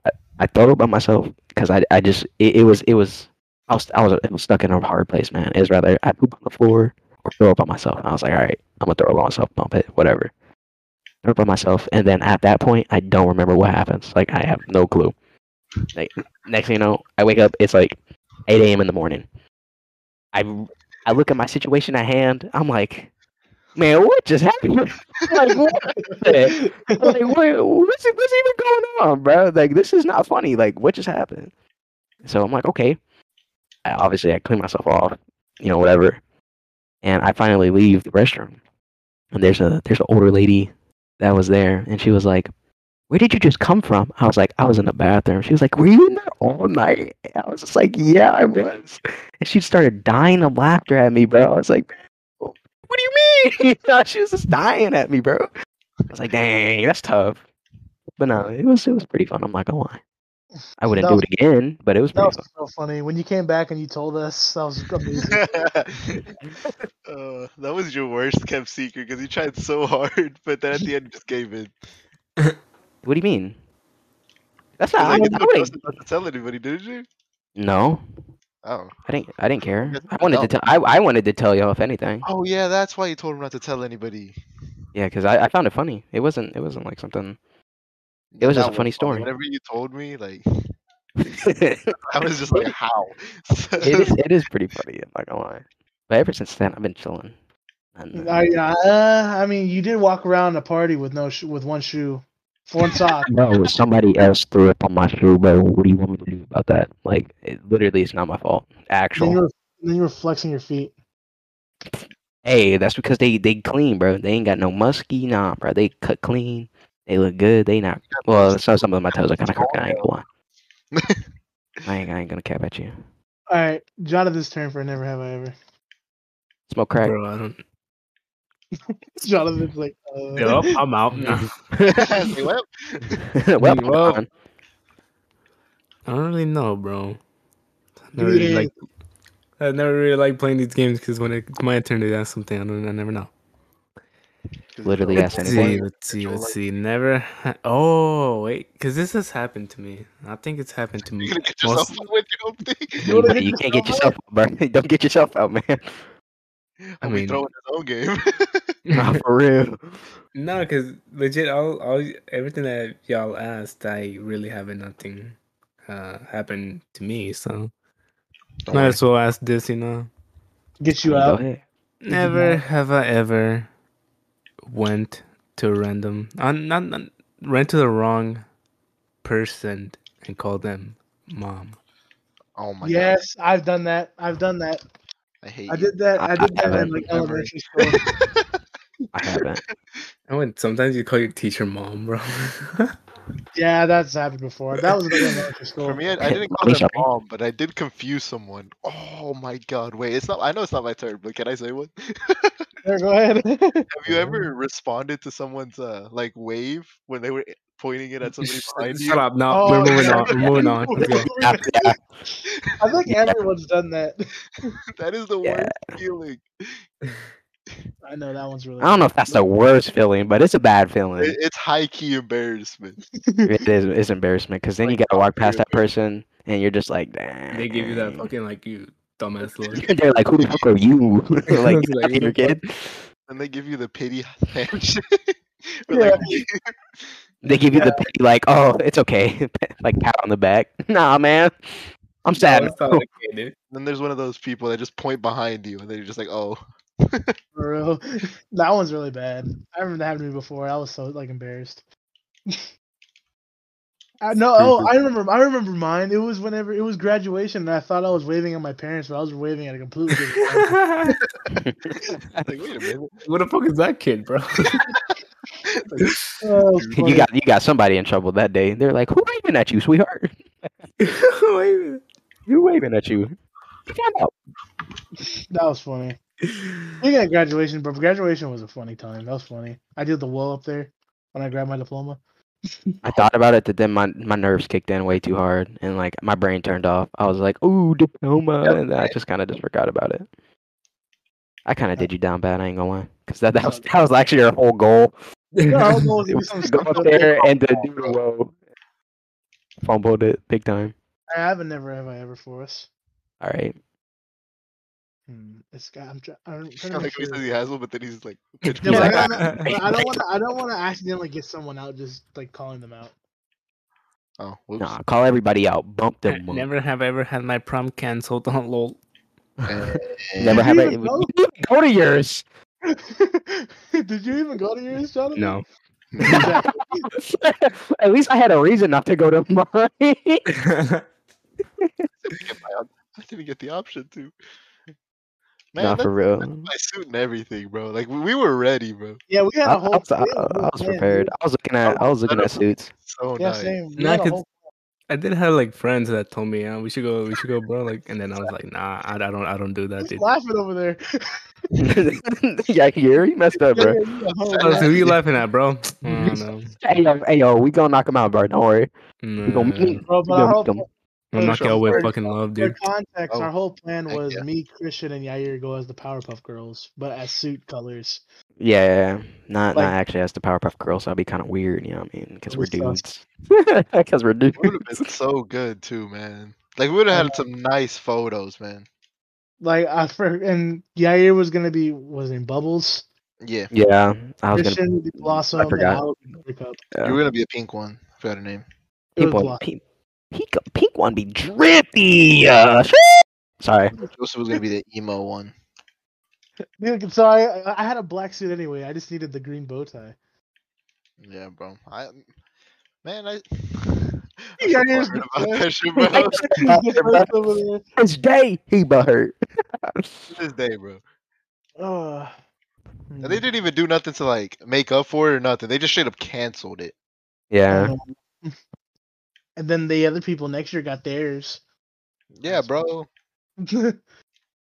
A: I, I thought about myself because I, I just, it, it was, it was, I was, I was, I was stuck in a hard place, man. It was rather, I poop on the floor or throw up on myself. And I was like, all right, I'm gonna throw up on myself, bump it, whatever. Throw up on myself, and then at that point, I don't remember what happens. Like I have no clue. Like next thing you know, I wake up. It's like 8 a.m. in the morning. I I look at my situation at hand. I'm like, man, what just happened? (laughs) like what? the- (laughs) like what, what's what's even going on, bro? Like this is not funny. Like what just happened? So I'm like, okay. I, obviously, I clean myself off, you know, whatever. And I finally leave the restroom, and there's a there's an older lady that was there, and she was like, "Where did you just come from?" I was like, "I was in the bathroom." She was like, "Were you in there all night?" And I was just like, "Yeah, I was." And she started dying of laughter at me, bro. I was like, "What do you mean?" (laughs) she was just dying at me, bro. I was like, dang, that's tough. But no, it was it was pretty fun. I'm not gonna lie. I wouldn't
B: No.
A: do it again, but it was
B: That
A: pretty
B: was
A: fun.
B: so funny. When you came back and you told us, that was amazing.
D: (laughs) (laughs) uh, that was your worst kept secret because you tried so hard, but then at the end you just gave in.
A: What do you mean? That's
D: You
A: not. I
D: like,
A: wouldn't- I
D: you
A: wouldn't-
D: wasn't about to tell anybody, did you?
A: no,
D: Oh.
A: I didn't. I didn't care.
D: Yes,
A: I wanted
D: no.
A: to tell. I, I wanted to tell y'all if anything.
D: Oh yeah, that's why you told him not to tell anybody.
A: Yeah, because I, I found it funny. It wasn't. It wasn't like something. (laughs) It was just
D: That
A: a funny story.
D: Whatever you told me, like (laughs)
A: it
D: I was just like, (laughs) how?
A: is.
D: (laughs)
A: It is pretty funny. I'm not gonna lie. But ever since then, I've been chilling. And, uh,
B: I, uh, I mean, you did walk around a party with no sh- with one shoe, one sock.
A: No, somebody else threw up on my shoe, but what do you want me to do about that? Like, it literally, it's not my fault.
B: then you
A: Actual.
B: were then you were flexing your feet.
A: Hey, that's because they they clean, bro. They ain't got no musky, nah, bro. They cut clean. They look good. They not. Well, so some of my toes are kind of crooked. I ain't gonna lie. I ain't, I ain't gonna cap at you.
B: All right, Jonathan's turn for never have I ever.
A: Smoke crack.
C: Bro, I don't.
B: Jonathan's like, uh,
C: Yup, I'm out now.
D: Like, well,
A: (laughs) well,
C: Dude, well,
A: on.
C: I don't really know, bro. I
B: Give
C: never
B: me the
C: really
B: A.
C: like. I never really like playing these games because when it's my turn to ask something, I don't. I never know.
D: 'cause
A: Literally
D: it's
A: ask
C: Let's
D: all-
A: anyone.
D: (laughs)
C: see. Let's see.
D: Control
C: Let's
D: light.
C: see. Never. Ha- oh wait, because this has happened to me. I think it's happened to
D: You're
C: me.
D: gonna (laughs) get yourself
C: (laughs) Most,
D: with your own (laughs) thing.
A: You,
B: wanna
A: bro, (laughs)
B: get
A: you can't get yourself
B: yourself
A: out, bro. (laughs) Don't get yourself out,
C: (laughs)
A: man.
D: I
C: mean-
D: mean, throwing his own game. (laughs)
A: nah, for real.
C: no, because legit, all, all everything that y'all asked, I really haven't nothing uh happened to me. So might
D: Don't worry.
C: as well ask this, you know.
B: get you
A: Go
B: out.
A: ahead.
C: Never have I ever went to random, uh, not, not went to the wrong person and called them mom.
D: Oh my god,
B: Yes, I've done that. I've done that.
D: I hate
B: I
D: you.
B: did that.
A: I-
B: I did
A: I
B: that in
A: haven't.
B: like
D: Memory.
A: (laughs)
B: elementary school.
A: I haven't.
C: I went. Sometimes you call your teacher mom, bro.
B: Yeah, that's happened before. That was in elementary school.
D: For me, I, I didn't call
A: Mommy
D: them
A: shopping.
D: mom, but I did confuse someone. Oh my god! Wait, it's not. I know it's not my turn, but can I say one?
B: There, go ahead. (laughs)
D: Have you ever responded to someone's uh, like wave when they were pointing
C: (laughs)
D: it at (laughs) somebody behind you?
C: Shut up! No,
B: Oh,
C: we're moving
B: yeah.
C: on. We're moving on. (laughs) Let's go.
A: Yeah, yeah.
B: I
A: (laughs)
B: think
A: Yeah.
B: everyone's done that. (laughs)
D: (laughs) That is the
A: Yeah.
D: worst feeling.
B: I know that one's really.
A: I don't know if that's the worst feeling, but it's a bad feeling.
C: (laughs)
D: It- it's high key embarrassment.
A: it is it's embarrassment because then you
D: Like,
A: gotta walk
D: for
A: past that
D: real.
A: person and you're just like, damn.
C: They give you that fucking like you dumbass look.
A: (laughs) They're like, who the fuck are
C: (laughs)
A: you? (laughs) like,
C: It's like,
A: like your
C: what the
A: kid.
D: And they give you the pity (laughs) handshake. Or,
B: Yeah.
D: like,
A: They give you the pity, like, oh, it's okay, (laughs) like pat on the back. (laughs) Nah, man, I'm sad. (laughs)
C: (laughs) No, it's not okay, dude.
D: then there's one of those people that just point behind you, and they're just like, "Oh,
B: (laughs) For real. That one's really bad. I remember that happened to me before. I was so like embarrassed. (laughs) I, no, oh, I remember. I remember mine. It was whenever it was graduation, and I thought I was waving at my parents, but I was waving at a
C: (laughs)
B: completely
A: (laughs)
B: different. person.
D: like, wait a minute,
C: what the fuck is that kid, bro?
B: Oh, it was funny.
A: you got you got somebody in trouble that day. They're like, who waving at you, sweetheart? (laughs)
C: Wait a minute.
A: You waving at you? Find out.
B: that was funny.
C: (laughs)
B: We got graduation, but graduation was a funny time. That was funny. I did the wall up there when I grabbed my diploma.
A: I thought about it, but then my, my nerves kicked in way too hard, and like my brain turned off. I was like, "Ooh, diploma," and then I just kind of just forgot about it. I kind of did you down bad. I ain't gonna lie, because that, that was that was actually our whole goal.
B: No, I was
A: (laughs)
B: always
A: It
B: doing
A: was
B: some
A: to (laughs) go
B: stuff
A: up
B: up there.
A: there and to do the woe. Fumbled it big time.
B: I have a never have I ever for us.
A: All right,
B: Hmm. It's got. I'm, try- I'm trying to
D: like
B: make
D: he
A: (laughs)
B: sure.
D: says he has one, but then he's like,
B: No,
A: He's
B: but I
A: like,
B: don't,
C: "Ah,
B: wanna- but I don't want. to. I don't want to accidentally get someone out just like calling them out. (laughs)
A: (laughs)
D: "Oh, whoops."
A: nah, call everybody out. Bump
C: I
A: them. up.
C: never have ever had my prom canceled (laughs) on lol.
D: Eh,
A: (laughs) never
B: Did
A: have
B: you
A: it.
B: even
A: You didn't even go to yours. (laughs)
B: Did you even go to yours, Jonathan?
C: No.
A: At least I had a reason not to go to (laughs) mine.
D: I didn't get my op- I didn't get the option to. Man,
A: nah,
D: that's
A: for real.
D: my suit and everything, bro. Like we, we were ready, bro.
B: (laughs) Yeah, we had
A: I,
B: a whole.
A: I was,
B: we
A: I,
B: had a whole
A: I was
B: plan, dude.
A: prepared. I was looking at I was looking at suits. (laughs)
D: So
B: Yeah,
D: nice.
B: same. We
C: Nah,
B: had a
C: 'cause-
B: whole-
C: I did have like friends that told me, yeah, we should go, we should go, bro. Like, and then I was like, nah, I, I don't, I don't do that,
B: He's (laughs)
C: dude.
B: laughing over there.
A: yeah, here he messed up,
B: Yeah,
A: bro.
B: yeah, you at home,
D: That
C: I was
B: right?
C: like, Who you laughing at, bro? Mm, I don't know.
A: Hey yo, hey yo, we gonna knock him out, bro. Don't worry. Go
C: Nah,
A: meet.
B: Bro, but our
A: Go
B: whole,
A: meet them.
C: I'm not gonna
D: Sure.
C: wear fucking love,
B: for (laughs)
C: dude.
B: context, our
D: Oh,
B: whole plan
D: heck
B: was
D: yeah.
B: me, Christian, and Yair go as the Powerpuff Girls, but as suit colors.
A: Yeah, yeah, yeah. Not
B: Like-
A: not actually as the Powerpuff Girls. That'd be kind of weird, you know what I mean? Because we're
B: That'd be
A: dudes. (laughs) Because we're dudes.
D: would
A: (laughs)
D: have been so good too, man. Like we would have had some nice photos, man.
B: Like I for and Yair was gonna be was in Bubbles.
D: Yeah,
A: Yeah, I was gonna.
B: Christian would be
D: Mm,
B: Blossom. and
A: forgot.
B: would be Buttercup.
A: Yeah.
D: you were gonna be a pink one. I forgot her name.
B: It was
A: Pink one,
B: Blossom.
A: pink, pink, pink one be drippy. Uh, sorry.
D: Joseph was
A: (laughs)
D: gonna be the emo one.
B: Yeah, So I I had a black suit anyway. I just needed the green bow tie.
D: Yeah, bro. I man, I. (sighs) I
B: Yeah,
D: forgot
B: here's the
A: (laughs)
D: about
B: plan.
D: that shit, (laughs) bro.
A: Yeah,
B: (laughs)
A: bro.
B: Over there.
A: This day he but hurt.
D: to this day, bro.
B: Ugh.
D: And they didn't even do nothing to like make up for it or nothing. They just straight up canceled it.
A: (laughs) Yeah.
B: Um, and then the other people next year got theirs. (laughs)
D: Yeah, bro.
B: we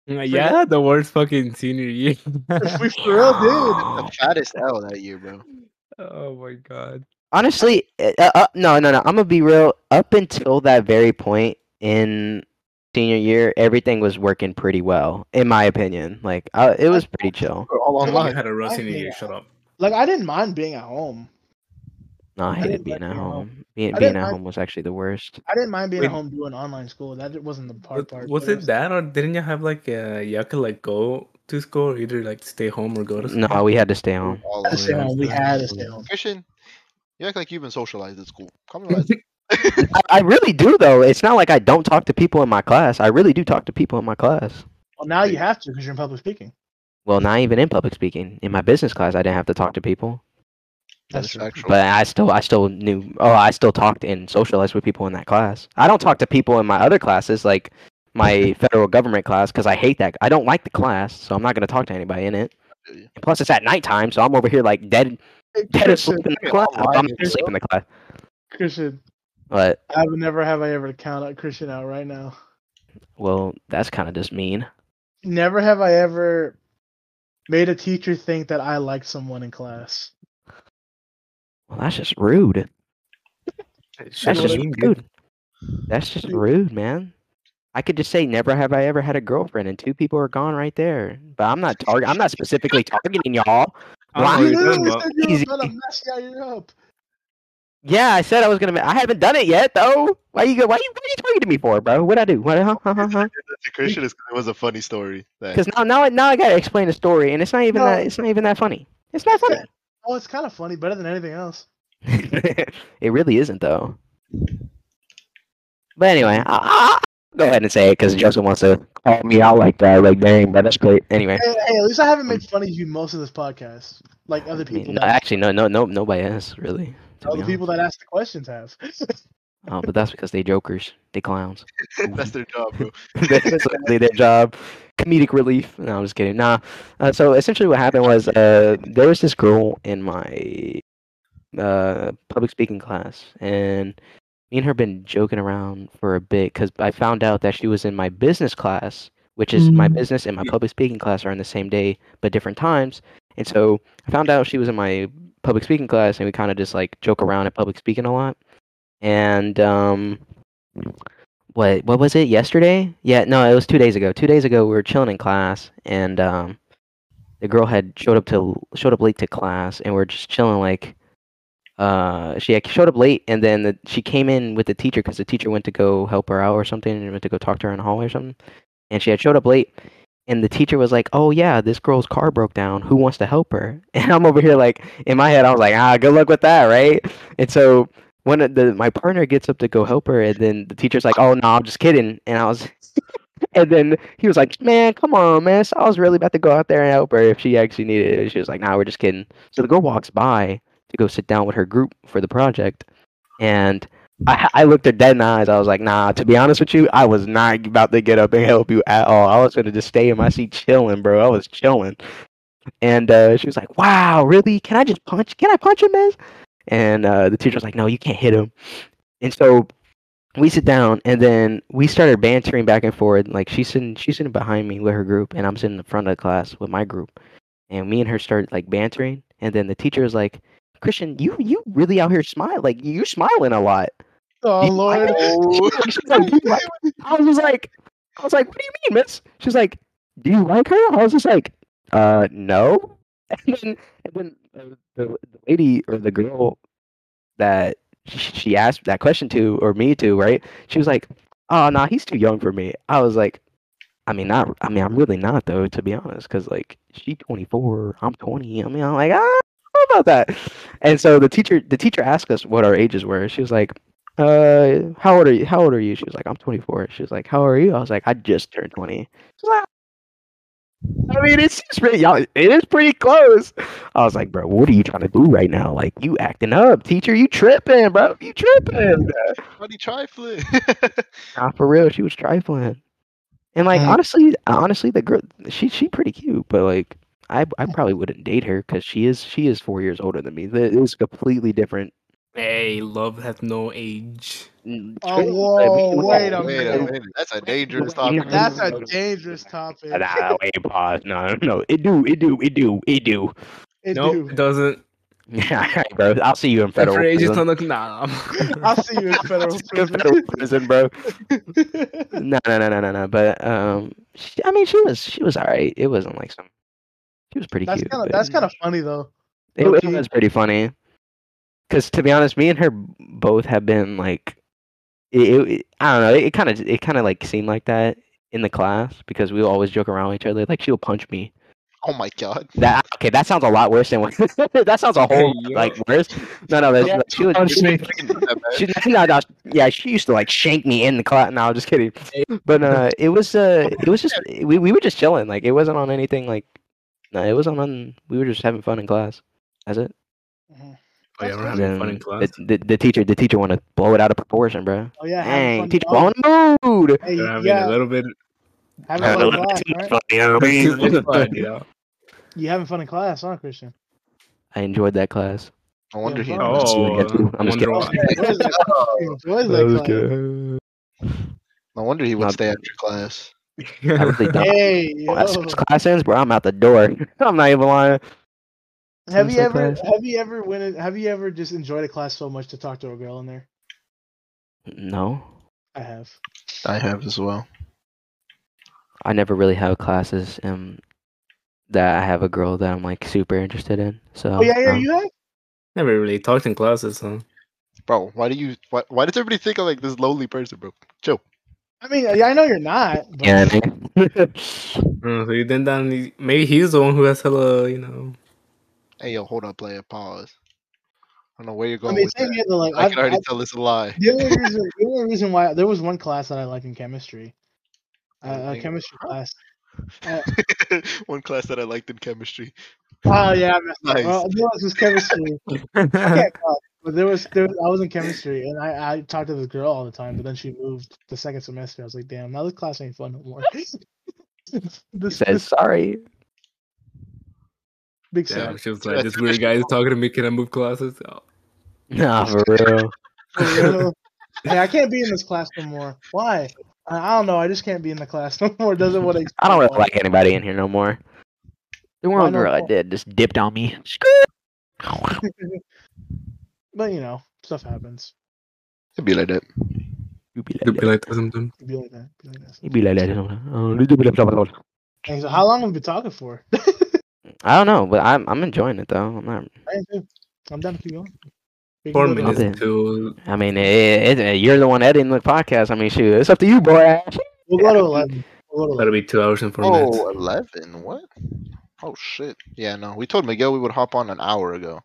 C: Yeah, yeah, the worst fucking senior year. (laughs)
B: for real did.
A: Oh.
D: The fattest L that year, bro.
C: oh my god.
A: Honestly, uh, uh, no, no, no. I'm gonna be real. Up until that very point in senior year, everything was working pretty well, in my opinion. Like, I, it was pretty chill.
D: We're all
C: Oh
A: (laughs)
C: my
D: online.
C: had a rough
B: I
C: senior
B: hate
C: year.
B: that.
C: Shut up.
B: Like I didn't mind being at home.
A: No, I hated
B: didn't like
A: being at
B: being home.
A: home. Being,
B: I
A: being
B: didn't
A: at
B: like-
A: home was actually the worst.
B: I didn't mind being at
C: Wait.
B: home doing online school. That wasn't the hard
C: Was,
B: part.
C: was it that, or didn't you have like uh, you could like go to school, or either like stay home or go to school?
A: No,
C: (laughs)
A: we had to stay home.
D: All
B: We had to
D: online.
B: stay home. We had to stay home.
D: Christian, you act like you've been socialized at school. Come (laughs) on.
A: I, I really do though. It's not like I don't talk to people in my class. I really do talk to people in my class.
B: Well, now you have to because you're in public speaking.
A: Well, not even in public speaking. In my business class, I didn't have to talk to people,
B: That's true.
D: actual.
A: but I still, I still knew. Oh, I still talked and socialized with people in that class. I don't talk to people in my other classes, like my federal government class, because I hate that. I don't like the class, so I'm not gonna talk to anybody in it.
D: feel you.
A: And plus, it's at nighttime, so I'm over here like dead, dead
B: Christian,
A: asleep in the
D: you're
A: class.
D: online
A: I'm
D: as
A: asleep in the class.
B: Christian,
A: But
B: I would never have I ever count out Christian out right now.
A: well, that's kind of just mean.
B: Never have I ever made a teacher think that I liked someone in class.
A: Well, that's just rude. That's
C: Should've
A: just
C: been, dude.
A: rude. That's just rude, man. I could just say never have I ever had a girlfriend and two people are gone right there. But I'm not target I'm not specifically targeting y'all.
C: (laughs) I don't know
A: Why?
B: You
C: what you're
B: knew you
C: talking about.
B: said you were
A: Easy.
B: gonna mess Yair up.
A: Yeah, I said I was gonna ma- I haven't done it yet though. Why you go why you what are you targeting me for, bro? What'd I do? What huh, huh, huh, huh?
D: To Christian, it's- it was a funny story. That
A: Cause now now I now I gotta explain the story and it's not even
B: No.
A: that it's not even that funny. It's not funny.
B: Oh, it's kind of funny, better than anything else.
A: it really isn't though. But anyway, I, I, I'll go ahead and say it because Joseph wants to call me out like that. Like, dang, but that's great. Anyway,
B: Hey, hey, at least I haven't made fun of you most of this podcast, like other
A: I mean,
B: people.
A: no,
B: that-
A: actually, no, no, no, nobody has really. to
B: all
A: be
B: the
A: honest.
B: people that ask the questions have. (laughs)
A: Oh, but that's because they jokers, they clowns.
D: (laughs) that's their job, bro.
A: (laughs) that's literally their job. Comedic relief. No, I'm just kidding. Nah. Uh, so essentially, what happened was uh, there was this girl in my uh, public speaking class, and me and her been joking around for a bit because I found out that she was in my business class, which is my
G: Mm.
A: business and my
C: Yeah.
A: public speaking class are on the same day but different times. And so I found out she was in my public speaking class, and we kind of just like joke around at public speaking a lot. And um, what what was it yesterday? Yeah, no, it was two days ago. Two days ago, we were chilling in class, and um, the girl had showed up to showed up late to class, and we are just chilling. Like, uh, she had showed up late, and then the, she came in with the teacher because the teacher went to go help her out or something, and went to go talk to her in the hallway or something. And she had showed up late, and the teacher was like, "Oh yeah, this girl's car broke down. Who wants to help her?" (laughs) And I'm over here like, in my head, I was like, "Ah, good luck with that, right?" And so when the my partner gets up to go help her, and then the teacher's like, "Oh no, I'm just kidding," and I was. (laughs) And then he was like, "Man, come on, man! So I was really about to go out there and help her if she actually needed it." And she was like, "Nah, we're just kidding." So the girl walks by to go sit down with her group for the project, and I, I looked her dead in the eyes. I was like, "Nah, to be honest with you, I was not about to get up and help you at all. I was gonna just stay in my seat chilling, bro. I was chilling." And uh, she was like, "Wow, really? Can I just punch? Can I punch him, miss?" And uh, the teacher was like, "No, you can't hit him." And so we sit down, and then we started bantering back and forth. Like she's sitting, she's sitting behind me with her group, and I'm sitting in the front of the class with my group. And me and her started like bantering, and then the teacher was like, "Christian, you you really out here smile like you smiling a lot." (laughs)
B: Oh Lord.
A: She's like, "Do you like her?" I was like, I was like, what do you mean, miss? She's like, do you like her? I was just like, uh, no. (laughs) And then, and then uh, the, the lady or the girl that sh- she asked that question to or me to, right? She was like, oh, nah, he's too young for me. I was like, I mean, not. I mean, I'm really not though, to be honest, because like she's 24, I'm 20. I mean, I'm like, ah, I don't know about that. And so the teacher, the teacher asked us what our ages were. She was like, uh, how old are you? How old are you? She was like, I'm 24. She was like, how old are you? I was like, I just turned 20. She's like, I mean, it's just pretty, y'all, it is pretty close. I was like, bro, what are you trying to do right now? Like, you acting up, teacher. You tripping, bro. You tripping.
D: Buddy trifling. (laughs)
A: Nah, for real, she was trifling. And like
B: Mm.
A: honestly, honestly, the girl she she pretty cute, but like I I probably wouldn't date her because she is she is four years older than me. Th- It was completely different.
C: Hey, love has no age.
A: mm,
B: Oh,
A: treatment,
B: whoa,
A: mean,
B: wait a
A: like,
D: Wait a
B: minute.
D: minute. That's a dangerous
A: Wait a
D: topic.
A: minute.
B: That's a dangerous topic.
A: Nah, wait, pause. No, no, no. It do, it do, it do, it do. (laughs)
B: It
C: nope,
B: (laughs) do.
C: doesn't.
A: Yeah, bro. I'll see you in federal
C: Federal age is
A: prison.
C: not (laughs) nah.
B: I'll see you in
A: (laughs)
B: federal
A: See you in
B: (laughs)
A: federal prison,
B: prison.
A: bro. No, no, no, no, no, no. But um, she, I mean, she was she was alright. It wasn't like some. She was pretty
B: (laughs) that's
A: cute.
B: kind of
A: but-
B: that's kind of funny though.
A: It, it
B: Okay.
A: was pretty funny. Because to be honest, me and her b- both have been like, it, it, it- I don't know. It kind of it kind of like seemed like that in the class because we always joke around with each other. Like she'll punch me.
D: Oh my god. (laughs)
A: That okay? That sounds a lot worse than what. (laughs) that sounds a (laughs) whole
C: Yeah.
A: like worse. No, no, that's, like, she would.
H: punch
A: she would
H: me.
A: fucking-
D: That bad.
A: she, no, no, yeah, she used to like shank me in the class. No, I'm just kidding.
C: Hey.
A: But (laughs) uh, it was uh, it was just we, we were just chilling. Like it wasn't on anything. Like no, it wasn't on. We were just having fun in class. That's it.
B: Mm-hmm.
C: Oh, yeah, we're
A: And
C: having fun
A: then
C: in class.
A: The, the, the teacher, the teacher want to blow it out of proportion, bro.
B: Oh yeah, having
A: Dang,
B: fun
A: teacher
B: alone.
A: blowing the mood.
B: Hey,
C: We're having a
B: yeah,
A: (laughs)
C: little bit.
B: having
A: Having a
B: fun in
A: little
B: class,
A: too much
B: right?
A: fun, you know what I
C: too
A: mean?
C: much fun, you know?
B: You having fun in class, huh, Christian?
A: I enjoyed that class.
D: No wonder he.
B: Oh.
D: knows.
A: you again, too.
C: Oh,
A: I'm just
C: wonder
A: kidding.
C: why.
B: What is that? Enjoys that class.
C: (laughs)
D: No wonder he would
A: Not-
D: stay after class.
A: (laughs) I really don't.
B: Hey, yo.
A: As soon as class ends, bro, I'm out the door. (laughs) I'm not even lying.
B: have you
A: Sunset
B: ever
A: class.
B: have you ever went in, have you ever just enjoyed a class so much to talk to a girl in there?
A: No,
B: I have.
D: I have as well.
A: I never really have classes um that I have a girl that I'm like super interested in. So
B: Oh yeah, yeah,
A: um,
B: you have.
C: Never really talked in classes, huh?
D: Bro, why do you? Why, why does everybody think I'm like this lonely person, bro? Chill.
B: I mean, I I know you're not. But
A: yeah, I mean-
C: Mm, so you then down, the- maybe he's the one who has hella, you know.
D: Hey, yo, hold up, player. Pause. I don't know where you're
B: I
D: going
B: mean,
D: with
B: same
D: that.
B: here. though, Like,
D: I can
B: I've-
D: already
B: I've-
D: tell it's a lie. (laughs)
B: the only reason the only reason why there was one class that I like in chemistry, uh, a
D: Anything-
B: chemistry
D: huh?
B: class. Uh,
D: One class that I liked in chemistry.
B: oh yeah, I
D: Uh,
B: messed up.
D: Nice.
B: Well, no, it was chemistry.
A: (laughs)
C: yeah,
B: can't talk. But there was, there was I was in chemistry and I, I talked to this girl all the time, but then she moved the second semester. I was like, damn, now this class ain't fun no more. (laughs) this,
A: says
B: this
A: sorry.
B: big sad.
C: she was
A: (laughs)
C: like, this weird guy is talking to me. Can I move classes? Oh,
A: Nah, for real.
B: For real. Hey, I can't be in this class no more. Why? I, I don't know. I just can't be in the class (laughs) no more. Doesn't what I
A: I don't really
B: expect.
A: like anybody in here no more. The
B: Why
A: one
B: not?
A: girl I did just dipped on me.
B: (laughs) But you know, stuff happens.
D: It'd be like that.
A: You be
C: do
A: like
C: be
A: that.
C: like that sometimes.
B: It'd Be like that. Be like that.
A: You be like that. Oh, you be like
B: (laughs)
A: that.
B: Hey, so how long have we been talking for? (laughs)
A: I don't know, but I'm I'm enjoying it though. I'm not.
B: I'm down to keep going. We can
C: Four
B: go to-
A: minutes.
C: minutes to
A: I mean, it, it, you're the one editing the podcast. I mean, shoot, it's up to you, boy.
B: We'll go to eleven. We'll go to eleven.
C: that'll be two hours and four minutes.
D: Oh, 11? What? Oh, shit. Yeah, no. We told Miguel we would hop on an hour ago.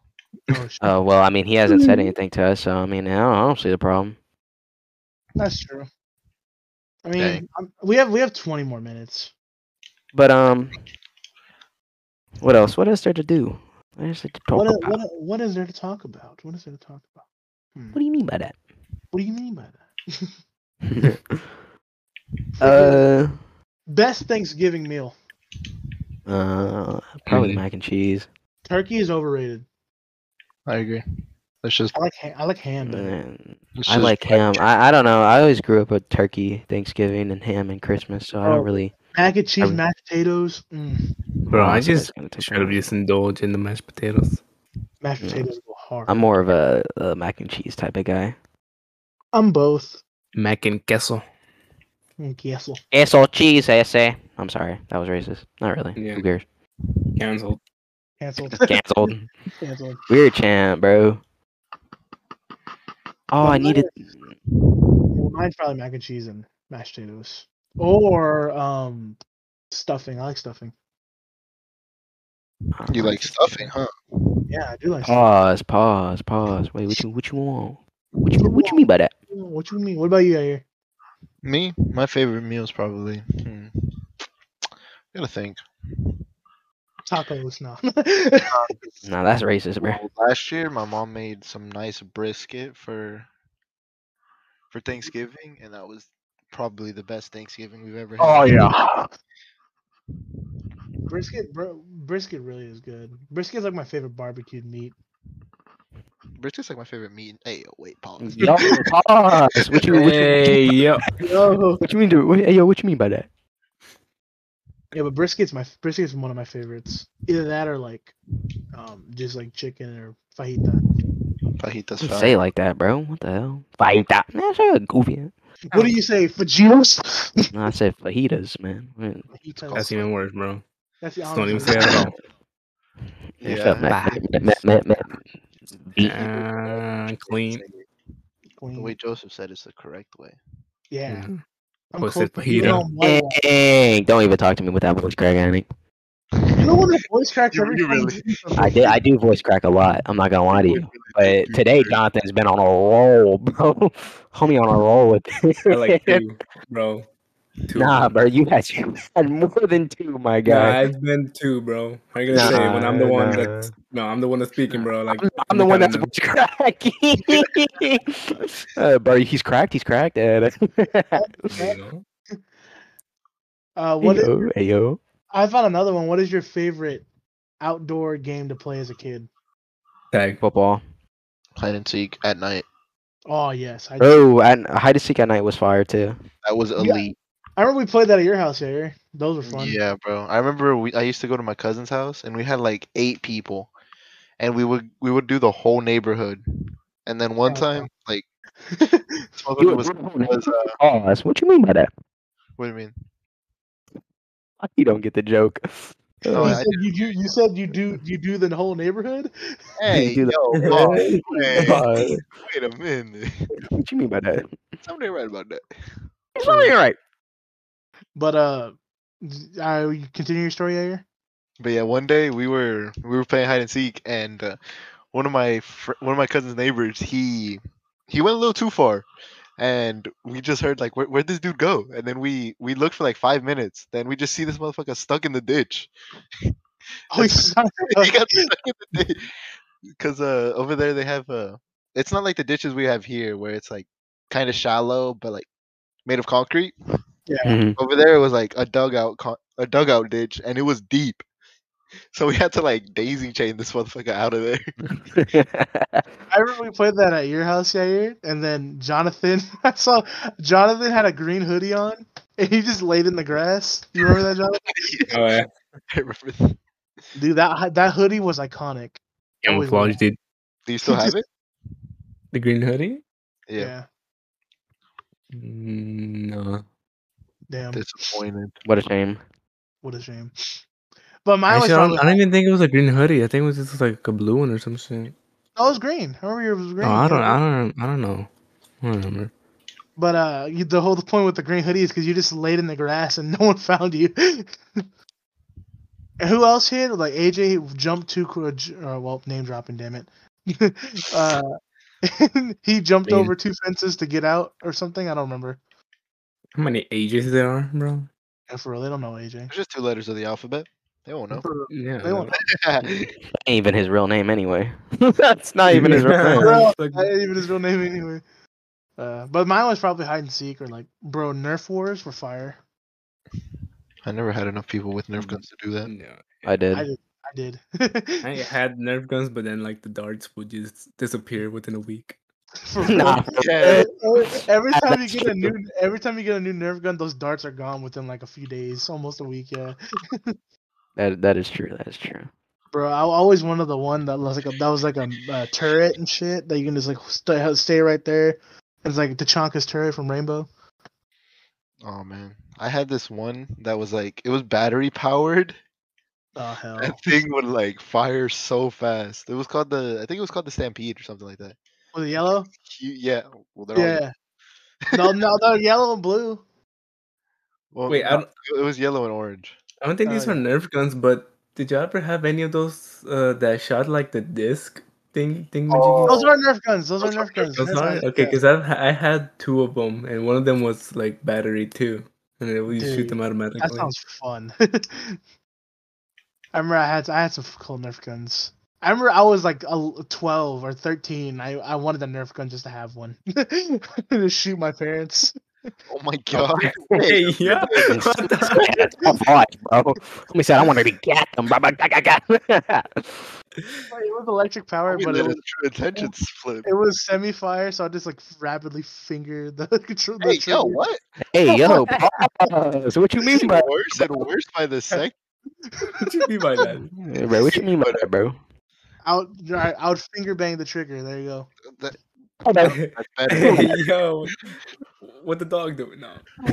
B: Oh, shit.
A: Oh well, I mean, he hasn't said anything to us, so I mean, I don't, I don't see the problem.
B: That's true. I mean,
D: Dang.
B: I'm, we have we have 20 more minutes.
A: But um, what else? What is there to do? What is there to talk
B: What,
A: about?
B: what what is there to talk about? What is there to talk about? Hmm.
A: What do you mean by that?
B: What do you mean by that?
A: (laughs) uh,
B: Best Thanksgiving meal.
A: uh, probably
C: Mhm.
A: mac and cheese.
B: Turkey is overrated.
D: I agree. Let's just.
B: I like ha- I like ham. better.
A: And I like ham.
D: I
A: I, I don't know. I always grew up with turkey, Thanksgiving, and ham and Christmas, so I
B: Oh,
A: don't really.
B: Mac and
A: I
B: cheese,
A: re-
B: mashed potatoes. Mm,
C: Bro, I just
A: I'm,
C: should have just indulged in the mashed potatoes.
B: mashed
A: Yeah.
B: potatoes go hard.
A: I'm more of a, a mac and cheese type of guy.
B: I'm both.
C: Mac and queso.
B: Mm, Yes.
A: It's all cheese, I say. I'm sorry, that was racist. Not really.
C: Yeah.
A: Who
C: (laughs)
A: cares?
C: Canceled.
B: Cancelled. (laughs)
A: Cancelled.
B: Cancelled.
A: Weird champ, bro. Oh, I needed.
B: Well, mine's probably mac and cheese and mashed potatoes or um stuffing. I like stuffing.
D: You like stuffing, huh?
B: Yeah, I do like.
C: Oh.
B: stuffing.
A: Pause, pause, pause. Wait, what you what you want? What you what you mean by that?
B: What you mean? What about you, Yair?
D: Me, my favorite meal is probably. Hmm. Gotta think.
B: Tacos, no. (laughs)
A: No, that's racist, bro.
D: Well, last year, my mom made some nice brisket for for Thanksgiving, and that was probably the best Thanksgiving we've ever had.
B: Oh,
C: Oh,
I: yeah.
B: brisket, br- brisket really is good. Brisket's like my favorite barbecued
C: (laughs)
B: meat.
D: Brisket's like my favorite meat. Hey, yo, wait, pause.
A: Yo, (laughs)
D: (laughs)
A: pause. What you what you,
C: Hey, yo.
B: Yo.
A: what you mean to, what, hey, yo? What you mean by that?
B: Yeah, but brisket's my brisket's one of my favorites. Either that or like, um, just like chicken or fajita.
D: Fajitas.
A: Don't
D: fat.
A: say it like that, bro. What the hell? Fajita. That's a goofy.
B: What do you say, fajitas?
A: No, I said fajitas, man. Man,
C: That's even worse, bro.
B: That's the
C: Just don't even
B: honest
C: say
B: answer.
C: that at all.
A: man,
D: Yeah.
A: shut up, man. Man, man, man, man.
D: (laughs)
C: Uh, clean.
D: The
B: Queen.
D: way Joseph said it's the correct way.
B: Yeah, I'm
C: Jose
B: close. You
C: fajita.
B: know, I'm white.
A: Dang, don't even talk to me with that voice crack, Annie.
B: You know what the voice cracks
D: You-
B: every
D: you
B: time
D: really-
B: you do something?
D: (laughs)
A: I did. I do voice crack a lot. I'm not gonna lie to you. But today, Jonathan's been on a roll, (laughs) bro. Homie on a roll with
C: I
A: (laughs)
C: like two, bro. Two.
A: Nah, bro, you had you had more than two, my
C: Nah,
A: guy.
C: it's been two, bro. I gotta say when I'm the
A: Nah,
C: one
A: nah.
C: that's no, I'm the one that's speaking, bro. Like
A: I'm, I'm the one that's
C: kinda
A: voice cracking. (laughs) uh, bro, he's cracked. He's cracked. (laughs) Uh,
C: know, you know?
B: Uh, what is,
A: Ayo, ayo.
B: I found another one. What is your favorite outdoor game to play as a kid?
A: (laughs)
C: Tag.
A: Football.
D: Hide and seek at night.
B: Oh yes, I,
A: Oh, and hide and seek at night was fire too.
D: That was elite.
B: I remember we played that at your house, Yair. Those were
D: Yeah,
B: fun. (laughs)
D: bro. I remember we, I used to go to my cousin's house, and we had like eight people, and we would we would do the whole neighborhood. And then one
B: Oh,
D: time, (laughs) like, this motherfucker
A: You-
D: was,
A: you-
D: was uh,
A: Pause. What you mean by that?
D: what do you mean?
A: You don't get the joke.
D: No,
A: (laughs)
B: you,
D: I
B: said you, do, you said you do you do the whole neighborhood.
D: Hey,
A: do
D: yo,
A: (laughs) that.
D: boss, hey,
A: Pause.
D: wait a minute. (laughs)
A: What you mean by that?
D: Somebody right about that.
A: It's not even right.
B: But uh, z- I you continue your story, Yair.
D: But yeah, one day we were we were playing hide and seek, and uh, one of my fr- one of my cousin's neighbors he he went a little too far, and we just heard like where where'd this dude go? And then we we looked for like five minutes, then we just see this motherfucker stuck in the ditch. (laughs)
B: Oh, he's not-
D: he got stuck in the ditch because uh over there they have uh it's not like the ditches we have here where it's like kind of shallow but like made of concrete. Over there it was like a dugout con- a dugout ditch, and it was deep. So we had to like daisy chain this motherfucker out of there. (laughs)
A: Mm-hmm. (laughs)
B: I remember we played that at your house, Yair, and then Jonathan. (laughs) I saw Jonathan had a green hoodie on, and he just laid in the grass. You remember that, Jonathan?
C: Oh yeah.
D: I remember th-
B: Dude, that hoo- that hoodie was iconic. Always
C: Camouflage dude.
D: Do you (laughs) still have it?
C: The green hoodie?
B: Yeah.
D: Yeah.
C: Mm, No.
B: Damn.
D: Disappointed.
A: what a shame.
B: What a shame. But mine was
C: Actually, I,
B: probably,
C: don't, I don't even think it was a green hoodie. I think it was just like a blue one or some shit.
B: no, it was green. I remember yours was green.
C: No, Oh, I
B: yeah.
C: don't. I don't. I don't know. I don't remember.
B: But uh, you, the whole point with the green hoodie is because you just laid in the grass and (laughs) no one found you. And who else hit? Like AJ jumped too quick. Uh, well, name dropping, damn it. (laughs) uh, (laughs) he jumped
C: Man.
B: over two fences to get out or something. I don't remember.
C: How many ages there are, bro?
B: Yeah, for real, they don't know AJ.
D: There's just two letters of the alphabet. They won't (laughs) know.
B: For real,
C: Yeah.
B: They won't.
A: Ain't even his real name anyway. (laughs) That's not even his real name.
B: (laughs) Bro,
C: Fuck.
B: I didn't even his real name anyway. Uh, but mine was probably hide and seek or like, bro, Nerf wars were fire.
D: I never had enough people with Nerf guns to do that.
C: No.
A: I did.
B: I did. I did. (laughs) I
C: I had Nerf guns, but then like the darts would just disappear within a week.
B: For
A: (laughs)
B: real.
A: Nah, for
D: Yeah,
B: Every, every
A: Yeah,
B: time you
A: that's
B: get a new, every time you get a new Nerf gun, those darts are gone within like a few days, almost a week. Yeah,
A: that that is true. That is true.
B: bro, I always wanted the one that was like a, that was like a, uh turret and shit that you can just like stay stay right there It's like Tachanka's Terry from Rainbow.
D: Oh man, I had this one that was like it was battery powered.
B: Oh hell.
D: (laughs) That thing would like fire so fast. It was called the I think it was called the Stampede or something like that.
B: Was it yellow?
D: You- yeah, well they're all
B: Yeah. no, no, no, yellow and blue.
D: well,
C: Wait, I
D: no,
C: don't-
D: it was yellow and orange.
C: I don't think
B: Oh,
C: these were Nerf guns, but did you ever have any of those uh, that shot like the disc thing? thing
D: Oh,
B: Those are Nerf guns. Those,
D: Those
B: are
D: are
B: Nerf guns.
C: Those
B: Nerf
C: are
B: guns,
C: okay,
B: yeah.
C: because I I had two of them, and one of them was like battery too, and it would
B: Dude,
C: shoot them automatically.
B: That sounds fun. (laughs) I remember I had I had some cool Nerf guns. I remember I was like a- 12 or 13. I, I wanted a Nerf gun just to have one (laughs) to shoot my parents.
D: Oh (laughs) my god.
C: Hey, (laughs) yeah.
A: goodness.
C: What
B: (laughs)
C: the-
A: Yeah, that's my thought, bro. Homie said I want to be gat them. bro, bro, gat, gat, gat."
B: It was electric power,
D: Homie
B: but it
D: let
B: was
D: his (laughs) attention slip.
B: it was semi fire, so I just like rapidly fingered the (laughs) control. The
D: Hey, yo,
B: trigger.
D: what?
A: hey,
B: (laughs)
A: yo, pause. What you
D: This
A: mean
D: is
A: by
D: worse and worse by the second.
C: what you mean by
A: (laughs)
C: that?
A: Yeah, bro? What you mean by that, bro?
B: Out, right, out finger bang the trigger. There you
D: (laughs)
B: go.
D: That,
A: Hold on. (laughs)
D: that's better.
C: Hey, (laughs) yo, what the dog doing now?
B: Hey,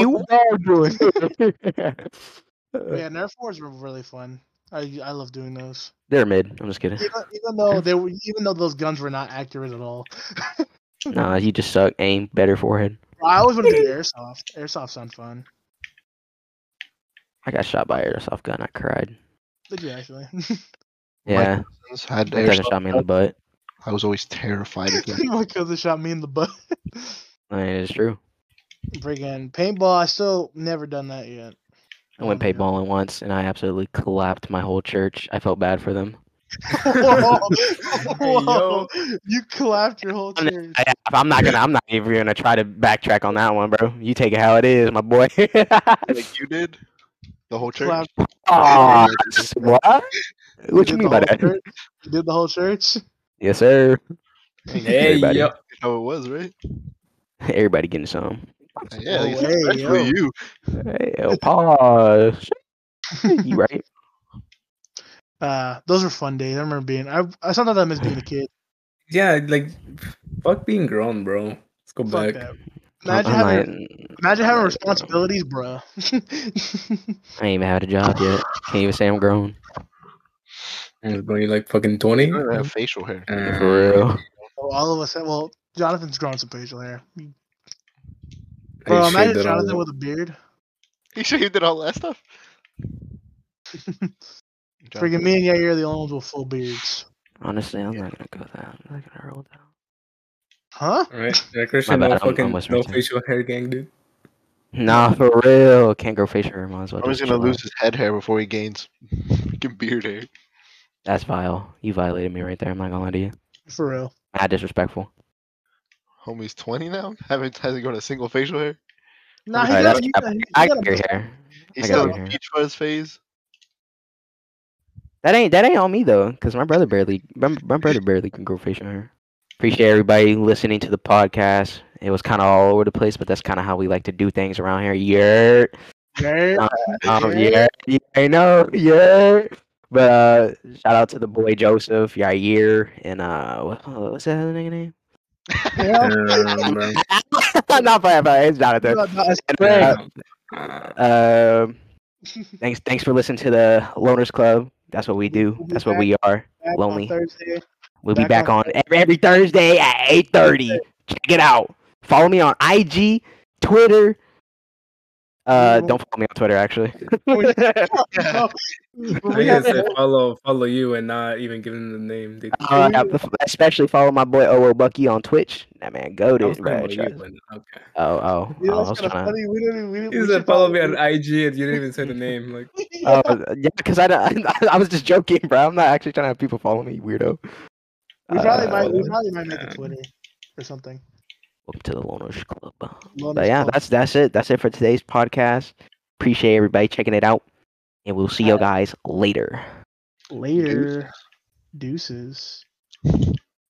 B: yo,
A: what
B: what
A: the dog
B: the-
A: doing?
B: yeah, Nerf wars were really fun. I I love doing those.
A: (laughs) They're mid. I'm just kidding.
B: Even,
D: (laughs)
B: even though they were, even though those guns were not accurate at all.
A: Nah, you just suck. Aim better forehead.
B: I always wanted to do airsoft. Airsoft sounds fun.
A: I got shot by airsoft gun. I cried.
B: Did you actually?
A: Yeah,
D: Had
A: my cousin shot me in the butt.
D: I was always terrified of (laughs) that.
B: (laughs) My cousin shot me in the butt. (laughs)
A: I mean, it's true.
B: Friggin' paintball. I still never done that yet.
A: I went
B: Oh, yeah.
A: paintballing once, and I absolutely collaped my whole church. I felt bad for them.
B: Whoa.
C: yo.
B: You clapped your whole
A: I'm-
B: church.
A: I, I'm not gonna. I'm not even gonna try to backtrack on that one, bro. You take it how it is, my boy. (laughs)
D: like you did? The whole church?
B: Clapped-
A: Aw, what? What you
B: did
A: mean
B: the
A: by
B: whole
A: that?
B: church? You did the whole church?
A: Yes, sir.
C: Hey,
A: Everybody.
C: yo,
D: You know it was, right?
A: Everybody getting some.
D: Oh, Yeah,
B: No
D: it's
B: way,
D: (laughs) especially
B: yo.
D: you.
A: Hey, yo, pause. (laughs) you right?
B: (laughs) Uh, those were fun days. I remember being. I, I sometimes I miss being a kid.
C: yeah, like fuck being grown, bro. Let's go
B: Fuck
C: back.
A: Oh
B: that. Imagine
A: I'm
B: having
A: not-
B: imagine having
A: I'm not-
B: responsibilities, bruh.
A: I ain't even had a job yet. Can't even say I'm grown.
C: And When you're like fucking twenty, Uh,
D: You don't even have facial hair.
A: For
C: Mm.
A: real.
B: (laughs) Well, all of us. have- Well, Jonathan's grown some facial hair.
C: I
B: Bro,
C: shaved
B: imagine
C: it all
B: Jonathan
C: off.
B: with a beard.
D: (laughs) You sure you did all that stuff?
B: Freaking me and Yair are the only ones with full beards.
A: Honestly, I'm not gonna go that. I'm not gonna roll down.
B: Huh?
C: Right, yeah, Christian,
A: bad,
C: no
A: I'm- I'm
C: fucking,
A: whispering
C: no
A: too.
C: facial hair gang, dude.
A: Nah, for real. Can't grow facial hair. Might as well.
D: I'm just
A: just
D: gonna
A: chill out.
D: lose his head hair before he gains freaking beard hair.
A: That's vile. You violated me right there. I'm not gonna lie to you.
B: For real.
A: Not disrespectful.
D: Homie's 20 now. Haven't hasn't grown a single facial hair.
B: Nah, he
A: Alright,
B: got,
A: that's
B: he
A: cap-
B: got, he
A: I
B: got
A: got your hair.
D: He's
A: I got
D: still
A: beard
D: in
A: hair.
D: peach fuzz phase.
A: That ain't that ain't on me though, cause my brother barely my, my brother barely can grow facial hair. Appreciate everybody listening to the podcast. It was kind of all over the place, but that's kind of how we like to do things around here. Yeah, (laughs)
B: Yair.
A: Uh, um, yeah, yeah, I know, yeah. But uh, shout out to the boy Joseph, Yair, and uh, what, what's that other nigga name? (laughs)
B: Yeah,
C: Damn, bro.
A: Not forever. It's Jonathan.
B: nah, nah, it's
A: And,
B: Greg.
A: uh,
B: (laughs)
A: Um, thanks, thanks for listening to the Loners Club. That's what we do.
B: We'll be
A: That's what we are.
B: Back on
A: lonely. (laughs)
B: Thursday.
A: We'll be
B: Back
A: back
B: on
A: on every, every Thursday at eight thirty. Check it out. Follow me on IG, Twitter. Uh,
B: Mhm.
A: don't follow me on Twitter actually.
B: We- (laughs)
D: Yeah.
B: When
C: I
B: we
C: guess
B: have-
C: they follow follow you and not even giving the name. They,
A: Uh, especially follow my boy OO Bucky on Twitch. That man
C: I
A: goaded.
C: was
A: Right?
C: talking about you, but okay.
A: Oh, oh,
B: Dude,
A: oh, I
B: that's
A: was
B: kinda
A: trying to.
B: funny. We didn't. We didn't.
C: You
B: we
C: said
B: should
C: follow me on IG and you didn't even say the name. Like,
B: Yeah.
A: Oh, yeah, because I, don't- (laughs) I was just joking, bro. I'm not actually trying to have people follow me, weirdo.
B: (laughs) we probably might. We
A: Uh,
B: probably might make a
C: um,
B: Twitter or something.
A: Welcome to the Loners Club.
B: Loners
A: but yeah,
B: Club.
A: that's that's it. That's it for today's podcast. Appreciate everybody checking it out, and we'll see you guys later.
B: Later. Deuces.